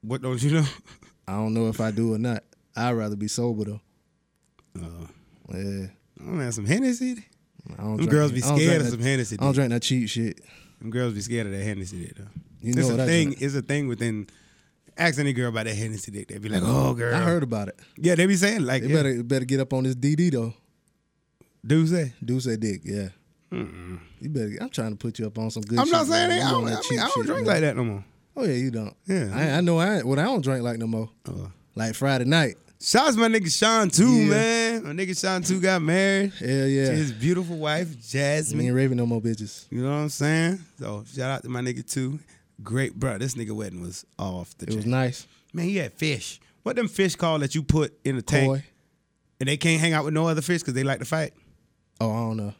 Speaker 1: What don't you know?
Speaker 2: I don't know if I do or not. I'd rather be sober though.
Speaker 1: Uh,
Speaker 2: Yeah.
Speaker 1: I don't have some Hennessy.
Speaker 2: I don't
Speaker 1: Them
Speaker 2: drink-
Speaker 1: girls be
Speaker 2: I don't drink
Speaker 1: scared of
Speaker 2: that-
Speaker 1: some Hennessy.
Speaker 2: I don't drink that cheap shit.
Speaker 1: Them girls be scared of that Hennessy dick, though.
Speaker 2: You
Speaker 1: it's
Speaker 2: know
Speaker 1: a
Speaker 2: what I
Speaker 1: thing.
Speaker 2: drink.
Speaker 1: It's a thing within. Ask any girl about that Hennessy dick. They be like, "Oh, girl."
Speaker 2: I heard about it.
Speaker 1: Yeah, they be saying like,
Speaker 2: They
Speaker 1: yeah,
Speaker 2: better better get up on this DD though.
Speaker 1: do say.
Speaker 2: Dude said dick, yeah. You better. I'm trying to put you up on some good.
Speaker 1: Mm-hmm. I'm
Speaker 2: shit,
Speaker 1: not saying
Speaker 2: man.
Speaker 1: that.
Speaker 2: You
Speaker 1: I
Speaker 2: on
Speaker 1: don't,
Speaker 2: that
Speaker 1: I
Speaker 2: cheap
Speaker 1: mean, I don't
Speaker 2: shit,
Speaker 1: drink
Speaker 2: man.
Speaker 1: like that no more.
Speaker 2: Oh yeah, you don't.
Speaker 1: Yeah.
Speaker 2: I, I know. I ain't- well, I don't drink like no more.
Speaker 1: Uh,
Speaker 2: Like Friday night.
Speaker 1: Shouts my nigga Sean too,
Speaker 2: Oh. Yeah.
Speaker 1: man. My nigga Sean too got married
Speaker 2: Hell
Speaker 1: to
Speaker 2: yeah.
Speaker 1: his beautiful wife
Speaker 2: Me
Speaker 1: Jasmine.
Speaker 2: and Raven no more bitches.
Speaker 1: You know what I'm saying? So shout out to my nigga too. Great, bro. This nigga wedding was off the
Speaker 2: It was
Speaker 1: chain.
Speaker 2: nice.
Speaker 1: Man, he had fish. What them fish called that you put in the tank
Speaker 2: Koi.
Speaker 1: and they can't hang out with no other fish because they like to fight?
Speaker 2: Oh, I don't know.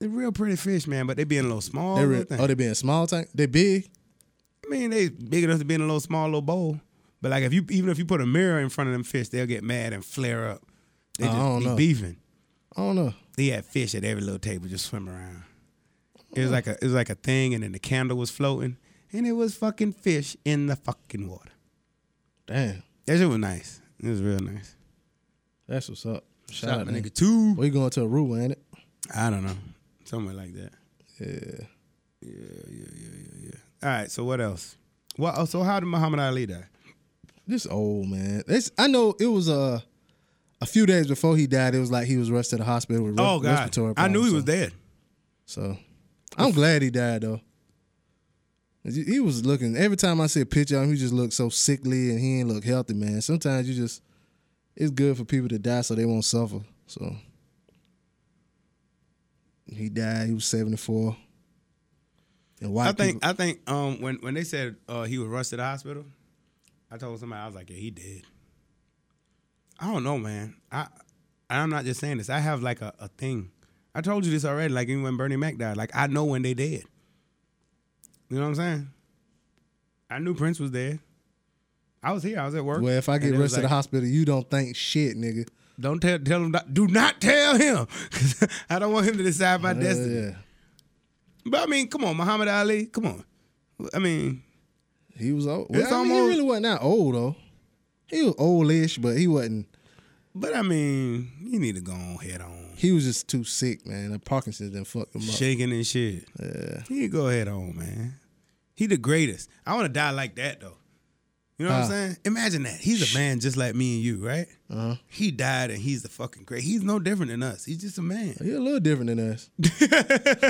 Speaker 1: They're real pretty fish, man, but they being a little small.
Speaker 2: They
Speaker 1: little
Speaker 2: re-
Speaker 1: thing.
Speaker 2: oh, they being small tank. They big.
Speaker 1: I mean, they big enough to be in a little small little bowl. But like if you even if you put a mirror in front of them fish, they'll get mad and flare up. They
Speaker 2: Oh, I
Speaker 1: just
Speaker 2: don't
Speaker 1: be
Speaker 2: know.
Speaker 1: beefing.
Speaker 2: I don't know.
Speaker 1: They had fish at every little table just swim around. It was like a it was like a thing, and then the candle was floating, and it was fucking fish in the fucking water.
Speaker 2: Damn,
Speaker 1: That shit was nice. It was real nice.
Speaker 2: that's what's up. Shout,
Speaker 1: Shout
Speaker 2: out,
Speaker 1: my
Speaker 2: nigga.
Speaker 1: nigga too.
Speaker 2: We going to Aruba, ain't it?
Speaker 1: I don't know, somewhere like that.
Speaker 2: Yeah.
Speaker 1: All right, so what else? Well, oh, so how did Muhammad Ali die?
Speaker 2: This old man. This I know. It was uh, a few days before he died. It was like he was rushed to the hospital with re-
Speaker 1: oh God,
Speaker 2: respiratory.
Speaker 1: I knew
Speaker 2: problems,
Speaker 1: he
Speaker 2: so-
Speaker 1: was dead.
Speaker 2: So I'm glad he died though. He he was looking every time I see a picture of him, he just looked so sickly and he ain't look healthy, man. Sometimes you just it's good for people to die so they won't suffer. So he died, he was 74. And white
Speaker 1: I think
Speaker 2: people,
Speaker 1: I think um when when they said uh, he was rushed to the hospital, I told somebody I was like, yeah, he did. I don't know, man. I I'm not just saying this. I have like a, a thing. I told you this already. Like even when Bernie Mac died, like I know when they dead. You know what I'm saying? I knew Prince was dead. I was here. I was at work.
Speaker 2: well, if I
Speaker 1: And
Speaker 2: get
Speaker 1: it was
Speaker 2: rushed to the
Speaker 1: like,
Speaker 2: hospital, you don't think shit, nigga.
Speaker 1: don't tell tell him. Not, do not tell him. 'Cause I don't want him to decide my
Speaker 2: Hell
Speaker 1: destiny.
Speaker 2: yeah.
Speaker 1: But I mean, come on, Muhammad Ali, come on. I mean,
Speaker 2: He was old.
Speaker 1: It's
Speaker 2: Well, I mean,
Speaker 1: almost-
Speaker 2: he really wasn't that old though. He was oldish, but he wasn't.
Speaker 1: but I mean, you need to go on head on,
Speaker 2: He was just too sick, man. The Parkinson's done fucked him up.
Speaker 1: shaking and shit.
Speaker 2: Yeah.
Speaker 1: He can go head on, man. He the greatest. I want to die like that though. You know what I'm
Speaker 2: Ah.
Speaker 1: saying? Imagine that. He's a man just like me and you, right?
Speaker 2: Uh-huh.
Speaker 1: He died and he's the fucking great. He's no different than us. He's just a man.
Speaker 2: He a little different than us.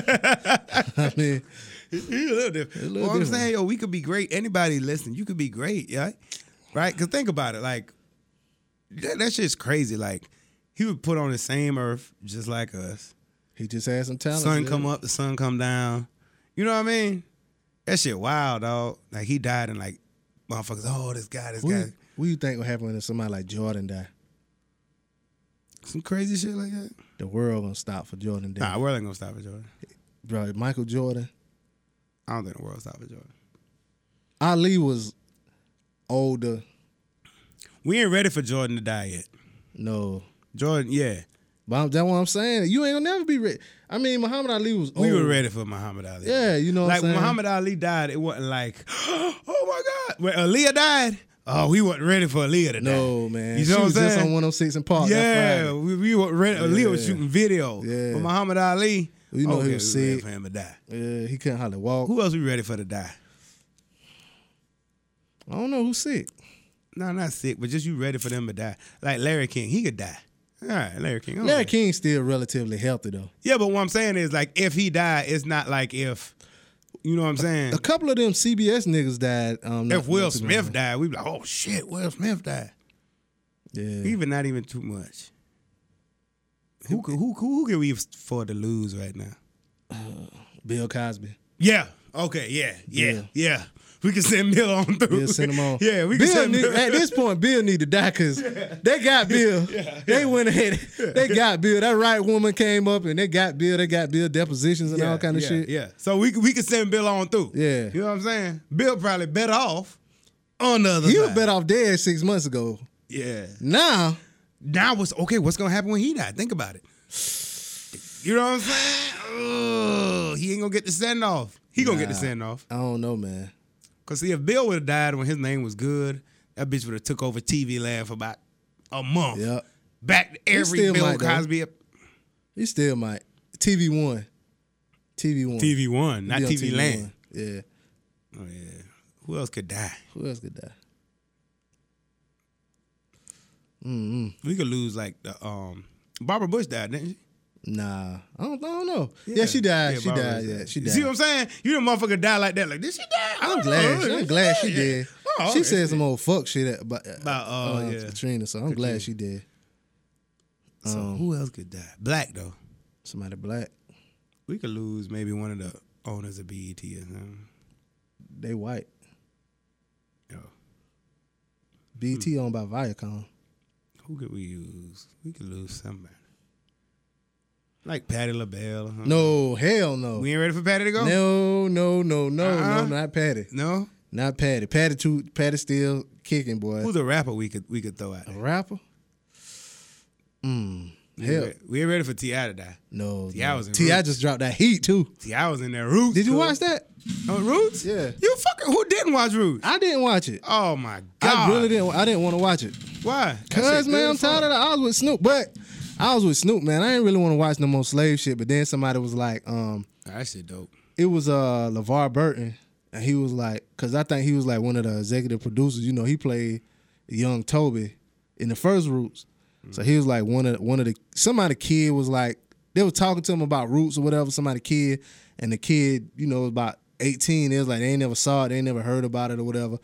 Speaker 2: I mean,
Speaker 1: He's a little different.
Speaker 2: A little
Speaker 1: well, I'm
Speaker 2: different.
Speaker 1: saying, yo, we could be great. Anybody listen, you could be great, yeah, right? Because think about it, like that, that shit's crazy. Like he would put on the same earth just like us.
Speaker 2: he just had some talent.
Speaker 1: sun come up, the sun come down. You know what I mean? That shit wild, dog. Like he died and like motherfuckers, oh this guy, this
Speaker 2: What
Speaker 1: guy.
Speaker 2: you, what you think would happen when somebody like Jordan die?
Speaker 1: Some crazy shit like that.
Speaker 2: The world gonna stop for Jordan. Day.
Speaker 1: Nah, the world ain't gonna stop it, Jordan.
Speaker 2: Bro, Michael Jordan.
Speaker 1: I don't think the world stop it, Jordan.
Speaker 2: Ali was older.
Speaker 1: We ain't ready for Jordan to die yet.
Speaker 2: No.
Speaker 1: Jordan, yeah.
Speaker 2: But I'm, that's what I'm saying. You ain't gonna never be rich. I mean, Muhammad Ali was old.
Speaker 1: We were ready for Muhammad Ali.
Speaker 2: Oh. Yeah, you know what
Speaker 1: Like
Speaker 2: I'm
Speaker 1: when
Speaker 2: saying?
Speaker 1: Muhammad Ali died, it wasn't like, oh my God. When Aaliyah died, oh, we wasn't ready for Aaliyah to die.
Speaker 2: No, man.
Speaker 1: You
Speaker 2: she
Speaker 1: know what I'm
Speaker 2: was just on
Speaker 1: saying?
Speaker 2: 106 in Park. that
Speaker 1: Yeah,
Speaker 2: Friday.
Speaker 1: we, we were ready. Aaliyah was
Speaker 2: Yeah.
Speaker 1: shooting video.
Speaker 2: Yeah.
Speaker 1: But Muhammad Ali,
Speaker 2: You know
Speaker 1: okay,
Speaker 2: he was
Speaker 1: we ready
Speaker 2: sick.
Speaker 1: for him to die.
Speaker 2: Yeah, he couldn't hardly walk.
Speaker 1: Who else we ready for to die?
Speaker 2: I don't know who's sick.
Speaker 1: No, not sick, but just you ready for them to die. Like Larry King, he could die. All right, Larry King. okay.
Speaker 2: Larry King's still relatively healthy though.
Speaker 1: Yeah, but what I'm saying is, like, if he died, it's not like if, you know what I'm saying?
Speaker 2: A couple of them CBS niggas died. Um, not-
Speaker 1: If Will
Speaker 2: not too
Speaker 1: Smith
Speaker 2: long.
Speaker 1: died, we'd be like, oh shit, Will Smith died.
Speaker 2: yeah,
Speaker 1: Even not even too much. Who could, who who who can we afford to lose right now?
Speaker 2: Bill Cosby.
Speaker 1: Yeah. Okay. Yeah. Yeah. Yeah.
Speaker 2: Yeah.
Speaker 1: We can send Bill on through.
Speaker 2: Bill sent him on.
Speaker 1: Yeah, we can
Speaker 2: Bill
Speaker 1: send
Speaker 2: need-
Speaker 1: Bill.
Speaker 2: at this point, Bill need to die because they got Bill. They went ahead. They got Bill. That right woman came up and they got Bill. They got Bill depositions and
Speaker 1: yeah,
Speaker 2: all kind of
Speaker 1: yeah,
Speaker 2: shit.
Speaker 1: Yeah. So we could- we could send Bill on through.
Speaker 2: Yeah.
Speaker 1: You know what I'm saying? Bill probably better off on the other
Speaker 2: He
Speaker 1: side.
Speaker 2: was better off dead six months ago.
Speaker 1: Yeah.
Speaker 2: Now
Speaker 1: Now what's okay? What's gonna happen when he died? Think about it. You know what I'm saying? Ugh, he ain't gonna get the send off. He gonna get the
Speaker 2: Nah.
Speaker 1: send off.
Speaker 2: I don't know, man.
Speaker 1: Cause see, if Bill would have died when his name was good, that bitch would have took over TV land for about a month.
Speaker 2: Yep.
Speaker 1: Back to every
Speaker 2: still
Speaker 1: Bill
Speaker 2: might, though.
Speaker 1: Cosby.
Speaker 2: He still might. TV one. TV one.
Speaker 1: TV one, not
Speaker 2: Be on
Speaker 1: TV, land.
Speaker 2: One. Yeah.
Speaker 1: Oh yeah. Who else could die?
Speaker 2: Who else could die? Mm-hmm.
Speaker 1: We could lose like the um. Barbara Bush died, didn't she?
Speaker 2: Nah, I don't, I don't know. Yeah, she died. she
Speaker 1: Barbara Bush
Speaker 2: died. Yeah, she
Speaker 1: You
Speaker 2: died.
Speaker 1: See what I'm saying? You the motherfucker die like that. Like, did she die? I
Speaker 2: I'm
Speaker 1: don't
Speaker 2: glad.
Speaker 1: know.
Speaker 2: she- I'm
Speaker 1: Did
Speaker 2: glad
Speaker 1: die?
Speaker 2: she
Speaker 1: Yeah.
Speaker 2: did.
Speaker 1: Oh,
Speaker 2: she
Speaker 1: okay.
Speaker 2: said some old fuck shit about,
Speaker 1: About, uh, yeah.
Speaker 2: Katrina, so I'm glad she did.
Speaker 1: So who else could die? Black though.
Speaker 2: Somebody black,
Speaker 1: We could lose maybe one of the owners of BET or something.
Speaker 2: they white.
Speaker 1: Yo,
Speaker 2: BT
Speaker 1: Hmm.
Speaker 2: owned by Viacom.
Speaker 1: who could we use? We could lose somebody. Like Patty LaBelle. Or something.
Speaker 2: No, hell no.
Speaker 1: We ain't ready for Patty to go.
Speaker 2: No, no, no, no,
Speaker 1: Uh-uh.
Speaker 2: no, not Patty.
Speaker 1: No?
Speaker 2: Not Patty. Patty too Patty still kicking, boy.
Speaker 1: Who's a rapper we could we could throw out?
Speaker 2: a
Speaker 1: there?
Speaker 2: rapper? Mm.
Speaker 1: We ain't
Speaker 2: Hell
Speaker 1: re- We ain't ready for Ti to die.
Speaker 2: no.
Speaker 1: T.I.
Speaker 2: no.
Speaker 1: was in
Speaker 2: T.I.
Speaker 1: Roots.
Speaker 2: just dropped that heat too.
Speaker 1: Ti was in there. Roots.
Speaker 2: Did you
Speaker 1: cool.
Speaker 2: watch that?
Speaker 1: Oh, Roots?
Speaker 2: Yeah.
Speaker 1: You fucking who didn't watch Roots?
Speaker 2: I didn't watch it.
Speaker 1: Oh my god.
Speaker 2: I really didn't. I didn't want to watch it.
Speaker 1: Why? That
Speaker 2: Cause
Speaker 1: shit
Speaker 2: man,
Speaker 1: good
Speaker 2: I'm
Speaker 1: as fuck.
Speaker 2: tired of that. I was with Snoop, but I was with Snoop, man. I didn't really want to watch no more slave shit. But then somebody was like, um,
Speaker 1: That shit dope.
Speaker 2: it was uh LeVar Burton, and he was like, cause I think he was like one of the executive producers. You know, he played young Toby in the first Roots. So he was like one of one of the somebody kid was like they were talking to him about Roots or whatever. Somebody kid, and the kid, you know, was about 18. It was like they ain't never saw it, they ain't never heard about it or whatever.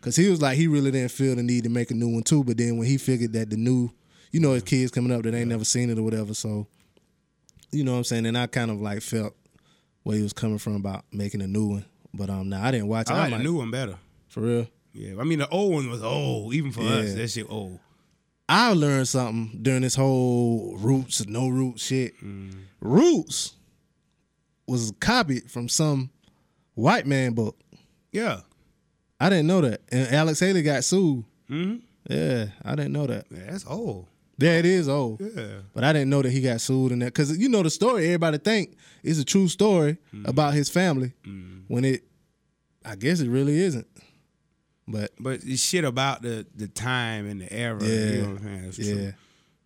Speaker 2: Cause he was like he really didn't feel the need to make a new one too. But then when he figured that the new, you know, his kids coming up that ain't never seen it or whatever, so you know what I'm saying. And I kind of like felt where he was coming from about making a new one. But um, now I didn't watch. it.
Speaker 1: Oh, I
Speaker 2: I'm
Speaker 1: like the new one better.
Speaker 2: for real.
Speaker 1: Yeah. I mean the old one was old, even for us.
Speaker 2: Yeah.
Speaker 1: That shit old.
Speaker 2: I learned something during this whole roots no roots shit. Roots was copied from some white man book.
Speaker 1: Yeah.
Speaker 2: I didn't know that, and Alex Haley got sued.
Speaker 1: hmm
Speaker 2: Yeah, I didn't know that.
Speaker 1: Yeah, that's old.
Speaker 2: Yeah, it is oh. old.
Speaker 1: Yeah.
Speaker 2: But I didn't know that he got sued in that because you know the story everybody think is a true story
Speaker 1: Mm-hmm.
Speaker 2: about his family when it, I guess it really isn't. But
Speaker 1: But it's shit about the the time and the era.
Speaker 2: Yeah.
Speaker 1: You know what I'm saying? It's
Speaker 2: yeah,
Speaker 1: true.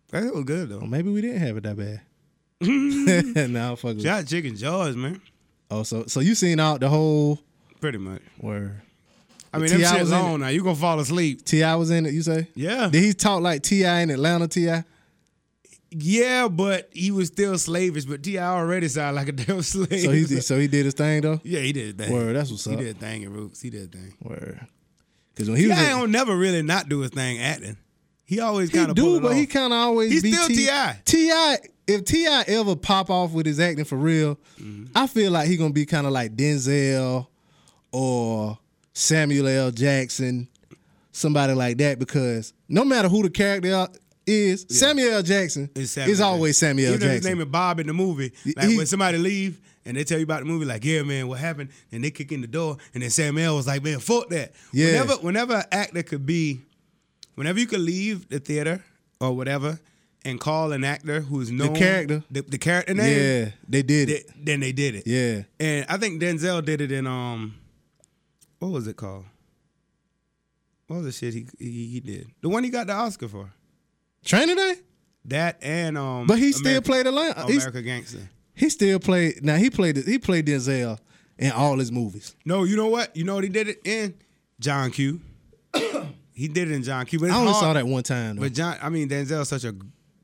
Speaker 1: That was good
Speaker 2: well,
Speaker 1: though.
Speaker 2: maybe we didn't have it that bad. nah, I'm fucking. with you.
Speaker 1: Shot chicken jaws, man.
Speaker 2: Oh, so so you seen out the whole
Speaker 1: Pretty much.
Speaker 2: where
Speaker 1: I mean,
Speaker 2: T.I.
Speaker 1: them shit
Speaker 2: was in
Speaker 1: long now. You gonna fall asleep.
Speaker 2: Ti was in it? You say?
Speaker 1: Yeah.
Speaker 2: Did he talk like Ti in Atlanta? Ti?
Speaker 1: Yeah, but he was still slavish. But Ti already sounded like a damn slave.
Speaker 2: So he did, so he did his thing though.
Speaker 1: yeah, he did that.
Speaker 2: Word, that's what's
Speaker 1: He
Speaker 2: up.
Speaker 1: did a thing in Roots. He did a thing.
Speaker 2: Word. Because when he
Speaker 1: Ti
Speaker 2: was, in-
Speaker 1: don't never really not do his thing acting. He always
Speaker 2: he
Speaker 1: kind of
Speaker 2: do,
Speaker 1: pull
Speaker 2: but
Speaker 1: it
Speaker 2: he
Speaker 1: off.
Speaker 2: kind of always
Speaker 1: He's
Speaker 2: be
Speaker 1: still
Speaker 2: T-
Speaker 1: T.I..
Speaker 2: Ti, if Ti ever pop off with his acting for real,
Speaker 1: Mm-hmm.
Speaker 2: I feel like he gonna be kind of like Denzel or Samuel L. Jackson, somebody like that. Because no matter who the character is, Samuel L. Jackson
Speaker 1: It's
Speaker 2: is
Speaker 1: Samuel Jackson.
Speaker 2: always Samuel L.
Speaker 1: Even if his
Speaker 2: Jackson.
Speaker 1: name is Bob in the movie. Like
Speaker 2: He-
Speaker 1: when somebody leave and they tell you about the movie, like, yeah, man, what happened? And they kick in the door, and then Samuel was like, man, fuck that.
Speaker 2: Yeah.
Speaker 1: Whenever, whenever an actor could be, whenever you could leave the theater or whatever and call an actor who's known
Speaker 2: character.
Speaker 1: the, the character name,
Speaker 2: yeah, they did
Speaker 1: th-
Speaker 2: it.
Speaker 1: then they did it.
Speaker 2: Yeah,
Speaker 1: And I think Denzel did it in um, what was it called? What was the shit he he, he did? The one he got the Oscar for.
Speaker 2: Training Day.
Speaker 1: That and um,
Speaker 2: But he still
Speaker 1: America,
Speaker 2: played Atlanta. He,
Speaker 1: America Gangster.
Speaker 2: he still played. Now he played. He played Denzel in all his movies.
Speaker 1: No, you know what? You know what he did it in John Q. he did it in John Q. But it's
Speaker 2: I only
Speaker 1: hard.
Speaker 2: saw that one time. Though.
Speaker 1: But John, I mean Denzel's such a,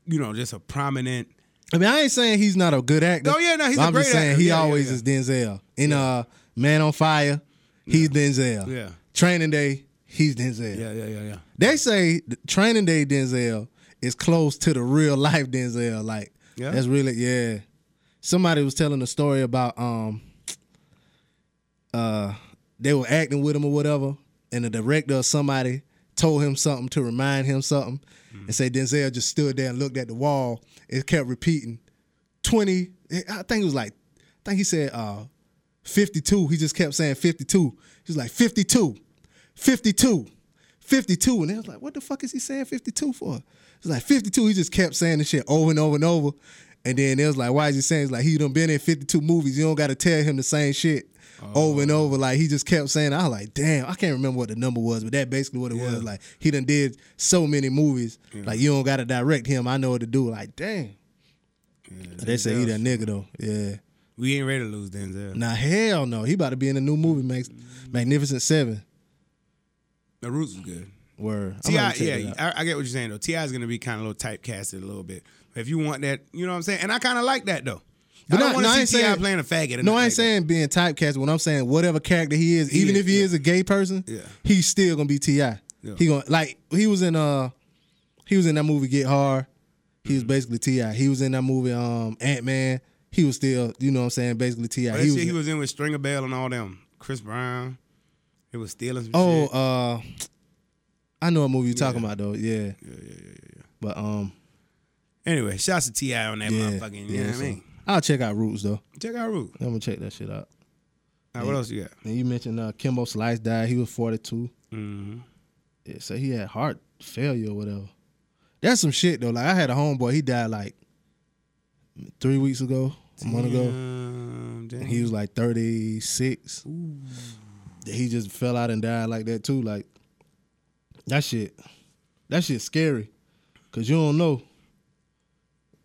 Speaker 1: you know, just a prominent.
Speaker 2: I mean, I ain't saying he's not a good actor.
Speaker 1: No, Oh, yeah, no, he's
Speaker 2: but
Speaker 1: a
Speaker 2: I'm just
Speaker 1: great
Speaker 2: saying
Speaker 1: actor.
Speaker 2: he
Speaker 1: Yeah, yeah,
Speaker 2: always
Speaker 1: yeah.
Speaker 2: is Denzel. In uh, Man on Fire, he's Denzel.
Speaker 1: Yeah.
Speaker 2: Training Day, he's Denzel.
Speaker 1: Yeah, yeah, yeah, yeah.
Speaker 2: They say the Training Day Denzel is close to the real life Denzel. Like
Speaker 1: Yeah?
Speaker 2: that's really yeah. Somebody was telling a story about um uh they were acting with him or whatever, and the director or somebody told him something to remind him something, and say Denzel just stood there and looked at the wall. It kept repeating twenty. I think it was like I think he said uh fifty two. He just kept saying fifty two. He was like 52, 52, 52. and they was like, what the fuck is he saying fifty two for? It's like fifty two. He just kept saying this shit over and over and over. And then it was like, why is he saying? It's like he done been in fifty two movies. You don't got to tell him the same shit. Over and over, like he just kept saying, I was like, damn, I can't remember what the number was, but that basically what it was. Like he done did so many movies, like you don't gotta direct him. I know what to do. Like, damn. They say he that nigga though. Yeah.
Speaker 1: We ain't ready to lose Denzel.
Speaker 2: Nah, hell no. He about to be in a new movie, Max, Magnificent Seven.
Speaker 1: The Roots was good.
Speaker 2: Word. I'm
Speaker 1: Ti,
Speaker 2: about to check it
Speaker 1: yeah,
Speaker 2: out.
Speaker 1: I, I get what you're saying though. Ti is gonna be kind of little typecasted a little bit. If you want that, you know what I'm saying. And I kind of like that though.
Speaker 2: But
Speaker 1: I don't
Speaker 2: not-
Speaker 1: want
Speaker 2: no, I
Speaker 1: to
Speaker 2: ain't
Speaker 1: see Ti
Speaker 2: saying-
Speaker 1: playing a faggot. or nothing
Speaker 2: No, I
Speaker 1: like
Speaker 2: ain't
Speaker 1: that.
Speaker 2: saying being typecast. When I'm saying whatever character he is, even
Speaker 1: is,
Speaker 2: if he
Speaker 1: yeah.
Speaker 2: is a gay person,
Speaker 1: Yeah.
Speaker 2: he's still gonna be Ti. He gonna like he was in uh he was in that movie Get Hard. He
Speaker 1: Mm-hmm.
Speaker 2: was basically Ti. He was in that movie um Ant Man. He was still you know what I'm saying basically Ti.
Speaker 1: But Oh, that shit he was in with Stringer Bell and all them. Chris Brown. It was stealing some
Speaker 2: Oh,
Speaker 1: shit.
Speaker 2: uh, I know what movie you're talking about though. Yeah. Yeah, yeah, yeah, yeah. But um,
Speaker 1: Anyway, shouts to Ti on that
Speaker 2: yeah,
Speaker 1: motherfucking. You know what I
Speaker 2: so
Speaker 1: mean?
Speaker 2: I'll check out Roots though.
Speaker 1: Check out Root.
Speaker 2: I'm gonna check that shit out.
Speaker 1: All right, what else you got?
Speaker 2: And you mentioned uh, Kimbo Slice died. He was 42.
Speaker 1: Mm-hmm.
Speaker 2: Yeah, so he had heart failure or whatever. That's some shit though. Like I had a homeboy. He died like three weeks ago, a month ago.
Speaker 1: Um, damn.
Speaker 2: He was like 36. He just fell out and died like that too. Like that shit. That shit's scary. Cause you don't know.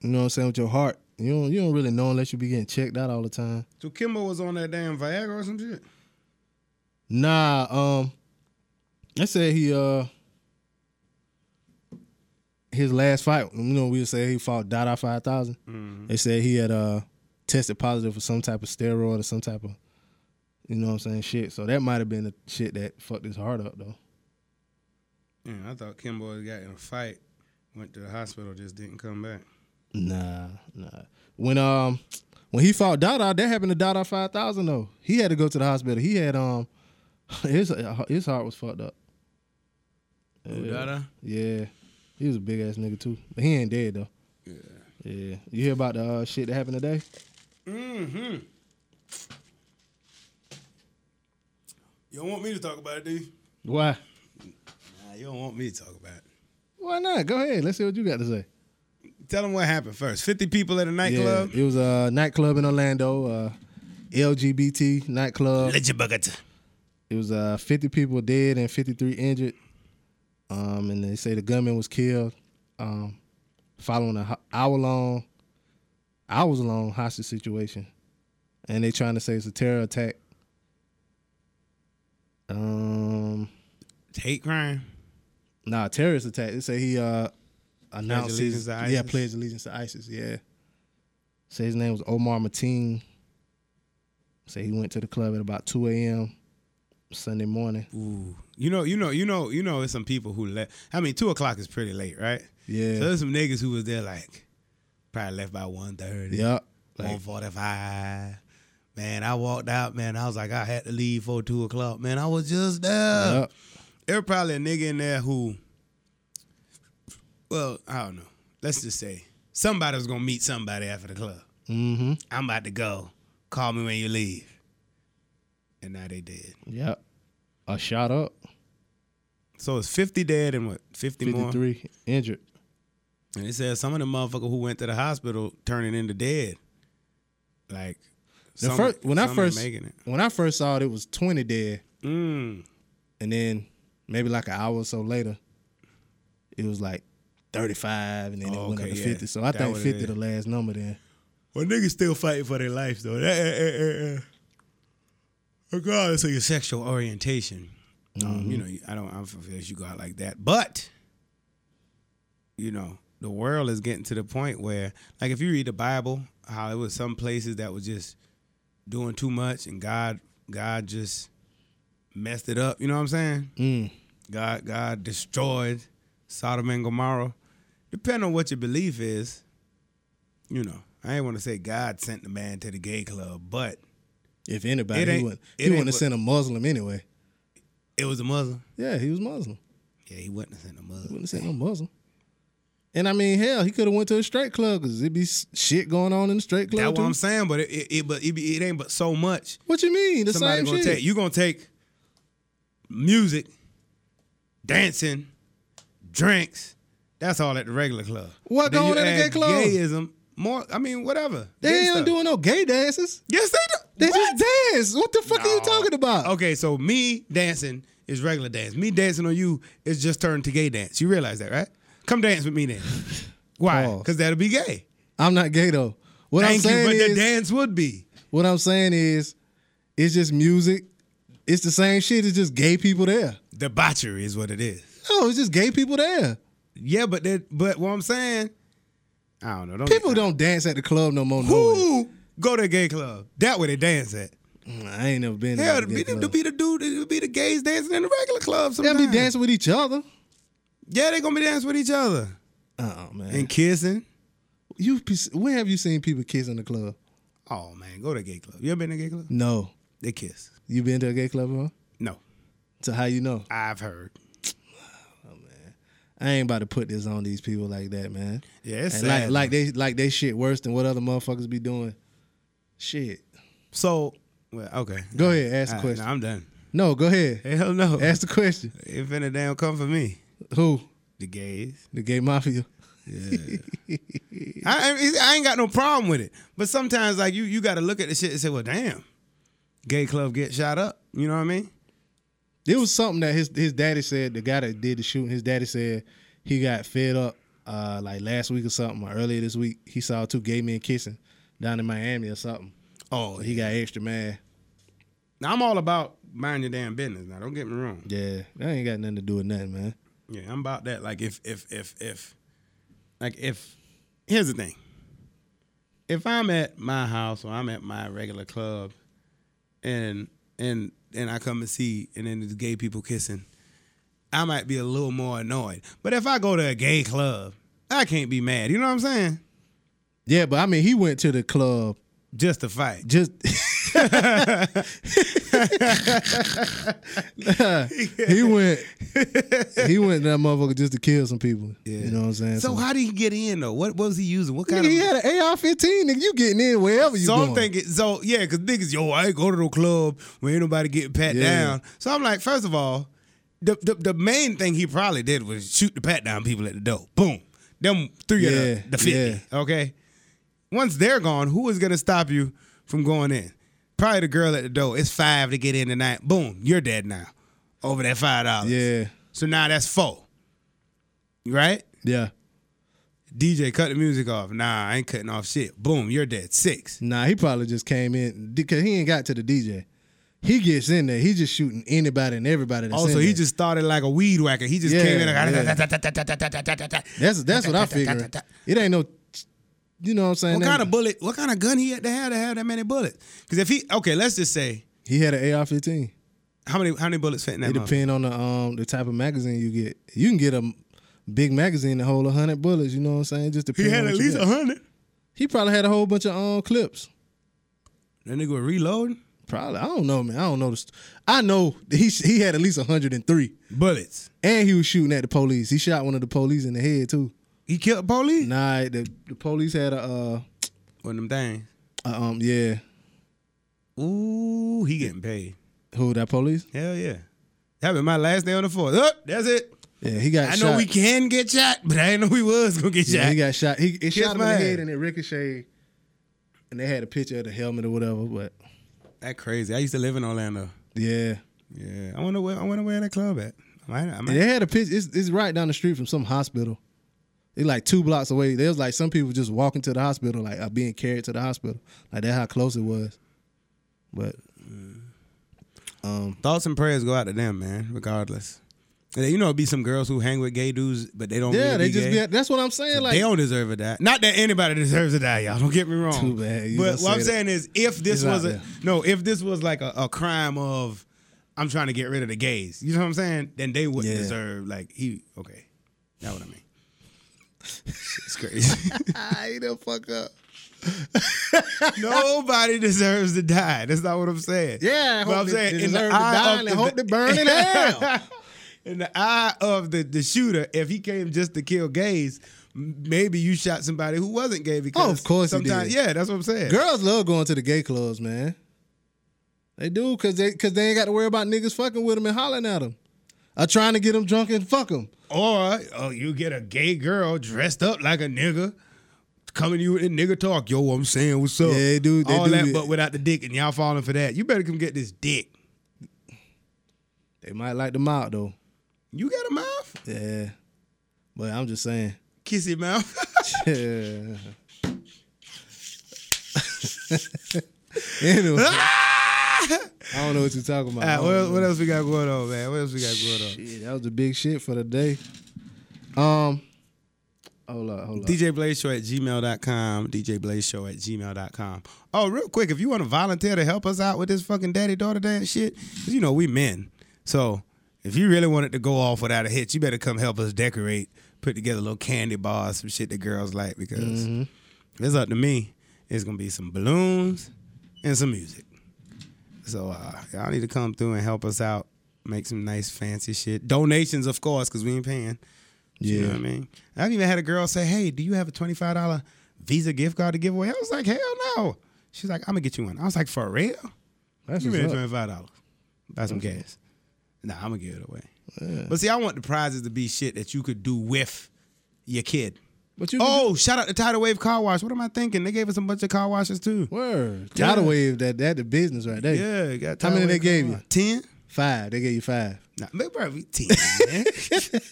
Speaker 2: You know what I'm saying with your heart. You don't you don't really know unless you be getting checked out all the time.
Speaker 1: so Kimbo was on that damn Viagra or some shit.
Speaker 2: Nah, um, I said he uh his last fight. You know, we say he fought Dada five
Speaker 1: Mm-hmm.
Speaker 2: They said he had uh tested positive for some type of steroid or some type of you know what I'm saying shit. So that might have been the shit that fucked his heart up though.
Speaker 1: Yeah, I thought Kimbo had got in a fight, went to the hospital, just didn't come back.
Speaker 2: Nah, nah. When um when he fought Dada, that happened to Dada five thousand though. He had to go to the hospital. He had um his his heart was fucked up.
Speaker 1: Ooh,
Speaker 2: Yeah.
Speaker 1: Dada?
Speaker 2: Yeah, he was a big ass nigga too, but he ain't dead though. Yeah, yeah. You hear about the uh, shit that happened today?
Speaker 1: Mm-hmm. You don't want me to talk about it, do you?
Speaker 2: Why?
Speaker 1: Nah, you don't want me to talk about it.
Speaker 2: Why not? Go ahead. Let's see what you got to say.
Speaker 1: Tell them what happened first. Fifty people at a
Speaker 2: Yeah,
Speaker 1: nightclub.
Speaker 2: it was a nightclub in Orlando, uh, LGBT nightclub.
Speaker 1: Let your bucket.
Speaker 2: It was uh, 50 people dead and 53 injured. Um, and they say the gunman was killed um, following a hour long, hours long hostage situation. And they trying to say it's a terror attack. Um,
Speaker 1: Hate crime.
Speaker 2: nah, terrorist attack. They say he uh, announced his
Speaker 1: allegiance to
Speaker 2: yeah
Speaker 1: ISIS?
Speaker 2: pledged allegiance to ISIS. Yeah. Say his name was Omar Mateen. Say he went to the club at about 2 a.m. Sunday morning.
Speaker 1: Ooh. You know, you know, you know, you know. There's some people who left. I mean, two o'clock is pretty late, right?
Speaker 2: Yeah.
Speaker 1: So there's some niggas who was there like probably left by one thirty.
Speaker 2: Yep.
Speaker 1: One
Speaker 2: Like,
Speaker 1: forty five. Man, I walked out, man. I was like, I had to leave for two o'clock. Man, I was just there.
Speaker 2: yep.
Speaker 1: There probably a nigga in there who, well, I don't know. Let's just say somebody was gonna meet somebody after the club.
Speaker 2: Mm-hmm.
Speaker 1: I'm about to go. Call me when you leave. And now they dead.
Speaker 2: Yep. A shot up.
Speaker 1: So it's 50 dead and what? 50, more.
Speaker 2: 53 injured.
Speaker 1: And it says some of the motherfucker who went to the hospital turning into dead. Like
Speaker 2: The
Speaker 1: some-
Speaker 2: first when I
Speaker 1: some ain't
Speaker 2: first
Speaker 1: making it.
Speaker 2: when I first saw it, it was 20 dead,
Speaker 1: Mm.
Speaker 2: and then maybe like an hour or so later, it was like 35, and then it
Speaker 1: Oh,
Speaker 2: went
Speaker 1: okay,
Speaker 2: up to
Speaker 1: yeah.
Speaker 2: 50. So I
Speaker 1: That
Speaker 2: think
Speaker 1: what it
Speaker 2: 50
Speaker 1: is.
Speaker 2: the last number then.
Speaker 1: Well, niggas still fighting for their lives though. Eh, eh, eh, eh, eh. Regardless of your sexual orientation, um, you know, you- I don't. I'm confused. You go out like that, but you know, the world is getting to the point where, like, if you read the Bible, how it was some places that was just doing too much, and God, God just messed it up. You know what I'm saying?
Speaker 2: Mm.
Speaker 1: God, God destroyed Sodom and Gomorrah. Depending on what your belief is, you know, I ain't want to say God sent the man to the gay club, but
Speaker 2: If anybody,
Speaker 1: It
Speaker 2: he
Speaker 1: ain't-
Speaker 2: wouldn't,
Speaker 1: it
Speaker 2: he
Speaker 1: ain't
Speaker 2: wouldn't have
Speaker 1: what-
Speaker 2: sent a Muslim anyway.
Speaker 1: it was a Muslim.
Speaker 2: Yeah, he was Muslim.
Speaker 1: Yeah, he wouldn't have sent a
Speaker 2: He
Speaker 1: Muslim.
Speaker 2: wouldn't have sent no Muslim. And I mean, hell, he could have went to a straight club because it'd be s- shit going on in the straight club.
Speaker 1: That's what
Speaker 2: too.
Speaker 1: I'm saying, but it, it, it but it, be- it ain't but so much.
Speaker 2: What you mean? The
Speaker 1: Somebody
Speaker 2: same
Speaker 1: gonna
Speaker 2: shit.
Speaker 1: take you gonna take music, dancing, drinks. That's all at the regular club.
Speaker 2: What
Speaker 1: Then
Speaker 2: going
Speaker 1: you
Speaker 2: in the gay
Speaker 1: add
Speaker 2: club?
Speaker 1: Gayism, more. I mean, whatever.
Speaker 2: They
Speaker 1: Gay
Speaker 2: ain't
Speaker 1: stuff.
Speaker 2: doing no gay dances.
Speaker 1: Yes, they do.
Speaker 2: They
Speaker 1: What?
Speaker 2: just dance. What the fuck are you
Speaker 1: No.
Speaker 2: talking about?
Speaker 1: Okay, so me dancing is regular dance. Me dancing on you is just turned to gay dance. You realize that, right? Come dance with me then. Why?
Speaker 2: Pause.
Speaker 1: Because that'll be gay.
Speaker 2: I'm not gay though. What
Speaker 1: Thank
Speaker 2: I'm
Speaker 1: you,
Speaker 2: saying
Speaker 1: but the
Speaker 2: is,
Speaker 1: dance would be.
Speaker 2: what I'm saying is, it's just music. It's the same shit. It's just gay people there.
Speaker 1: Debauchery is what it is.
Speaker 2: No, it's just gay people there.
Speaker 1: Yeah, but that, but what I'm saying, I don't know. Don't
Speaker 2: People don't dance at the club no more. No,
Speaker 1: who go to a gay club. That where they dance at.
Speaker 2: way. Mm, I ain't never been.
Speaker 1: Hell,
Speaker 2: Yeah,
Speaker 1: to be,
Speaker 2: gay
Speaker 1: the, to
Speaker 2: club.
Speaker 1: be the dude, to be the gays dancing in the regular club.
Speaker 2: they
Speaker 1: Sometimes.
Speaker 2: be dancing with each other.
Speaker 1: Yeah, they gonna be dancing with each other
Speaker 2: Oh man,
Speaker 1: and kissing.
Speaker 2: you pis- where have you seen people kiss in the club?
Speaker 1: Oh man, go to a gay club. You ever been to a gay club?
Speaker 2: No,
Speaker 1: They kiss.
Speaker 2: you been to a gay club? Huh?
Speaker 1: No,
Speaker 2: So how you know?
Speaker 1: I've heard.
Speaker 2: I ain't about to put this on these people like that, man.
Speaker 1: Yeah, it's
Speaker 2: And
Speaker 1: sad.
Speaker 2: like like they like they shit worse than what other motherfuckers be doing. Shit.
Speaker 1: so. Well, okay.
Speaker 2: Go ahead, ask
Speaker 1: All
Speaker 2: the
Speaker 1: right,
Speaker 2: question.
Speaker 1: nah, I'm done.
Speaker 2: No, go ahead.
Speaker 1: Hell no.
Speaker 2: Ask the question.
Speaker 1: If any damn come for me,
Speaker 2: Who?
Speaker 1: the gays.
Speaker 2: The gay mafia.
Speaker 1: I, I- I ain't got no problem with it, but sometimes like you, you got to look at the shit and say, well, damn, gay club get shot up. You know what I mean?
Speaker 2: It was something that his his daddy said, the guy that did the shooting, his daddy said he got fed up uh like last week or something, or earlier this week, he saw two gay men kissing down in Miami or something.
Speaker 1: Oh,
Speaker 2: He got extra mad.
Speaker 1: now I'm all about mind your damn business. Now, don't get me wrong.
Speaker 2: Yeah. That ain't got nothing to do with nothing, man.
Speaker 1: Yeah, I'm about that. Like if if if if like if here's the thing. If I'm at my house or I'm at my regular club and and and I come and see and then there's gay people kissing, I might be a little more annoyed. But if I go to a gay club, I can't be mad. You know what I'm saying?
Speaker 2: Yeah, but I mean he went to the club
Speaker 1: Just to fight.
Speaker 2: just he went he went to that motherfucker just to kill some people. You know what I'm saying?
Speaker 1: So how did he get in though? What what was he using? What kind
Speaker 2: nigga,
Speaker 1: of
Speaker 2: he had an AR-15, nigga. You getting in wherever you
Speaker 1: so
Speaker 2: going?
Speaker 1: I'm thinking, so yeah, because niggas, yo, I ain't go to no club where ain't nobody getting pat
Speaker 2: Yeah.
Speaker 1: down. So I'm like, first of all, the, the the main thing he probably did was shoot the pat down people at the door. Boom. them three
Speaker 2: Yeah,
Speaker 1: of the, the 50.
Speaker 2: yeah.
Speaker 1: Okay. Once they're gone, who is gonna stop you from going in? Probably the girl at the door. It's five to get in tonight. Boom, you're dead now. Over that five dollars.
Speaker 2: Yeah.
Speaker 1: So now that's four. Right?
Speaker 2: Yeah.
Speaker 1: DJ, cut the music off. Nah, I ain't cutting off shit. Boom, you're dead. Six.
Speaker 2: Nah, he probably just came in because he ain't got to the DJ. He gets in there. He just shooting anybody and everybody. That's
Speaker 1: Also,
Speaker 2: in
Speaker 1: Oh, he
Speaker 2: there.
Speaker 1: just started like a weed whacker. He just
Speaker 2: Yeah,
Speaker 1: came in
Speaker 2: yeah.
Speaker 1: like That's
Speaker 2: that's that's what I figure. It ain't no, you know what I'm saying.
Speaker 1: What kind of bullet? What kind of gun he had to have to have that many bullets? Because if he okay, let's just say
Speaker 2: he had an AR-15.
Speaker 1: how many how many bullets fit in that?
Speaker 2: It
Speaker 1: motherfucker?
Speaker 2: depends on the um the type of magazine you get. You can get a big magazine that hold hundred bullets. You know what I'm saying? Just depends.
Speaker 1: He had
Speaker 2: on
Speaker 1: at
Speaker 2: what you
Speaker 1: least
Speaker 2: got.
Speaker 1: hundred.
Speaker 2: He probably had a whole bunch of um clips.
Speaker 1: That nigga was reloading
Speaker 2: Probably. I don't know, man. I don't know. The st- I know that he he had at least hundred and three,
Speaker 1: bullets.
Speaker 2: and he was shooting at the police. He shot one of the police in the head too.
Speaker 1: He killed police.
Speaker 2: Nah, the, the police had a, uh,
Speaker 1: One of them things.
Speaker 2: a um yeah.
Speaker 1: Ooh, he getting paid.
Speaker 2: Who that police?
Speaker 1: Hell yeah. That been my last day on the force. Up, that's it.
Speaker 2: Yeah, he got.
Speaker 1: I
Speaker 2: shot.
Speaker 1: know we can get shot, but I didn't know we was gonna get
Speaker 2: Yeah,
Speaker 1: shot.
Speaker 2: he got shot. He it
Speaker 1: Kiss
Speaker 2: shot him in
Speaker 1: my
Speaker 2: the
Speaker 1: ass.
Speaker 2: head and it ricocheted. And they had a picture of the helmet or whatever. But
Speaker 1: that crazy. I used to live in Orlando.
Speaker 2: yeah,
Speaker 1: Yeah, I wonder where I wonder where that club at. I might, I might.
Speaker 2: And they had a picture. It's, it's right down the street from some hospital. It's like two blocks away. There was like some people just walking to the hospital, like uh, being carried to the hospital. Like that, how close it was. But um,
Speaker 1: Thoughts and prayers go out to them, man. Regardless, And you know, it be some girls who hang with gay dudes, but they don't.
Speaker 2: yeah,
Speaker 1: really
Speaker 2: they
Speaker 1: be
Speaker 2: just
Speaker 1: gay.
Speaker 2: be, that's what I'm saying. Like
Speaker 1: they don't deserve a die. Not that anybody deserves a die, y'all. Don't get me wrong.
Speaker 2: Too bad. You
Speaker 1: But
Speaker 2: done
Speaker 1: what I'm saying
Speaker 2: said it.
Speaker 1: is, if this
Speaker 2: It's out
Speaker 1: was a
Speaker 2: there.
Speaker 1: no, if this was like a, a crime of, I'm trying to get rid of the gays. You know what I'm saying? Then they wouldn't
Speaker 2: Yeah.
Speaker 1: deserve like he. Okay, that's what I mean. it's crazy.
Speaker 2: I ain't the fuck up.
Speaker 1: Nobody deserves to die. That's not what I'm saying.
Speaker 2: Yeah, I
Speaker 1: But
Speaker 2: hope
Speaker 1: I'm
Speaker 2: they-
Speaker 1: saying
Speaker 2: they
Speaker 1: in the
Speaker 2: deserve to die
Speaker 1: eye of
Speaker 2: and
Speaker 1: the,
Speaker 2: I hope they burn in hell.
Speaker 1: in the eye of the, the shooter, if he came just to kill gays, m- maybe you shot somebody who wasn't gay because
Speaker 2: Oh, of course he
Speaker 1: sometimes
Speaker 2: did.
Speaker 1: yeah, that's what I'm saying.
Speaker 2: Girls love going to the gay clubs, man. They do because they because they ain't got to worry about niggas fucking with them and hollering at them, or trying to get them drunk and fuck them.
Speaker 1: Or oh, you get a gay girl dressed up like a nigga coming to you with a nigga talk. Yo, I'm saying what's up?
Speaker 2: Yeah, they do- they
Speaker 1: all
Speaker 2: do
Speaker 1: that,
Speaker 2: that.
Speaker 1: but without the dick, and y'all falling for that. You better come get this dick.
Speaker 2: They might like them out though.
Speaker 1: You got a mouth?
Speaker 2: Yeah, but I'm just saying.
Speaker 1: Kissy mouth.
Speaker 2: Yeah. anyway, I don't know what you're talking about.
Speaker 1: All
Speaker 2: I
Speaker 1: right, Ah,
Speaker 2: don't
Speaker 1: what,
Speaker 2: know.
Speaker 1: what else we got going on, man? What else we got going on?
Speaker 2: Shit, that was the big shit for the day. Um, hold up, hold up.
Speaker 1: DJ Blaze Show at gmail.com. DJ Blaze Show at gmail.com. Oh, real quick, if you want to volunteer to help us out with this fucking daddy daughter dad shit, 'cause you know, we men. So if you really wanted to go off without a hitch, you better come help us decorate, put together little candy bars, some shit that girls like, because if it's up to me. It's going to be some balloons and some music. So uh, y'all need to come through and help us out, make some nice fancy shit. Donations, of course, because we ain't paying. You know
Speaker 2: Yeah.
Speaker 1: what I mean? I've even had a girl say, Hey, do you have a $25 Visa gift card to give away? I was like, Hell no. She's like, I'm going to get you one. I was like, For real?
Speaker 2: That's
Speaker 1: Give
Speaker 2: what's
Speaker 1: me
Speaker 2: up.
Speaker 1: $25. Buy some gas. Nah, I'm going to give it away. But see, I want the prizes to be shit that you could do with your kid.
Speaker 2: But you
Speaker 1: Oh, shout out to Tidal Wave Car Wash. What am I thinking? They gave us a bunch of car washes too.
Speaker 2: word,
Speaker 1: Yeah.
Speaker 2: tidal wave that that the business right there.
Speaker 1: Yeah, you got
Speaker 2: How many
Speaker 1: Tidal
Speaker 2: they
Speaker 1: Wave
Speaker 2: gave
Speaker 1: Car
Speaker 2: you?
Speaker 1: Wash. Ten.
Speaker 2: Five, they gave you five.
Speaker 1: Nah, maybe probably ten, man.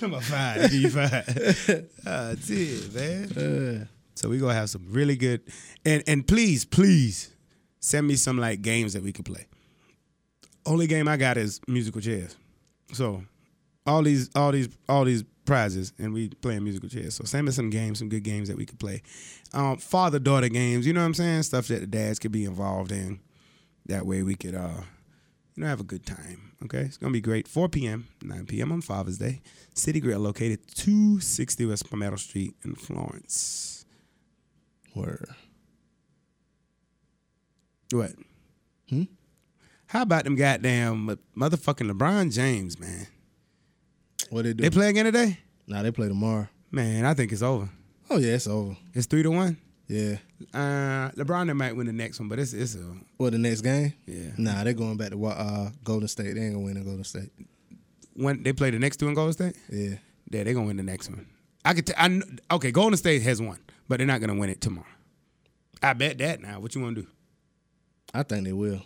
Speaker 1: Number five, they give you five. Uh, ten, man. So we gonna have some really good, and and please, please send me some like games that we could play. Only game I got is musical chairs. So all these, all these, all these prizes, and we playing musical chairs. So send me some games, some good games that we could play. Um, father daughter games, you know what I'm saying? Stuff that the dads could be involved in. That way we could uh, you know, have a good time. Okay, it's gonna be great. 4 p.m., 9 p.m. on Father's Day. City Grill located 260 West Palmetto Street in Florence.
Speaker 2: Word.
Speaker 1: What?
Speaker 2: Hmm?
Speaker 1: How about them goddamn mo- motherfucking LeBron James, man?
Speaker 2: What they do?
Speaker 1: They play again today?
Speaker 2: nah, they play tomorrow.
Speaker 1: Man, I think it's over.
Speaker 2: Oh yeah, it's over.
Speaker 1: It's three to one.
Speaker 2: Yeah.
Speaker 1: Uh, LeBron they might win the next one, but it's it's a
Speaker 2: What the next game?
Speaker 1: yeah.
Speaker 2: Nah, they're going back to Wa- uh, Golden State. They ain't gonna win in Golden State.
Speaker 1: When they play the next two in Golden State,
Speaker 2: Yeah.
Speaker 1: yeah, they gonna win the next one. I could. T- I kn- okay. Golden State has one, but they're not gonna win it tomorrow. I bet that now. What you want to do?
Speaker 2: I think they will.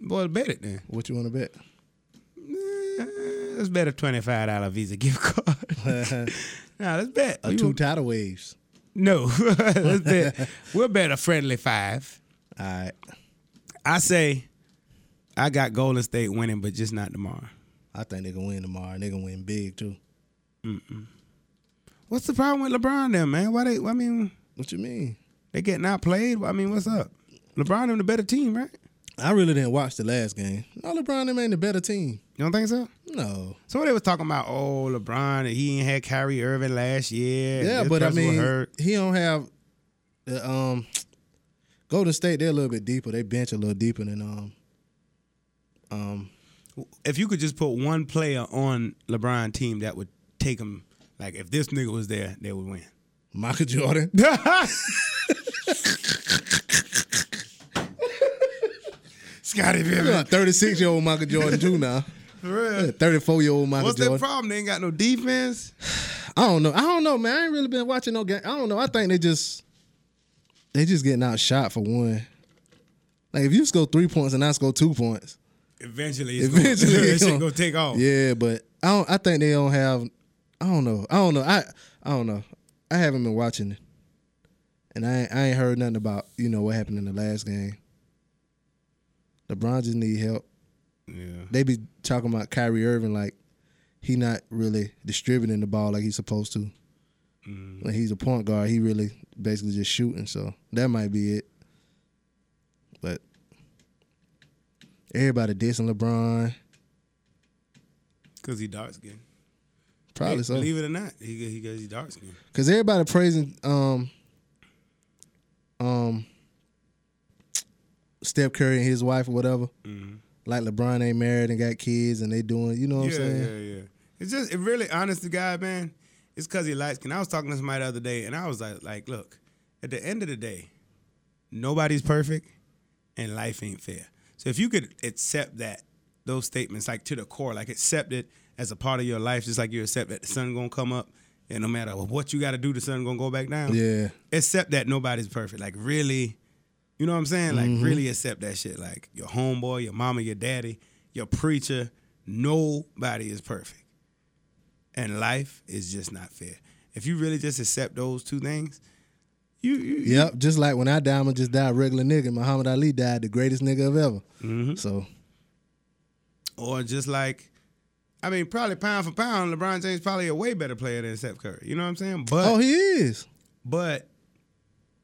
Speaker 1: Boy, bet it then.
Speaker 2: What you want to bet?
Speaker 1: Eh, Let's bet a twenty five dollar Visa gift card. nah, let's bet.
Speaker 2: A
Speaker 1: We
Speaker 2: two
Speaker 1: will-
Speaker 2: tidal waves.
Speaker 1: no, let's bet. We'll bet a friendly five.
Speaker 2: All right.
Speaker 1: I say, I got Golden State winning, but just not tomorrow.
Speaker 2: I think they can win tomorrow. and They gonna win big too.
Speaker 1: What's the problem with LeBron then, man? Why they? I mean,
Speaker 2: What you mean?
Speaker 1: they getting outplayed. I mean, what's up? LeBron and the better team, right?
Speaker 2: I really didn't watch the last game. No, LeBron them ain't the better team.
Speaker 1: You don't think so?
Speaker 2: No.
Speaker 1: So they was talking about, oh, LeBron, he ain't had Kyrie Irving last year. and
Speaker 2: Yeah,
Speaker 1: this
Speaker 2: but I
Speaker 1: person was
Speaker 2: mean,
Speaker 1: hurt.
Speaker 2: he don't have the um Golden State. They're a little bit deeper. They bench a little deeper than um um
Speaker 1: if you could just put one player on LeBron team, that would take him. Like if this nigga was there, they would win.
Speaker 2: Michael Jordan.
Speaker 1: Scotty Pippen.
Speaker 2: Thirty six year old Michael Jordan too now.
Speaker 1: For real.
Speaker 2: Thirty four year old Michael
Speaker 1: What's their
Speaker 2: Jordan.
Speaker 1: problem? They ain't got no defense.
Speaker 2: I don't know. I don't know, man. I ain't really been watching no game. I don't know. I think they just they just getting outshot for one. Like if you score three points and I score two points,
Speaker 1: Eventually, it's
Speaker 2: eventually
Speaker 1: gonna,
Speaker 2: it
Speaker 1: that shit gonna take off.
Speaker 2: Yeah, but I don't. I think they don't have. I don't know. I don't know. I I don't know. I haven't been watching it, and I ain't- I ain't heard nothing about you know what happened in the last game. LeBron just need help.
Speaker 1: yeah.
Speaker 2: They be talking about Kyrie Irving like he not really distributing the ball like he's supposed to.
Speaker 1: Mm.
Speaker 2: Like he's a point guard, he really basically just shooting. So that might be it. But everybody dissing LeBron,
Speaker 1: Cause he dark skinned.
Speaker 2: probably so.
Speaker 1: Believe it or not, he he cause he dark skinned.
Speaker 2: Cause everybody praising um um Steph Curry and his wife or whatever.
Speaker 1: Mm-hmm.
Speaker 2: Like LeBron ain't married and got kids and they doing, you know what
Speaker 1: yeah,
Speaker 2: I'm saying?
Speaker 1: yeah, yeah. It's just it really honest to God, man. It's cause he likes. And I was talking to somebody the other day, and I was like, like, look, at the end of the day, nobody's perfect, and life ain't fair. So if you could accept that, those statements like to the core, like accept it as a part of your life, just like you accept that the sun gonna come up, and no matter what you got to do, the sun gonna go back down.
Speaker 2: Yeah.
Speaker 1: accept that nobody's perfect. Like really, you know what I'm saying? Like really accept that shit. Like your homeboy, your mama, your daddy, your preacher, nobody is perfect. And life is just not fair. If you really just accept those two things, you, you
Speaker 2: Yep. Just like when I die, I'ma just die a regular nigga. Muhammad Ali died the greatest nigga of ever. So
Speaker 1: or just like I mean, probably pound for pound, LeBron James probably a way better player than Steph Curry. You know what I'm saying? But
Speaker 2: Oh, he is.
Speaker 1: But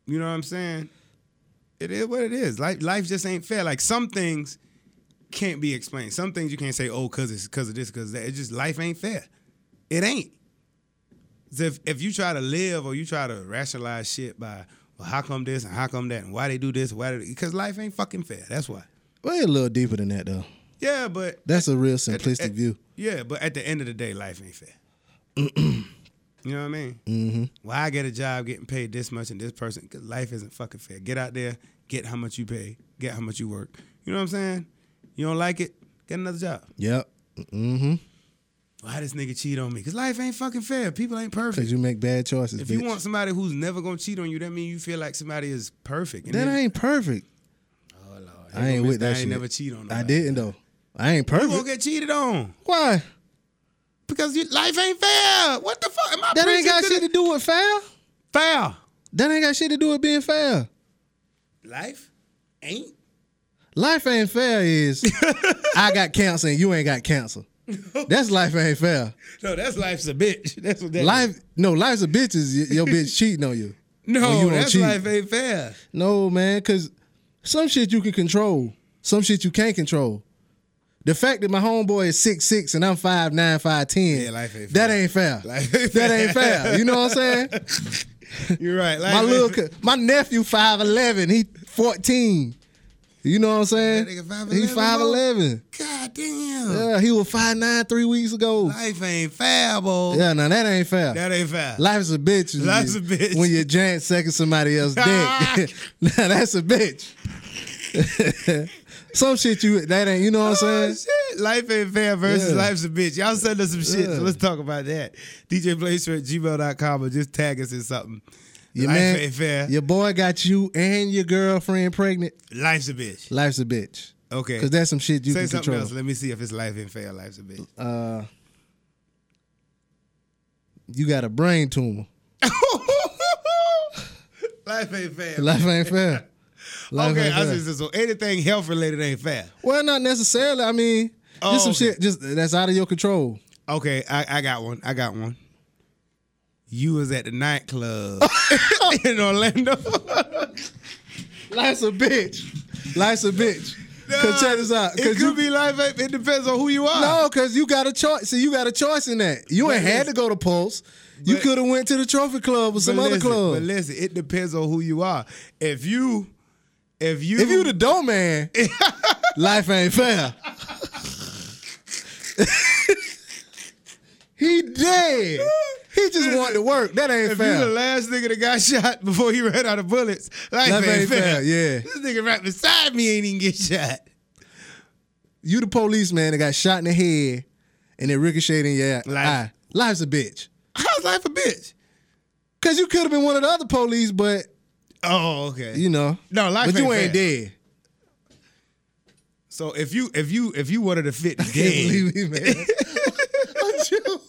Speaker 1: you know what I'm saying? It is what it is. Life life just ain't fair. Like some things can't be explained. Some things you can't say, oh, cause it's cause of this, cause that. It's just life ain't fair. It ain't. So if if you try to live or you try to rationalize shit by well, how come this and how come that and why they do this, why they, because life ain't fucking fair. That's why.
Speaker 2: Way a little deeper than that though.
Speaker 1: Yeah, but
Speaker 2: That's a real
Speaker 1: at-
Speaker 2: simplistic
Speaker 1: at-
Speaker 2: view.
Speaker 1: Yeah, but at the end of the day, life ain't fair. you know what I mean? Mm-hmm. Why I get a job getting paid this much and this person? Cause life isn't fucking fair. Get out there, get how much you pay, get how much you work. You know what I'm saying? You don't like it, get another job.
Speaker 2: Yep. Mm-hmm.
Speaker 1: Why this nigga cheat on me? Cause life ain't fucking fair. People ain't perfect.
Speaker 2: Cause you make bad choices.
Speaker 1: if
Speaker 2: bitch.
Speaker 1: you want somebody who's never gonna cheat on you, that means you feel like somebody is perfect. And
Speaker 2: that
Speaker 1: then-
Speaker 2: ain't perfect.
Speaker 1: Oh, Lord.
Speaker 2: I ain't
Speaker 1: no
Speaker 2: with
Speaker 1: bitch I
Speaker 2: that
Speaker 1: ain't
Speaker 2: shit.
Speaker 1: never cheat on.
Speaker 2: I
Speaker 1: Nobody.
Speaker 2: didn't though. I ain't
Speaker 1: You gonna
Speaker 2: perfect.
Speaker 1: get cheated on
Speaker 2: Why?
Speaker 1: because you, life ain't fair. What the fuck? Am I
Speaker 2: That
Speaker 1: preaching
Speaker 2: ain't got
Speaker 1: to
Speaker 2: shit
Speaker 1: the-
Speaker 2: to do with foul.
Speaker 1: fair.
Speaker 2: That ain't got shit to do with being fair.
Speaker 1: life ain't.
Speaker 2: Life ain't fair is I got cancer and you ain't got cancer. That's life ain't fair.
Speaker 1: No, that's life's a bitch. That's what that
Speaker 2: Life, no, life's a bitch is y- your bitch cheating on you. when
Speaker 1: No,
Speaker 2: Oh, you don't
Speaker 1: that's
Speaker 2: cheat.
Speaker 1: life ain't fair.
Speaker 2: No, man, cause some shit you can control, some shit you can't control. The fact that my homeboy is six six and I'm five nine, five ten,
Speaker 1: Yeah, life ain't
Speaker 2: that
Speaker 1: fair.
Speaker 2: ain't fair.
Speaker 1: Life ain't
Speaker 2: that ain't
Speaker 1: fair.
Speaker 2: fair. You know what I'm saying?
Speaker 1: You're right. Life
Speaker 2: My
Speaker 1: ain't
Speaker 2: little,
Speaker 1: fair.
Speaker 2: co- my nephew five eleven, he fourteen. You know what I'm saying?
Speaker 1: That nigga 5'11",
Speaker 2: he five eleven.
Speaker 1: God damn.
Speaker 2: Yeah, he was five nine three weeks ago.
Speaker 1: Life ain't fair, boy.
Speaker 2: yeah, now that ain't fair.
Speaker 1: That ain't fair.
Speaker 2: Life's a bitch. when
Speaker 1: Life's
Speaker 2: you-
Speaker 1: a bitch.
Speaker 2: When you're giant second somebody else dick. now that's a bitch. Some shit you that ain't you know what I'm
Speaker 1: Oh,
Speaker 2: saying?
Speaker 1: shit. Life ain't fair versus
Speaker 2: Yeah.
Speaker 1: life's a bitch. Y'all send us some shit,
Speaker 2: Yeah.
Speaker 1: so let's talk about that. DJBlazer at gmail.com or just tag us in something.
Speaker 2: Your
Speaker 1: Life
Speaker 2: man-
Speaker 1: ain't fair.
Speaker 2: Your boy got you and your girlfriend pregnant.
Speaker 1: Life's a bitch.
Speaker 2: Life's a bitch.
Speaker 1: Okay.
Speaker 2: Cause that's some shit you
Speaker 1: Say
Speaker 2: can
Speaker 1: something
Speaker 2: control.
Speaker 1: else. Let me see if it's life ain't fair. Life's a bitch.
Speaker 2: Uh, you got a brain tumor.
Speaker 1: life ain't fair.
Speaker 2: Life ain't fair. Life
Speaker 1: okay,
Speaker 2: ain't
Speaker 1: I
Speaker 2: fair.
Speaker 1: see. So anything health related ain't fair.
Speaker 2: well, not necessarily. I mean,
Speaker 1: Oh,
Speaker 2: just some
Speaker 1: okay.
Speaker 2: shit. Just that's out of your control.
Speaker 1: Okay, I, I got one. I got one. You was at the nightclub in Orlando.
Speaker 2: Life's a bitch. Life's a bitch. Cause check this out.
Speaker 1: It
Speaker 2: Cause
Speaker 1: could
Speaker 2: you,
Speaker 1: be life. ain't- It depends on who you are.
Speaker 2: no, cause you got a choice. See, you got a choice in that. You ain't
Speaker 1: But
Speaker 2: had to
Speaker 1: listen-
Speaker 2: go to Pulse. You
Speaker 1: but-
Speaker 2: could have went to the Trophy Club or some
Speaker 1: but
Speaker 2: other
Speaker 1: listen,
Speaker 2: club.
Speaker 1: But listen, it depends on who you are. If you, if you,
Speaker 2: If you the dough man, life ain't fair. he dead. He just wanted to work. That
Speaker 1: if
Speaker 2: ain't
Speaker 1: you the
Speaker 2: fair.
Speaker 1: last nigga that got shot before he ran out of bullets, life,
Speaker 2: Life
Speaker 1: ain't, fair.
Speaker 2: Yeah.
Speaker 1: This nigga right beside me ain't even get shot.
Speaker 2: You the policeman that got shot in the head and it ricocheted in your
Speaker 1: Life-
Speaker 2: eye. Life's a bitch.
Speaker 1: How's life a bitch?
Speaker 2: Cause you could have been one of the other police, but
Speaker 1: Oh, okay.
Speaker 2: you know.
Speaker 1: No, life
Speaker 2: But you
Speaker 1: ain't
Speaker 2: ain't
Speaker 1: fair.
Speaker 2: dead.
Speaker 1: so if you, if you, if you wanted to fit the
Speaker 2: Can't
Speaker 1: game,
Speaker 2: believe me, man. What you-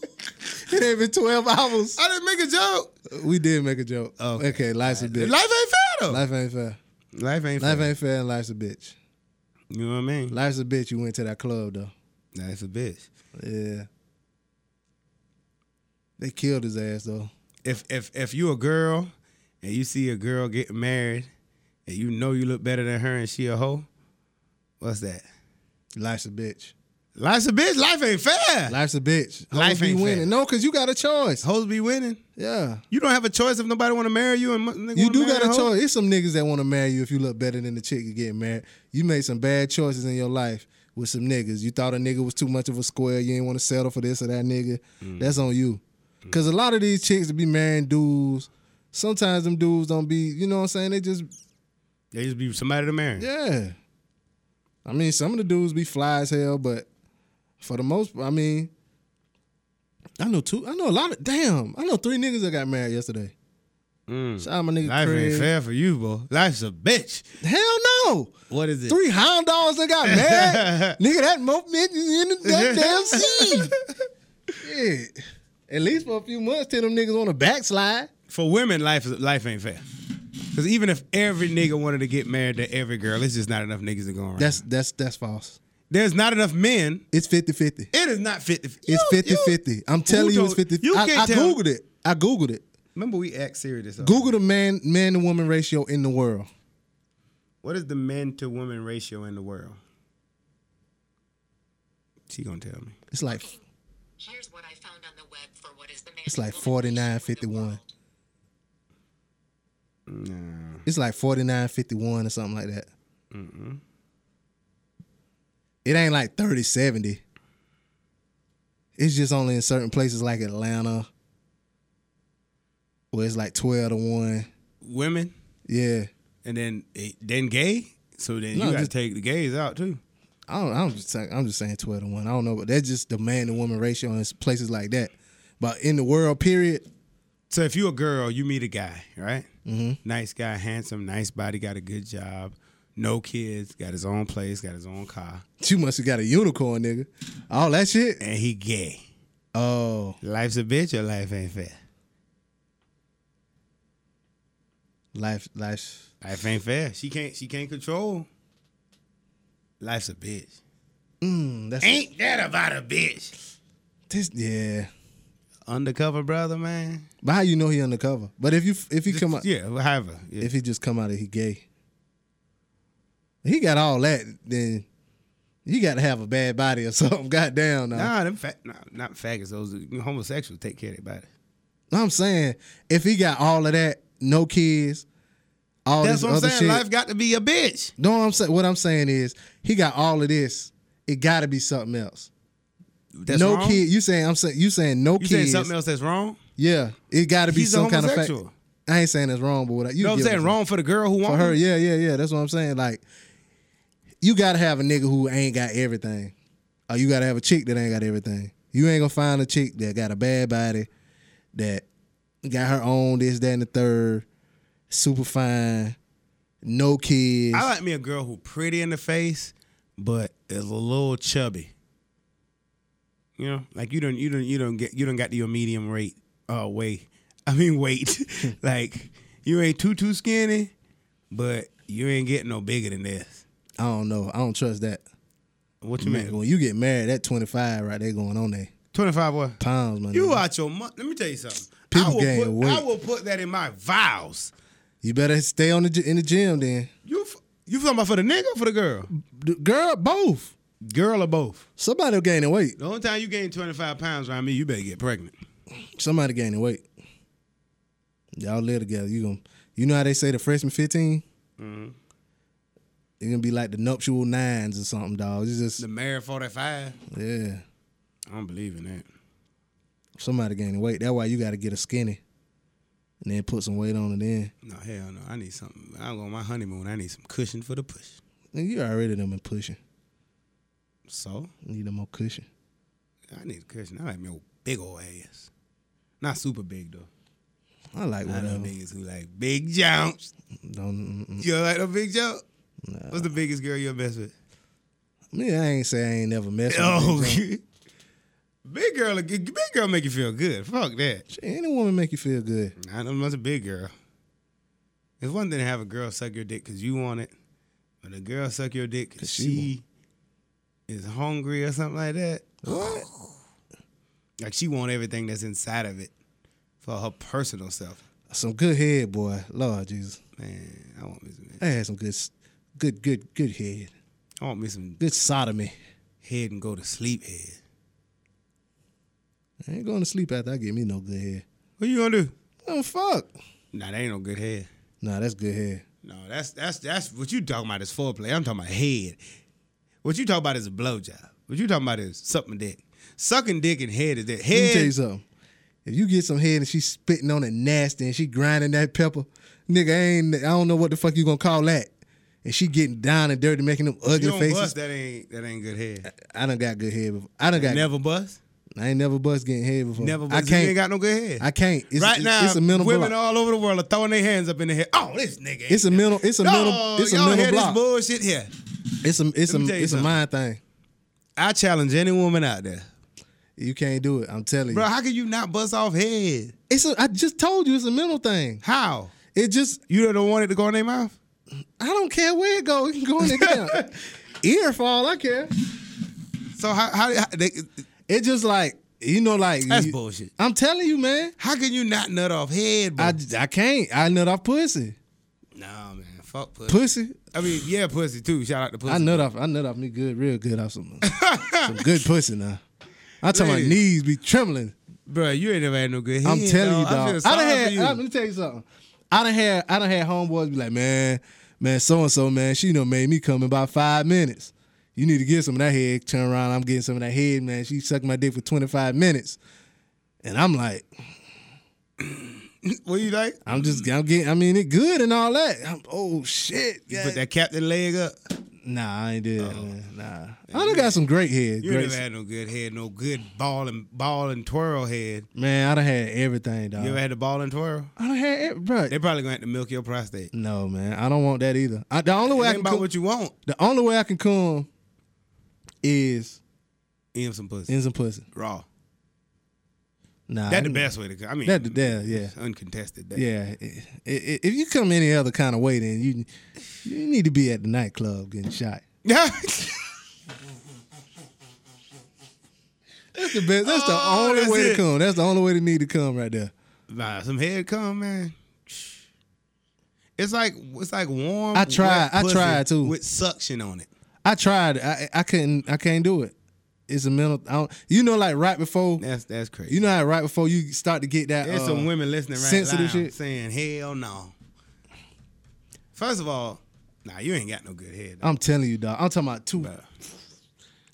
Speaker 2: it ain't been 12 hours.
Speaker 1: I didn't make a joke.
Speaker 2: We did make a joke.
Speaker 1: Okay.
Speaker 2: Okay, life's a bitch.
Speaker 1: Life ain't fair though.
Speaker 2: Life ain't fair.
Speaker 1: Life ain't
Speaker 2: Life
Speaker 1: fair.
Speaker 2: ain't fair and life's a bitch.
Speaker 1: you know what I mean?
Speaker 2: Life's a bitch. You went to that club though.
Speaker 1: Life's a bitch.
Speaker 2: Yeah. They killed his ass though.
Speaker 1: If if if you a girl and you see a girl getting married and you know you look better than her and she a hoe, what's that?
Speaker 2: Life's a bitch.
Speaker 1: Life's a bitch. Life ain't fair.
Speaker 2: Life's a bitch. Hoes
Speaker 1: Life
Speaker 2: be
Speaker 1: ain't fair.
Speaker 2: winning. No, cause you got a choice.
Speaker 1: Hoes be winning.
Speaker 2: Yeah.
Speaker 1: You don't have a choice if nobody want to marry you and mo- nigga
Speaker 2: You
Speaker 1: wanna
Speaker 2: do
Speaker 1: marry
Speaker 2: got a
Speaker 1: hoe.
Speaker 2: choice. It's some niggas that want to marry you if you look better than the chick you get married. You made some bad choices in your life with some niggas. You thought a nigga was too much of a square. You didn't want to settle for this or that nigga.
Speaker 1: Mm.
Speaker 2: That's on you. Cause a lot of these chicks that be marrying dudes, sometimes them dudes don't be, you know what I'm saying? They just
Speaker 1: They just be somebody to marry.
Speaker 2: Yeah. I mean, some of the dudes be fly as hell, but for the most, I mean, I know two. I know a lot of damn. I know three niggas that got married yesterday.
Speaker 1: Mm.
Speaker 2: Shout out my nigga
Speaker 1: Life
Speaker 2: Craig.
Speaker 1: ain't fair for you, boy. Life's a bitch.
Speaker 2: Hell no.
Speaker 1: What is it?
Speaker 2: Three hound dogs that got married. nigga, that moment in the- that damn scene. Shit. At least for a few months till them niggas on the backslide.
Speaker 1: for women, life is- life ain't fair. Because even if every nigga wanted to get married to every girl, it's just not enough niggas to go around.
Speaker 2: That's that's that's false.
Speaker 1: There's not enough men.
Speaker 2: It's 50-50.
Speaker 1: It is not 50.
Speaker 2: It's
Speaker 1: You-
Speaker 2: 50 50. I'm telling you, it's
Speaker 1: don't-
Speaker 2: 50
Speaker 1: you
Speaker 2: I,
Speaker 1: can't
Speaker 2: I
Speaker 1: tell-
Speaker 2: Googled it. I Googled it.
Speaker 1: Remember, we act serious. This uh, Google.
Speaker 2: Google the man man to woman ratio in the world.
Speaker 1: What is the men to women ratio in the world? She gonna tell me.
Speaker 2: It's like
Speaker 3: Here's what I found on the web for what is the man
Speaker 2: It's like
Speaker 3: to woman ratio in the
Speaker 2: 49.51.
Speaker 3: world.
Speaker 1: No.
Speaker 2: it's like 49 51 or something like that. It ain't like 30 70. It's just only in certain places like Atlanta where it's like 12 to 1.
Speaker 1: Women,
Speaker 2: Yeah.
Speaker 1: and then eh, then gay. So then
Speaker 2: No,
Speaker 1: you gotta
Speaker 2: just-
Speaker 1: take the gays out too.
Speaker 2: I don't, I'm just saying, I'm just saying 12 to 1. I don't know, but that's just the man to woman ratio in places like that. But in the world, period,
Speaker 1: So if you a girl, you meet a guy, right? Mm-hmm. Nice guy, handsome, nice body, got a good job, no kids, got his own place, got his own car,
Speaker 2: you must have got a unicorn, nigga. All that shit.
Speaker 1: and he gay.
Speaker 2: Oh,
Speaker 1: Life's a bitch or life ain't fair.
Speaker 2: life, life.
Speaker 1: Life ain't fair. She can't. She can't control. Life's a bitch.
Speaker 2: Mm, that's
Speaker 1: Ain't that about a bitch?
Speaker 2: This, yeah.
Speaker 1: Undercover brother, man.
Speaker 2: But how you know he undercover? But if you if he come out
Speaker 1: Yeah, well, however. Yeah.
Speaker 2: if he just come out and he gay, he got all that. Then you got to have a bad body or something. Goddamn, now.
Speaker 1: nah, them fat. Nah, not faggots. Those homosexuals take care of their body.
Speaker 2: I'm saying if he got all of that, no kids, all
Speaker 1: That's
Speaker 2: this
Speaker 1: what I'm
Speaker 2: other
Speaker 1: saying.
Speaker 2: shit.
Speaker 1: Life got to be a bitch.
Speaker 2: no, I'm saying what I'm saying is he got all of this. It got to be something else.
Speaker 1: That's
Speaker 2: no
Speaker 1: wrong?
Speaker 2: kid. You saying I'm saying you saying no
Speaker 1: You saying
Speaker 2: kids.
Speaker 1: something else that's wrong?
Speaker 2: Yeah, it got to be
Speaker 1: He's a
Speaker 2: some kind of fact.
Speaker 1: homosexual.
Speaker 2: I ain't saying that's wrong, but what I, you
Speaker 1: You know what
Speaker 2: get
Speaker 1: I'm saying? Wrong for the girl who
Speaker 2: For
Speaker 1: wants
Speaker 2: her, yeah, yeah, yeah. That's what I'm saying. Like, you gotta have a nigga who ain't got everything. or you gotta have a chick that ain't got everything. You ain't gonna find a chick that got a bad body, that got her own this, that, and the third, super fine, no kids.
Speaker 1: I like me a girl who pretty in the face, but is a little chubby. You know, like you don't you don't you don't get you don't got to your medium rate uh weight. I mean weight. like you ain't too too skinny, but you ain't getting no bigger than this.
Speaker 2: I don't know. I don't trust that.
Speaker 1: What you mean?
Speaker 2: When you get married, that twenty five right there going on there.
Speaker 1: Twenty five what?
Speaker 2: Pounds, man.
Speaker 1: You out your month. Let me tell you something.
Speaker 2: Mm-hmm. People
Speaker 1: I will
Speaker 2: gain
Speaker 1: put,
Speaker 2: weight.
Speaker 1: I will put that in my vows.
Speaker 2: You better stay on the gy- in the gym then.
Speaker 1: You f- you talking about for the nigga or for the girl?
Speaker 2: D- Girl, both.
Speaker 1: Girl or both?
Speaker 2: Somebody gaining weight.
Speaker 1: The only time you gain twenty five pounds around me, you better get pregnant.
Speaker 2: Somebody gaining weight. Y'all live together. You going you know how they say the freshman 15
Speaker 1: Mm-hmm.
Speaker 2: You're gonna be like the nuptial nines or something, dog. It's just
Speaker 1: The married forty five.
Speaker 2: yeah.
Speaker 1: I don't believe in that.
Speaker 2: Somebody gaining weight. That's why you gotta get a skinny. And then put some weight on and then.
Speaker 1: No hell no. I need something. I go on my honeymoon. I need some cushion for the push.
Speaker 2: Nigga, You already done been pushing.
Speaker 1: So
Speaker 2: Need a more cushion.
Speaker 1: I need a cushion. I like me old big old ass. Not super big though.
Speaker 2: I like
Speaker 1: I know
Speaker 2: whatever.
Speaker 1: niggas who like big jumps.
Speaker 2: Don't, mm, mm.
Speaker 1: You like a big jump? What's the biggest girl you'll mess with?
Speaker 2: me, I ain't say I ain't never messed with a
Speaker 1: Oh,
Speaker 2: big jump.
Speaker 1: big girl. Big girl make you feel good. Fuck that.
Speaker 2: Shit, Any woman make you feel good.
Speaker 1: I don't know it's a big girl. It's one thing to have a girl suck your dick because you want it, but a girl suck your dick because
Speaker 2: she
Speaker 1: she is hungry or something like that.
Speaker 2: What?
Speaker 1: Like she want everything that's inside of it for her personal self.
Speaker 2: Some good head, boy. Lord Jesus.
Speaker 1: Man, I want me some.
Speaker 2: I had some good, s- good, good, good head.
Speaker 1: I want me some
Speaker 2: Good sodomy.
Speaker 1: head and go to sleep head.
Speaker 2: I ain't going to sleep after I get me no good head.
Speaker 1: What you gonna do?
Speaker 2: Oh fuck.
Speaker 1: Nah, that ain't no good head.
Speaker 2: Nah, that's good head.
Speaker 1: No, that's that's that's what you talking about is foreplay. I'm talking about head. What you talking about is a blowjob. What you talking about is sucking dick. Sucking dick and head is that
Speaker 2: Let me tell
Speaker 1: head.
Speaker 2: you something. If you get some head and she's spitting on it nasty and she grinding that pepper, nigga, I ain't. I don't know what the fuck you gonna call that. And she getting down and dirty, making them
Speaker 1: You
Speaker 2: ugly
Speaker 1: don't
Speaker 2: faces.
Speaker 1: bust. That ain't that ain't good head.
Speaker 2: I done got good head before. I done got.
Speaker 1: Never bust.
Speaker 2: I ain't never bust getting head before.
Speaker 1: Never
Speaker 2: I
Speaker 1: bust. You
Speaker 2: can't.
Speaker 1: ain't got no good head.
Speaker 2: I can't. It's,
Speaker 1: right
Speaker 2: it's,
Speaker 1: now,
Speaker 2: it's a mental
Speaker 1: women
Speaker 2: block.
Speaker 1: all over the world are throwing their hands up in the head. Oh, this nigga. ain't
Speaker 2: It's a mental. It's a mental.
Speaker 1: Dog,
Speaker 2: It's a
Speaker 1: y'all
Speaker 2: mental
Speaker 1: hear
Speaker 2: block.
Speaker 1: this bullshit here.
Speaker 2: It's a. It's a.
Speaker 1: Let me tell you
Speaker 2: It's a
Speaker 1: something.
Speaker 2: mind thing.
Speaker 1: I challenge any woman out there,
Speaker 2: You can't do it. I'm telling
Speaker 1: bro.
Speaker 2: you.
Speaker 1: How can you not bust off head?
Speaker 2: It's a. I just told you it's a mental thing.
Speaker 1: How?
Speaker 2: It just.
Speaker 1: You don't want it to go in their mouth?
Speaker 2: I don't care where it go. It can go in there. down. Ear fall. I care.
Speaker 1: So how? How? how they,
Speaker 2: It just like you know like.
Speaker 1: that's
Speaker 2: you-
Speaker 1: bullshit.
Speaker 2: I'm telling you, man.
Speaker 1: How can you not nut off head, bro?
Speaker 2: I, I can't. I nut off pussy.
Speaker 1: nah, man. Fuck pussy.
Speaker 2: Pussy.
Speaker 1: I mean, yeah, pussy too. Shout out to pussy.
Speaker 2: I nut off. I nut off me good, real good off some some good pussy now. I tell my
Speaker 1: Ladies.
Speaker 2: knees be trembling.
Speaker 1: bro. You ain't never had no good head.
Speaker 2: I'm telling you,
Speaker 1: I
Speaker 2: dog.
Speaker 1: feel
Speaker 2: I,
Speaker 1: sorry
Speaker 2: done
Speaker 1: for
Speaker 2: had.
Speaker 1: you.
Speaker 2: I, let me tell you something. I done had. I done had homeboys be like, man, man, so and so, man, she done made me come in about five minutes. You need to get some of that head. Turn around. I'm getting some of that head, man. She sucked my dick for 25 minutes, and I'm like,
Speaker 1: what you like?
Speaker 2: I'm just, I'm getting. I mean, it good and all that. I'm, oh shit.
Speaker 1: You
Speaker 2: Yeah.
Speaker 1: put that captain leg up.
Speaker 2: nah, I ain't did that, man. Nah, I done got some great head.
Speaker 1: You
Speaker 2: Great.
Speaker 1: ain't never had no good head, no good ball and ball and twirl head.
Speaker 2: man, I done had everything, dog.
Speaker 1: You ever had the ball and twirl?
Speaker 2: I done had, every, bro.
Speaker 1: They probably gonna have to milk your prostate.
Speaker 2: No, man, I don't want that either. I, the only way I
Speaker 1: Think about
Speaker 2: can come,
Speaker 1: what you want.
Speaker 2: the only way I can come is
Speaker 1: In some pussy.
Speaker 2: in some pussy.
Speaker 1: Raw.
Speaker 2: Nah,
Speaker 1: That's the
Speaker 2: I-
Speaker 1: best way to. I mean,
Speaker 2: That the yeah, yeah,
Speaker 1: uncontested. That.
Speaker 2: yeah. I- I- If you come any other kind of way, then you you need to be at the nightclub getting shot. That's the best. That's the
Speaker 1: Oh,
Speaker 2: only
Speaker 1: that's
Speaker 2: way to
Speaker 1: it.
Speaker 2: come. That's the only way to need to come right there.
Speaker 1: nah, some head come, man. It's like it's like warm.
Speaker 2: I tried-
Speaker 1: wet
Speaker 2: I
Speaker 1: pussy
Speaker 2: tried, too.
Speaker 1: with suction on it.
Speaker 2: I tried. I I couldn't. I can't do it. It's a mental. I don't, you know, like right before.
Speaker 1: That's that's crazy.
Speaker 2: You know how right before you start to get that.
Speaker 1: There's
Speaker 2: uh,
Speaker 1: some women listening right
Speaker 2: sensitive
Speaker 1: now
Speaker 2: shit.
Speaker 1: saying, "Hell no." First of all, nah, you ain't got no good head.
Speaker 2: I'm telling you, dog. I'm talking about two
Speaker 1: Bruh.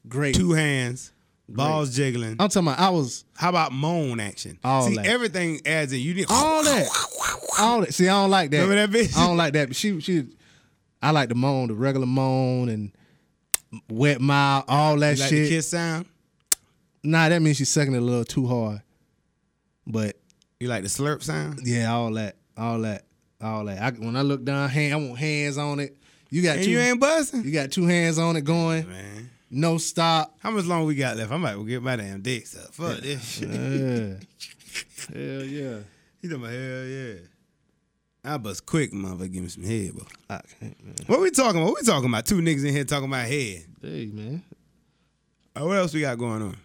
Speaker 2: great.
Speaker 1: Two hands, balls jiggling.
Speaker 2: I'm talking about I was
Speaker 1: How about moan action?
Speaker 2: All
Speaker 1: See,
Speaker 2: that.
Speaker 1: everything adds in. You need
Speaker 2: all that. All that. See, I don't like that.
Speaker 1: Remember that bitch?
Speaker 2: I don't like that. But she she I like the moan, the regular moan and wet mile, all that
Speaker 1: You like the
Speaker 2: shit.
Speaker 1: kiss sound?
Speaker 2: Nah, that means she's sucking it a little too hard. But
Speaker 1: You like the slurp sound?
Speaker 2: yeah, all that, all that, all that. I, when I look down, hand, I want hands on it. You got
Speaker 1: And
Speaker 2: two,
Speaker 1: you
Speaker 2: you,
Speaker 1: ain't buzzing,
Speaker 2: got two hands on it going,
Speaker 1: man.
Speaker 2: no stop.
Speaker 1: How much long we got left? I might well get my damn dicks up. Fuck this shit.
Speaker 2: Yeah. Hell yeah.
Speaker 1: You talking about hell yeah? I bust quick, motherfucker. Give me some head, bro.
Speaker 2: I can't, man.
Speaker 1: What we talking about? What we talking about? Two niggas in here talking about head.
Speaker 2: Hey man,
Speaker 1: Uh, what else we got going on?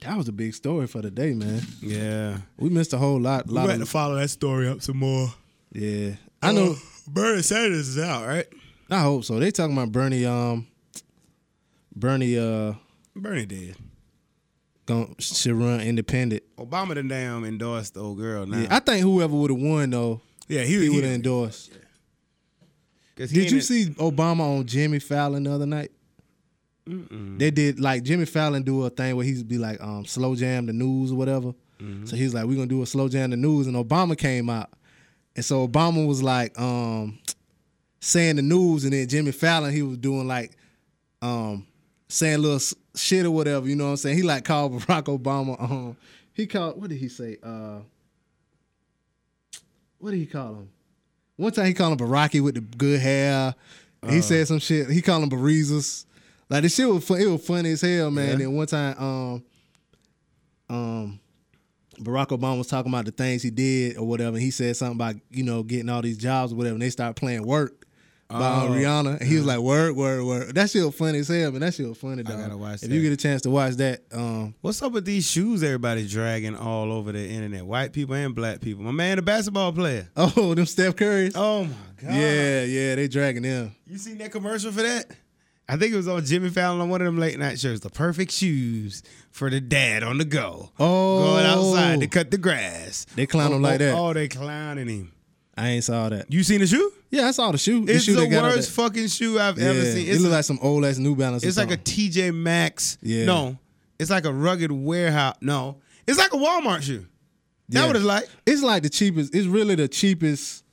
Speaker 2: that was a big story for the day, man.
Speaker 1: Yeah,
Speaker 2: We missed a whole lot. lot of,
Speaker 1: follow that story up some more. Oh,
Speaker 2: yeah, I know.
Speaker 1: Bernie Sanders is out, right?
Speaker 2: I hope so. They talking about Bernie. Um, Bernie. Uh,
Speaker 1: Bernie dead.
Speaker 2: gon' should run independent.
Speaker 1: Obama done damn endorsed the old girl now.
Speaker 2: Yeah, I think whoever would have won though,
Speaker 1: yeah he,
Speaker 2: he
Speaker 1: Uh-huh. he-
Speaker 2: would have endorsed.
Speaker 1: 'cause he
Speaker 2: Did you
Speaker 1: ain't-
Speaker 2: see Obama on Jimmy Fallon the other night? They did like Jimmy Fallon do a thing where he'd be like, um, slow jam the news or whatever.
Speaker 1: Mm-hmm.
Speaker 2: So he's like, we're gonna do a slow jam the news, and Obama came out, and so Obama was like, um, saying the news, and then Jimmy Fallon he was doing like, um, saying little s- shit or whatever. You know what I'm saying? He like called Barack Obama. Um, he called what did he say? Uh, what did he call him? One time he called him Baraki with the good hair. He
Speaker 1: Uh-huh.
Speaker 2: said some shit. He called him Barizas. Like this shit was fun. It was funny as hell, man. And then one time, um, um, Barack Obama was talking about the things he did or whatever. And he said something about you know getting all these jobs or whatever. And they started playing work by uh,
Speaker 1: Oh.
Speaker 2: Rihanna. And he was like, "Word, word, word." That shit was funny as hell, man. That shit was funny. Dog.
Speaker 1: gotta watch
Speaker 2: If
Speaker 1: that.
Speaker 2: you get a chance to watch that, um,
Speaker 1: What's up with these shoes everybody dragging all over the internet? White people and black people. My man, the basketball player.
Speaker 2: oh, them Steph Curry's.
Speaker 1: Oh my god.
Speaker 2: yeah, yeah, they dragging them.
Speaker 1: You seen that commercial for that? I think it was on Jimmy Fallon on one of them late night shows. The perfect shoes for the dad on the go.
Speaker 2: Oh.
Speaker 1: Going outside to cut the grass.
Speaker 2: They clown him like that.
Speaker 1: Oh, they clowning him.
Speaker 2: I ain't saw that.
Speaker 1: You seen the shoe?
Speaker 2: Yeah, I saw the shoe.
Speaker 1: It's
Speaker 2: shoe
Speaker 1: the
Speaker 2: they got out
Speaker 1: worst
Speaker 2: there.
Speaker 1: fucking shoe I've ever
Speaker 2: Yeah,
Speaker 1: seen.
Speaker 2: It
Speaker 1: It's,
Speaker 2: look like some old ass New Balance. or
Speaker 1: it's like a
Speaker 2: something.
Speaker 1: TJ Maxx.
Speaker 2: Yeah.
Speaker 1: No. It's like a rugged warehouse. No. It's like a Walmart shoe. That
Speaker 2: Yeah.
Speaker 1: what it's like.
Speaker 2: It's like the cheapest. It's really the cheapest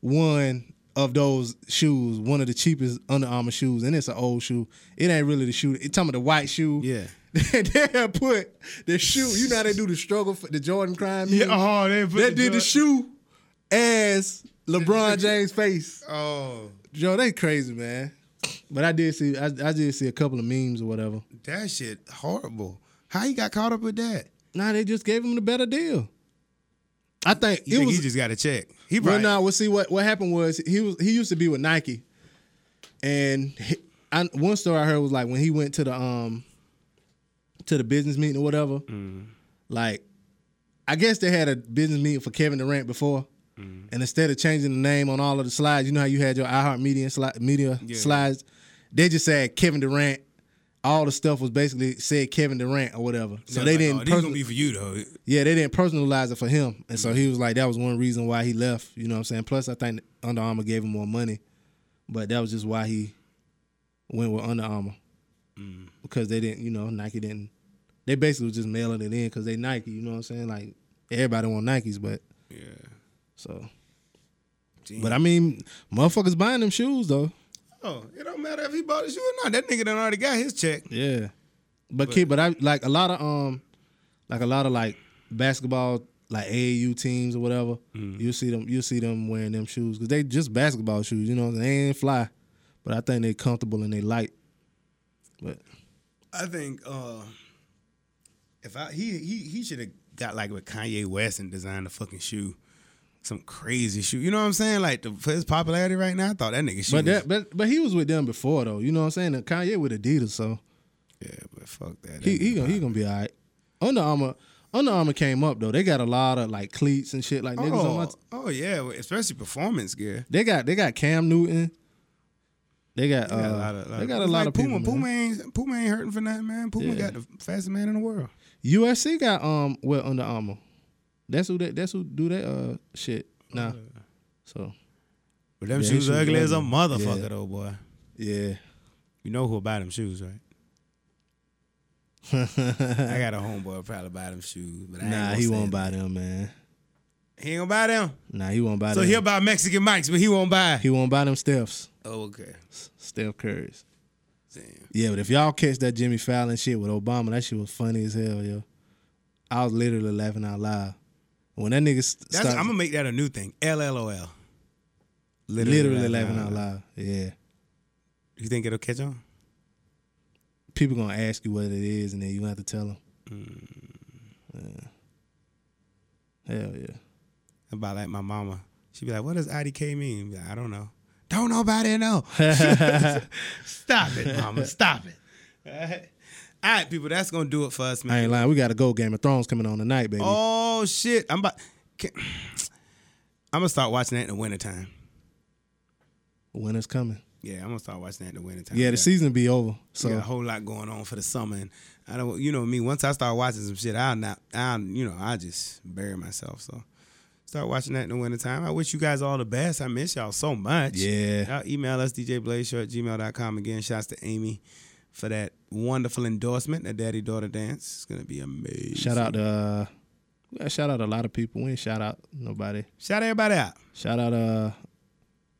Speaker 2: one of those shoes. One of the cheapest Under Armour shoes, and it's an old shoe. It ain't really the shoe. It's talking about the white shoe.
Speaker 1: Yeah.
Speaker 2: they have put the shoe. You know how they do the struggle for the Jordan crime. music?
Speaker 1: oh, they, put
Speaker 2: They did the shoe as LeBron James' face.
Speaker 1: Oh,
Speaker 2: Joe, they crazy man. But I did see. I, I did see a couple of memes or whatever.
Speaker 1: that shit horrible. How you got caught up with that?
Speaker 2: Nah, they just gave him the better deal. I think
Speaker 1: You
Speaker 2: it
Speaker 1: think
Speaker 2: was.
Speaker 1: he just got a check. He
Speaker 2: well,
Speaker 1: probably
Speaker 2: no, well, see what what happened was he was he used to be with Nike, and he, I, one story I heard was like when he went to the um to the business meeting or whatever,
Speaker 1: Mm-hmm.
Speaker 2: like I guess they had a business meeting for Kevin Durant before.
Speaker 1: Mm-hmm.
Speaker 2: And instead of changing the name on all of the slides, you know how you had your iHeart Media, sli- media slides? They just said Kevin Durant. All the stuff was basically said Kevin Durant or whatever. So they didn't
Speaker 1: This
Speaker 2: person-
Speaker 1: "Oh, gonna be for you though.
Speaker 2: Yeah, they didn't personalize it for him. And so he was like, that was one reason why he left. You know what I'm saying? Plus, I think Under Armour gave him more money. But that was just why he went with Under Armour. Because they didn't, you know, Nike didn't. They basically was just mailing it in because they Nike, you know what I'm saying? Like, everybody want Nikes, but
Speaker 1: Yeah.
Speaker 2: so.
Speaker 1: Damn.
Speaker 2: But I mean, motherfuckers buying them shoes, though.
Speaker 1: Oh, it don't matter if he bought a shoe or not. That nigga done already got his check.
Speaker 2: Yeah. But, kid, but I like a lot of um like a lot of like basketball like AAU teams or whatever.
Speaker 1: Mm.
Speaker 2: You'll see them you'll see them wearing them shoes cuz they just basketball shoes, you know, they ain't fly. But I think they comfortable and they light. But
Speaker 1: I think uh if I he he he should have got like with Kanye West and designed a fucking shoe. Some crazy shoe. You know what I'm saying? Like the, for his popularity right now, I thought that nigga shoe.
Speaker 2: but
Speaker 1: was-
Speaker 2: that but but he was with them before though. You know what I'm saying? And Kanye with Adidas, so
Speaker 1: yeah, but fuck that.
Speaker 2: he he gonna, he gonna be all right. Under Armour Under Armour came up though. They got a lot of like cleats and shit like niggas on my
Speaker 1: oh, oh yeah, well, especially performance gear.
Speaker 2: They got they got Cam Newton. They got,
Speaker 1: They got
Speaker 2: uh,
Speaker 1: a lot of, lot
Speaker 2: they
Speaker 1: of-
Speaker 2: got a
Speaker 1: it's
Speaker 2: lot
Speaker 1: like
Speaker 2: of
Speaker 1: Puma.
Speaker 2: people. man.
Speaker 1: Puma ain't Puma ain't hurting for nothing, man. Puma
Speaker 2: Yeah.
Speaker 1: got the fastest man in the world.
Speaker 2: USC got um well Under Armour. That's who that that's who do that uh shit. Nah.
Speaker 1: Oh,
Speaker 2: So
Speaker 1: But them
Speaker 2: Yeah,
Speaker 1: shoes
Speaker 2: shoes
Speaker 1: ugly as a
Speaker 2: ugly.
Speaker 1: motherfucker
Speaker 2: Yeah.
Speaker 1: though, boy.
Speaker 2: yeah.
Speaker 1: You know who'll buy them shoes, right? I got a homeboy probably buy them shoes, but I ain't
Speaker 2: nah,
Speaker 1: gonna
Speaker 2: he
Speaker 1: say
Speaker 2: won't
Speaker 1: it.
Speaker 2: buy them, man.
Speaker 1: He ain't gonna buy them.
Speaker 2: Nah, he won't buy
Speaker 1: So
Speaker 2: them.
Speaker 1: he'll buy Mexican mics, but he won't buy.
Speaker 2: he won't buy them Steph's.
Speaker 1: oh, okay.
Speaker 2: S- Steph Curry's. Yeah, but if y'all catch that Jimmy Fallon shit with Obama, that shit was funny as hell, yo. I was literally laughing out loud when that nigga st-
Speaker 1: That's,
Speaker 2: started
Speaker 1: I'm gonna make that a new thing. LLOL.
Speaker 2: literally, laughing out loud. Yeah,
Speaker 1: You think it'll catch on?
Speaker 2: people gonna ask you what it is, and then you gonna have to tell them.
Speaker 1: Mm.
Speaker 2: Yeah. Hell yeah.
Speaker 1: About like my mama. She'd be like, "What does IDK mean?" Be like, I don't know. Don't nobody know. stop it, mama. Stop it. All right. All right, people. That's gonna do it for us,
Speaker 2: I
Speaker 1: man.
Speaker 2: ain't lying. We got to go. Game of Thrones coming on tonight, baby.
Speaker 1: Oh shit! I'm about. Can, I'm gonna start watching that in the wintertime.
Speaker 2: When it's coming.
Speaker 1: Yeah, I'm gonna start watching that in the wintertime.
Speaker 2: Yeah, the
Speaker 1: We got-
Speaker 2: season be over. So
Speaker 1: we got a whole lot going on for the summer, and I don't. You know me. Once I start watching some shit, I'll not. I'll you know I just bury myself. So start watching that in the wintertime. I wish you guys all the best. I miss y'all so much.
Speaker 2: yeah,
Speaker 1: Y'all email us, djblazeshow at gmail.com. Again, shouts to Amy for that wonderful endorsement, the daddy daughter dance. It's going to be amazing.
Speaker 2: shout out to uh, we gotta shout out a lot of people. We ain't shout out nobody.
Speaker 1: Shout everybody out.
Speaker 2: Shout out uh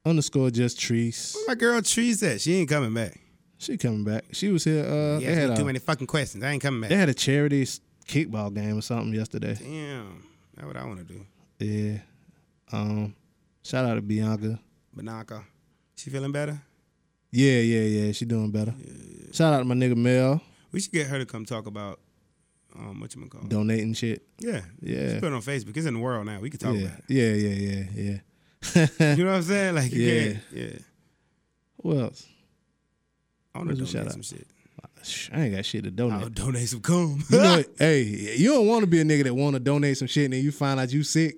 Speaker 2: underscore just trees.
Speaker 1: Where my girl Trees at? She ain't coming back.
Speaker 2: She coming back. She was here.
Speaker 1: Yeah,
Speaker 2: Uh, they had
Speaker 1: asking too
Speaker 2: a,
Speaker 1: many fucking questions. I ain't coming back.
Speaker 2: they had a charity s- kickball game or something yesterday.
Speaker 1: Damn. That's what I want to do.
Speaker 2: Yeah. Um, shout out to Bianca.
Speaker 1: Banaka. She feeling better?
Speaker 2: Yeah, yeah, yeah. She doing better. Shout out to my nigga Mel
Speaker 1: We should get her to come talk about um, what you call
Speaker 2: donating shit.
Speaker 1: Yeah.
Speaker 2: Yeah.
Speaker 1: She put it on Facebook. It's in the world now. We can talk
Speaker 2: yeah.
Speaker 1: about
Speaker 2: yeah, yeah, yeah, yeah.
Speaker 1: it. You know what I'm saying? Like, you
Speaker 2: Yeah.
Speaker 1: can't. Yeah.
Speaker 2: Who else?
Speaker 1: I want to
Speaker 2: Where's the
Speaker 1: donate
Speaker 2: shout out?
Speaker 1: some shit.
Speaker 2: Sh- I ain't got shit to
Speaker 1: I'll
Speaker 2: donate.
Speaker 1: donate some cum.
Speaker 2: You know, what? hey, you don't want to be a nigga that want to donate some shit and then you find out you sick.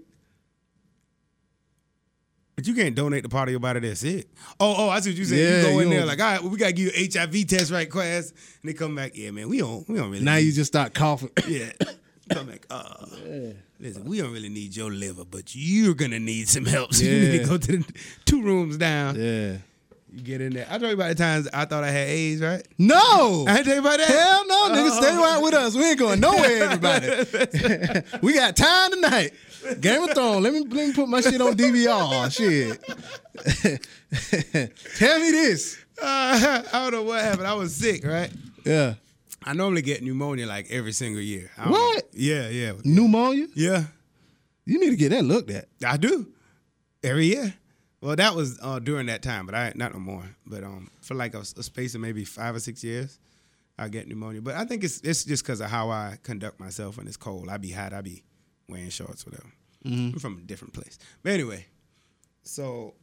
Speaker 1: But you can't donate the part of your body that's it. Oh, oh, I see what you said.
Speaker 2: Yeah,
Speaker 1: you go in
Speaker 2: you
Speaker 1: there
Speaker 2: don't-
Speaker 1: like, all right, well, we gotta give you a HIV test right fast, and they come back. Yeah, man, we don't, we don't really.
Speaker 2: Now
Speaker 1: need,
Speaker 2: you just start coughing.
Speaker 1: yeah, come back. Uh, listen, we don't really need your liver, but you're gonna need some help. So you need
Speaker 2: Yeah.
Speaker 1: to go to the two rooms down.
Speaker 2: yeah.
Speaker 1: You get in there. I told you about the times I thought I had AIDS, right?
Speaker 2: No.
Speaker 1: I told you about that.
Speaker 2: Hell no, nigga. Stay
Speaker 1: Oh.
Speaker 2: right with us. We ain't going nowhere, everybody. we got time tonight. Game of Thrones. Let me let me put my shit on DVR. shit. Tell me this.
Speaker 1: Uh, I don't know what happened. I was sick, right?
Speaker 2: Yeah.
Speaker 1: I normally get pneumonia like every single year. I don't-
Speaker 2: What?
Speaker 1: Yeah, yeah,
Speaker 2: Pneumonia?
Speaker 1: yeah.
Speaker 2: You need to get that looked at.
Speaker 1: I do every year. Well, that was uh, during that time, but I not no more. But um, for like a, a space of maybe five or six years, I get pneumonia. But I think it's it's just because of how I conduct myself when it's cold. I be hot. I be wearing shorts, whatever.
Speaker 2: Mm-hmm.
Speaker 1: I'm from a different place. But anyway, so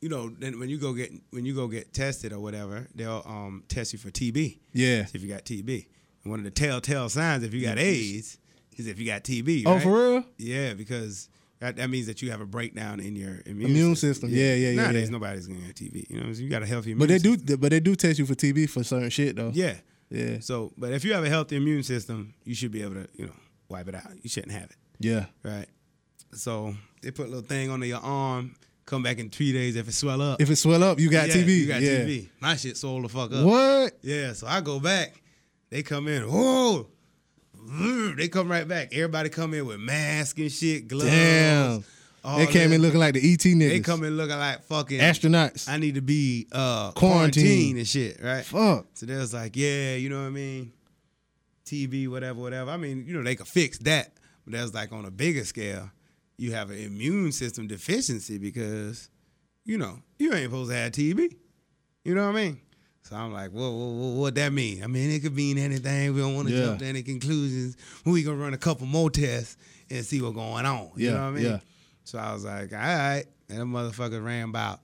Speaker 1: you know, then when you go get when you go get tested or whatever, they'll um test you for TB.
Speaker 2: Yeah.
Speaker 1: See if you got TB. And one of the telltale signs if you got AIDS is if you got TB.
Speaker 2: Mm-hmm. Oh,
Speaker 1: right?
Speaker 2: for real?
Speaker 1: Yeah, because that, that means that you have a breakdown in your immune,
Speaker 2: Immune system. Yeah, yeah, yeah,
Speaker 1: Nowadays,
Speaker 2: yeah.
Speaker 1: nobody's gonna have TB. You know, what I'm saying? you got a healthy. Immune
Speaker 2: But they do
Speaker 1: system.
Speaker 2: but they do test you for TB for certain shit though.
Speaker 1: Yeah.
Speaker 2: Yeah.
Speaker 1: So, but if you have a healthy immune system, you should be able to, you know, wipe it out. You shouldn't have it,
Speaker 2: Yeah.
Speaker 1: right? So they put a little thing under your arm. Come back in three days if it swell up.
Speaker 2: If it swell up, you got
Speaker 1: yeah,
Speaker 2: TB.
Speaker 1: you got
Speaker 2: yeah.
Speaker 1: TB. My shit swole the fuck up.
Speaker 2: What?
Speaker 1: Yeah, so I go back. They come in. Whoa. Vroom. They come right back. Everybody come in with masks and shit, gloves.
Speaker 2: Damn.
Speaker 1: all
Speaker 2: they came
Speaker 1: that.
Speaker 2: in looking like the ET niggas.
Speaker 1: They come in looking like fucking
Speaker 2: astronauts.
Speaker 1: I need to be uh
Speaker 2: Quarantine.
Speaker 1: quarantined and shit, right?
Speaker 2: Fuck.
Speaker 1: So they was like, yeah, you know what I mean? TB, whatever, whatever. I mean, you know, they could fix that. But that's like on a bigger scale, you have an immune system deficiency because, you know, you ain't supposed to have TB. You know what I mean? So I'm like, whoa, whoa, whoa, what that mean? I mean, it could mean anything. We don't want to
Speaker 2: Yeah.
Speaker 1: jump to any conclusions. We gonna run a couple more tests and see what's going on. You
Speaker 2: Yeah,
Speaker 1: know what I mean?
Speaker 2: yeah.
Speaker 1: So I was like, all right. And that motherfucker ran about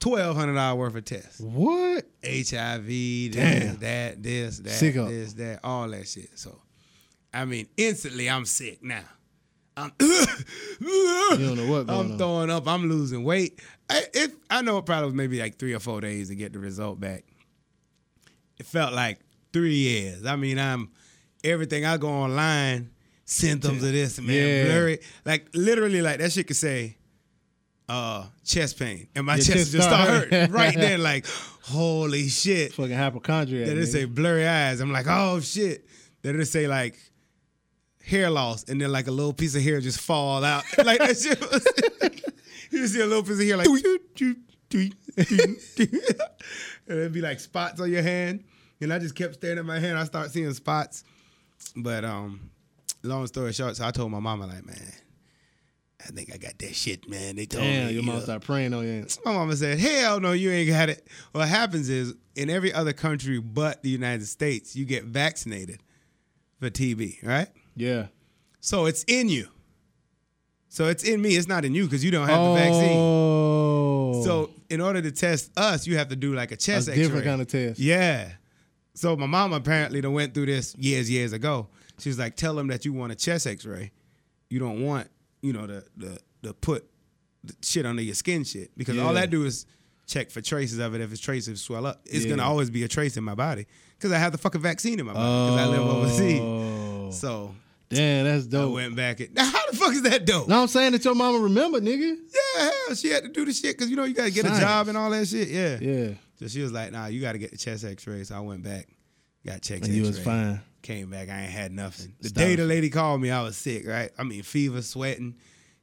Speaker 1: twelve hundred dollar worth of tests.
Speaker 2: What?
Speaker 1: HIV, this,
Speaker 2: Damn.
Speaker 1: that, this, that,
Speaker 2: Sicko.
Speaker 1: this, that, all that shit. So, I mean, instantly I'm sick now. I'm,
Speaker 2: don't know what going
Speaker 1: I'm
Speaker 2: on.
Speaker 1: throwing up. I'm losing weight. I, if I know it probably was maybe like three or four days to get the result back. It felt like three years. I mean, I'm everything I go online, symptoms of this, man,
Speaker 2: Yeah.
Speaker 1: blurry. Like literally, like that shit could say, uh, chest pain. And my
Speaker 2: Your
Speaker 1: chest,
Speaker 2: chest
Speaker 1: just
Speaker 2: start
Speaker 1: start hurting
Speaker 2: hurting.
Speaker 1: right then, like, holy shit.
Speaker 2: Fucking hypochondriac.
Speaker 1: Then it
Speaker 2: nigga.
Speaker 1: say blurry eyes. I'm like, oh shit. Then it say like hair loss, and then like a little piece of hair just fall out. like that shit. Was, you just see a little piece of hair like. tweet, tweet, tweet. and it'd be like spots on your hand. And I just kept staring at my hand. I start seeing spots. But um, long story short, so I told my mama like, man, I think I got that shit, man. They told
Speaker 2: Damn,
Speaker 1: me.
Speaker 2: your
Speaker 1: you
Speaker 2: mom
Speaker 1: know."
Speaker 2: started praying on you.
Speaker 1: My mama said, "Hell no, you ain't got it." What happens is in every other country but the United States, you get vaccinated for TB, right?
Speaker 2: Yeah.
Speaker 1: So it's in you. So it's in me. It's not in you because you don't have the vaccine.
Speaker 2: Oh.
Speaker 1: So in order to test us, you have to do like a
Speaker 2: a
Speaker 1: chest X-ray.
Speaker 2: different kind of test.
Speaker 1: Yeah. So my mom apparently done went through this years, years ago. She was like, tell them that you want a chest x-ray. You don't want, you know, the the the put the shit under your skin shit. Because all
Speaker 2: Yeah.
Speaker 1: that do is check for traces of it. If it's traces swell up, it's gonna
Speaker 2: Yeah.
Speaker 1: always be a trace in my body. Cause I have the fucking vaccine in my body. Because I live overseas.
Speaker 2: Oh.
Speaker 1: So
Speaker 2: Damn, that's
Speaker 1: I
Speaker 2: dope.
Speaker 1: went back and now how the fuck is that dope?
Speaker 2: No, I'm saying that your mama remember, nigga.
Speaker 1: Yeah, hell, she had to do the shit because you know you gotta get
Speaker 2: Science.
Speaker 1: a job and all that shit. Yeah.
Speaker 2: Yeah.
Speaker 1: So she was like, nah, you gotta get the chest x-ray. So I went back, got checked.
Speaker 2: And you was fine.
Speaker 1: Came back, I ain't had nothing. The
Speaker 2: Stop.
Speaker 1: day the lady called me, I was sick, right? I mean, fever, sweating,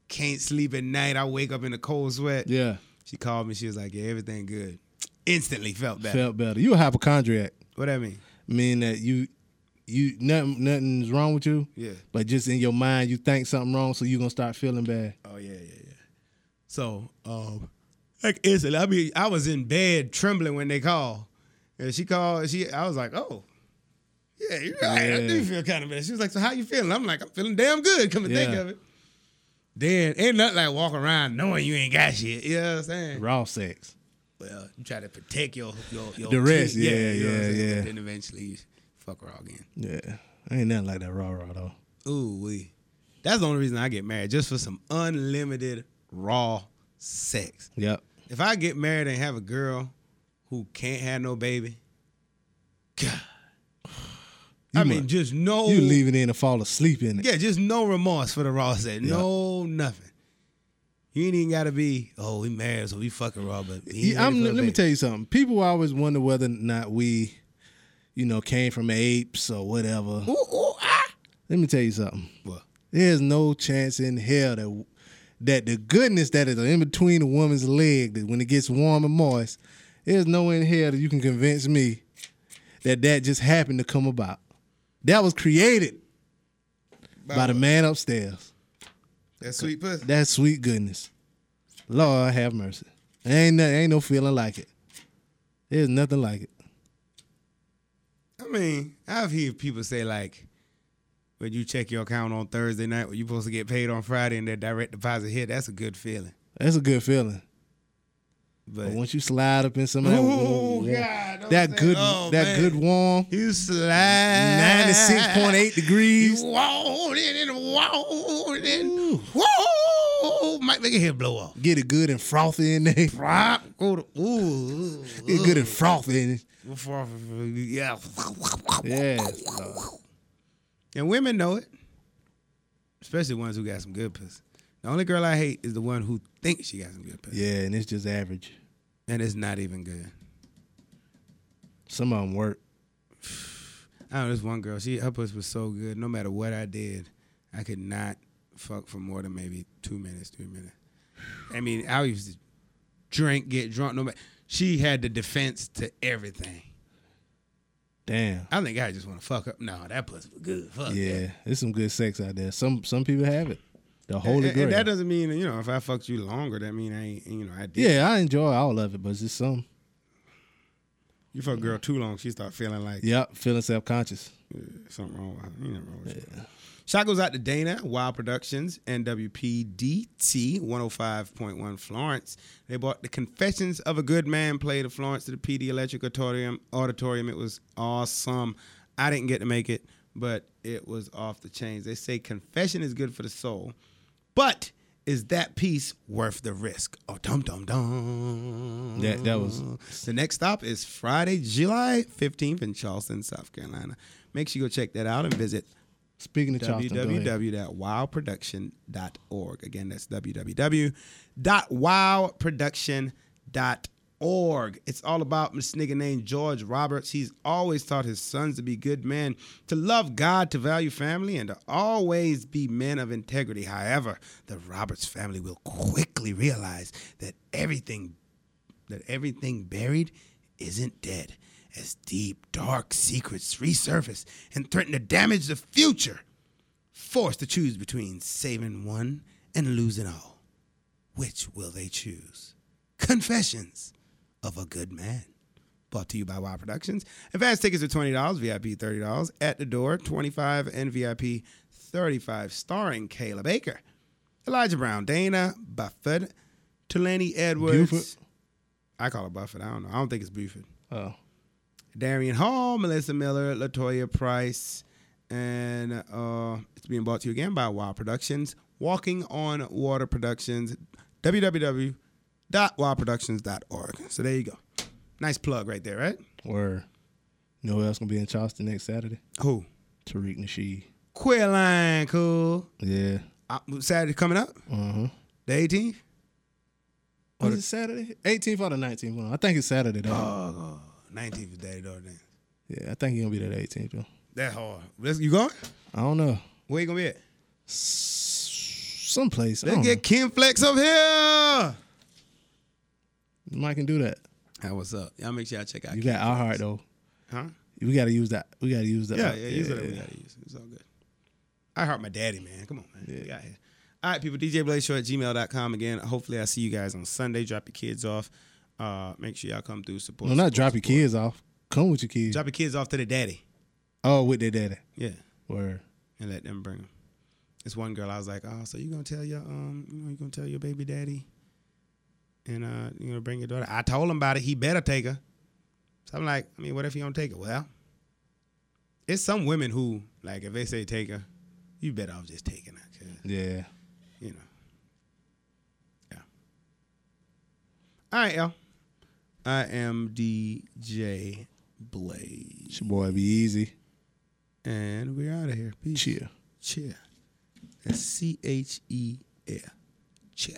Speaker 1: can't sleep at night. I wake up in a cold sweat.
Speaker 2: Yeah.
Speaker 1: She called me, she was like, yeah, everything good. Instantly felt better.
Speaker 2: Felt better. You a hypochondriac.
Speaker 1: What that mean?
Speaker 2: Mean that you you nothing nothing's wrong with you.
Speaker 1: Yeah.
Speaker 2: But just in your mind you think something wrong, so you gonna start feeling bad.
Speaker 1: Oh yeah, yeah, yeah. So, um, like instantly, I mean, I was in bed trembling when they called, and she called. She, I was like, oh, yeah, you're right. I do
Speaker 2: Yeah.
Speaker 1: feel kind of bad. She was like, so how you feeling? I'm like, I'm feeling damn good. Come to think
Speaker 2: Yeah.
Speaker 1: of it. Then ain't nothing like walking around knowing you ain't got shit. You know what I'm saying?
Speaker 2: Raw sex.
Speaker 1: Well, you try to protect your your, your
Speaker 2: The rest,
Speaker 1: kid.
Speaker 2: yeah,
Speaker 1: you know what I'm
Speaker 2: yeah,
Speaker 1: saying?
Speaker 2: yeah.
Speaker 1: Then eventually, you fuck raw again.
Speaker 2: Yeah. Ain't nothing like that raw raw though.
Speaker 1: Ooh wee. That's the only reason I get married, just for some unlimited raw sex.
Speaker 2: Yep.
Speaker 1: If I get married and have a girl who can't have no baby, God, I
Speaker 2: You
Speaker 1: mean,
Speaker 2: mu-
Speaker 1: just no,
Speaker 2: You leave it in and fall asleep in it.
Speaker 1: yeah, just no remorse for the raw set, no nothing. You ain't even gotta be. Oh, we married, so we fucking raw, but he
Speaker 2: Yeah, I'm, let me tell you something. People always wonder whether or not we, you know, came from apes or whatever.
Speaker 1: Ooh, ooh, ah.
Speaker 2: Let me tell you something.
Speaker 1: Well,
Speaker 2: There's no chance in hell that that the goodness that is in between a woman's leg, that when it gets warm and moist, there's no in hell that you can convince me that that just happened to come about. That was created by the man upstairs.
Speaker 1: that sweet pussy.
Speaker 2: That sweet goodness. Lord have mercy. Ain't no, ain't no feeling like it. There's nothing like it.
Speaker 1: I mean, I've heard people say like, when you check your account on Thursday night, when you supposed to get paid on Friday, and that direct deposit hit, that's a good feeling.
Speaker 2: That's a good feeling.
Speaker 1: But
Speaker 2: But once you slide up in some of that,
Speaker 1: Ooh,
Speaker 2: warm-
Speaker 1: God, don't
Speaker 2: that
Speaker 1: say-
Speaker 2: good,
Speaker 1: oh,
Speaker 2: that
Speaker 1: man.
Speaker 2: good warm,
Speaker 1: you slide
Speaker 2: ninety six point eight degrees.
Speaker 1: Whoa, then and whoa, then
Speaker 2: Ooh.
Speaker 1: whoa, might make a head blow off.
Speaker 2: Get it good and frothy in there. Get
Speaker 1: Right, go to ooh,
Speaker 2: it good and frothy in it.
Speaker 1: ooh. yeah.
Speaker 2: Yes,
Speaker 1: And women know it, especially ones who got some good pussy. The only girl I hate is the one who thinks she got some good pussy,
Speaker 2: Yeah, and it's just average.
Speaker 1: and it's not even good.
Speaker 2: Some of them work.
Speaker 1: I know Oh, this one girl. She her pussy was so good. No matter what I did, I could not fuck for more than maybe two minutes, three minutes. I mean, I used to drink, get drunk. No matter. She had the defense to everything.
Speaker 2: Damn.
Speaker 1: I think I just want to fuck up. No, that pussy was good. Fuck
Speaker 2: Yeah, there's some good sex out there. Some some people have it. The
Speaker 1: And,
Speaker 2: holy
Speaker 1: and- and that
Speaker 2: grail.
Speaker 1: doesn't mean you know if I fucked you longer, that mean I ain't you know I did.
Speaker 2: Yeah, I enjoy all of it, but it's just some.
Speaker 1: You fuck a girl too long, she start feeling like
Speaker 2: Yep, feeling self conscious.
Speaker 1: Something wrong with her. Ain't nothing wrong with you. Shot goes out to Dana, Wild Productions, and WPDT 105.1 Florence. They bought the Confessions of a Good Man played at Florence to the PD Electric Auditorium. Auditorium. It was awesome. I didn't get to make it, but it was off the chains. They say confession is good for the soul, but is that piece worth the risk? Oh, dum dum dum.
Speaker 2: That- that was
Speaker 1: The next stop is Friday, July 15th in Charleston, South Carolina. Make sure you go check that out and visit
Speaker 2: Speaking of Charleston, go ahead.
Speaker 1: www.wildproduction.org. Again, that's www.wildproduction.org. It's all about this nigga named George Roberts. He's always taught his sons to be good men, to love God, to value family, and to always be men of integrity. However, the Roberts family will quickly realize that everything that everything buried isn't dead as deep, dark secrets resurface and threaten to damage the future. Forced to choose between saving one and losing all. Which will they choose? Confessions of a Good Man. Brought to you by Y Productions. Advance tickets are $20, VIP $30, at the door 25 and VIP 35 starring Kayla Baker, Elijah Brown, Dana Buffett, Tulani Edwards.
Speaker 2: Buford?
Speaker 1: I call it Buffett. I don't know. I don't think it's Buford.
Speaker 2: Oh,
Speaker 1: Darian Hall, Melissa Miller, Latoya Price, and uh, it's being brought to you again by Wild Productions, Walking on Water Productions, www.wildproductions.org. So there you go. Nice plug right there, right?
Speaker 2: word. You know who else gonna be in Charleston next Saturday?
Speaker 1: Who?
Speaker 2: Tariq Nasheed.
Speaker 1: Queer Line Cool.
Speaker 2: Yeah.
Speaker 1: Uh, Saturday coming up,
Speaker 2: Uh-huh.
Speaker 1: the 18th.
Speaker 2: Was it Uh. Saturday? 18th or the 19th? Well, I think it's Saturday though.
Speaker 1: Oh, 19th is Daddy Daughter Dance.
Speaker 2: yeah, I think he's gonna be there the 18th though.
Speaker 1: That hard. Let's- You going?
Speaker 2: I don't know.
Speaker 1: Where you going to be at?
Speaker 2: S- someplace. I
Speaker 1: Let's
Speaker 2: don't
Speaker 1: get Ken Flex up here.
Speaker 2: know. Mike can do that.
Speaker 1: Hey, what's up? Y'all make sure y'all check out.
Speaker 2: You got our heart though.
Speaker 1: huh?
Speaker 2: We gotta use that. We gotta use that.
Speaker 1: Yeah, yeah, use whatever we gotta use. It's all good. I heart my daddy, man. Come on, man. We got here. All right, people, DJ Show at gmail.com again. Hopefully I see you guys on Sunday. Drop your kids off. Uh make sure y'all come through support.
Speaker 2: No, not
Speaker 1: support,
Speaker 2: drop your
Speaker 1: support.
Speaker 2: kids off. Come with your kids.
Speaker 1: Drop your kids off to the daddy.
Speaker 2: Oh, with their daddy.
Speaker 1: Yeah.
Speaker 2: Word.
Speaker 1: And let them bring them. This one girl, I was like, Oh, so you gonna tell your um you know, you gonna tell your baby daddy and uh you know bring your daughter. I told him about it, he better take her. So I'm like, I mean, what if he don't take her? Well, it's some women who, like, if they say take her, you better off just taking her. 'cause
Speaker 2: Yeah.
Speaker 1: you know. Yeah. All right, y'all. I am DJ Blaze,
Speaker 2: It's your boy be easy.
Speaker 1: and we're out of here. Peace.
Speaker 2: Chill.
Speaker 1: Cheer. That's C H E R. Cheer.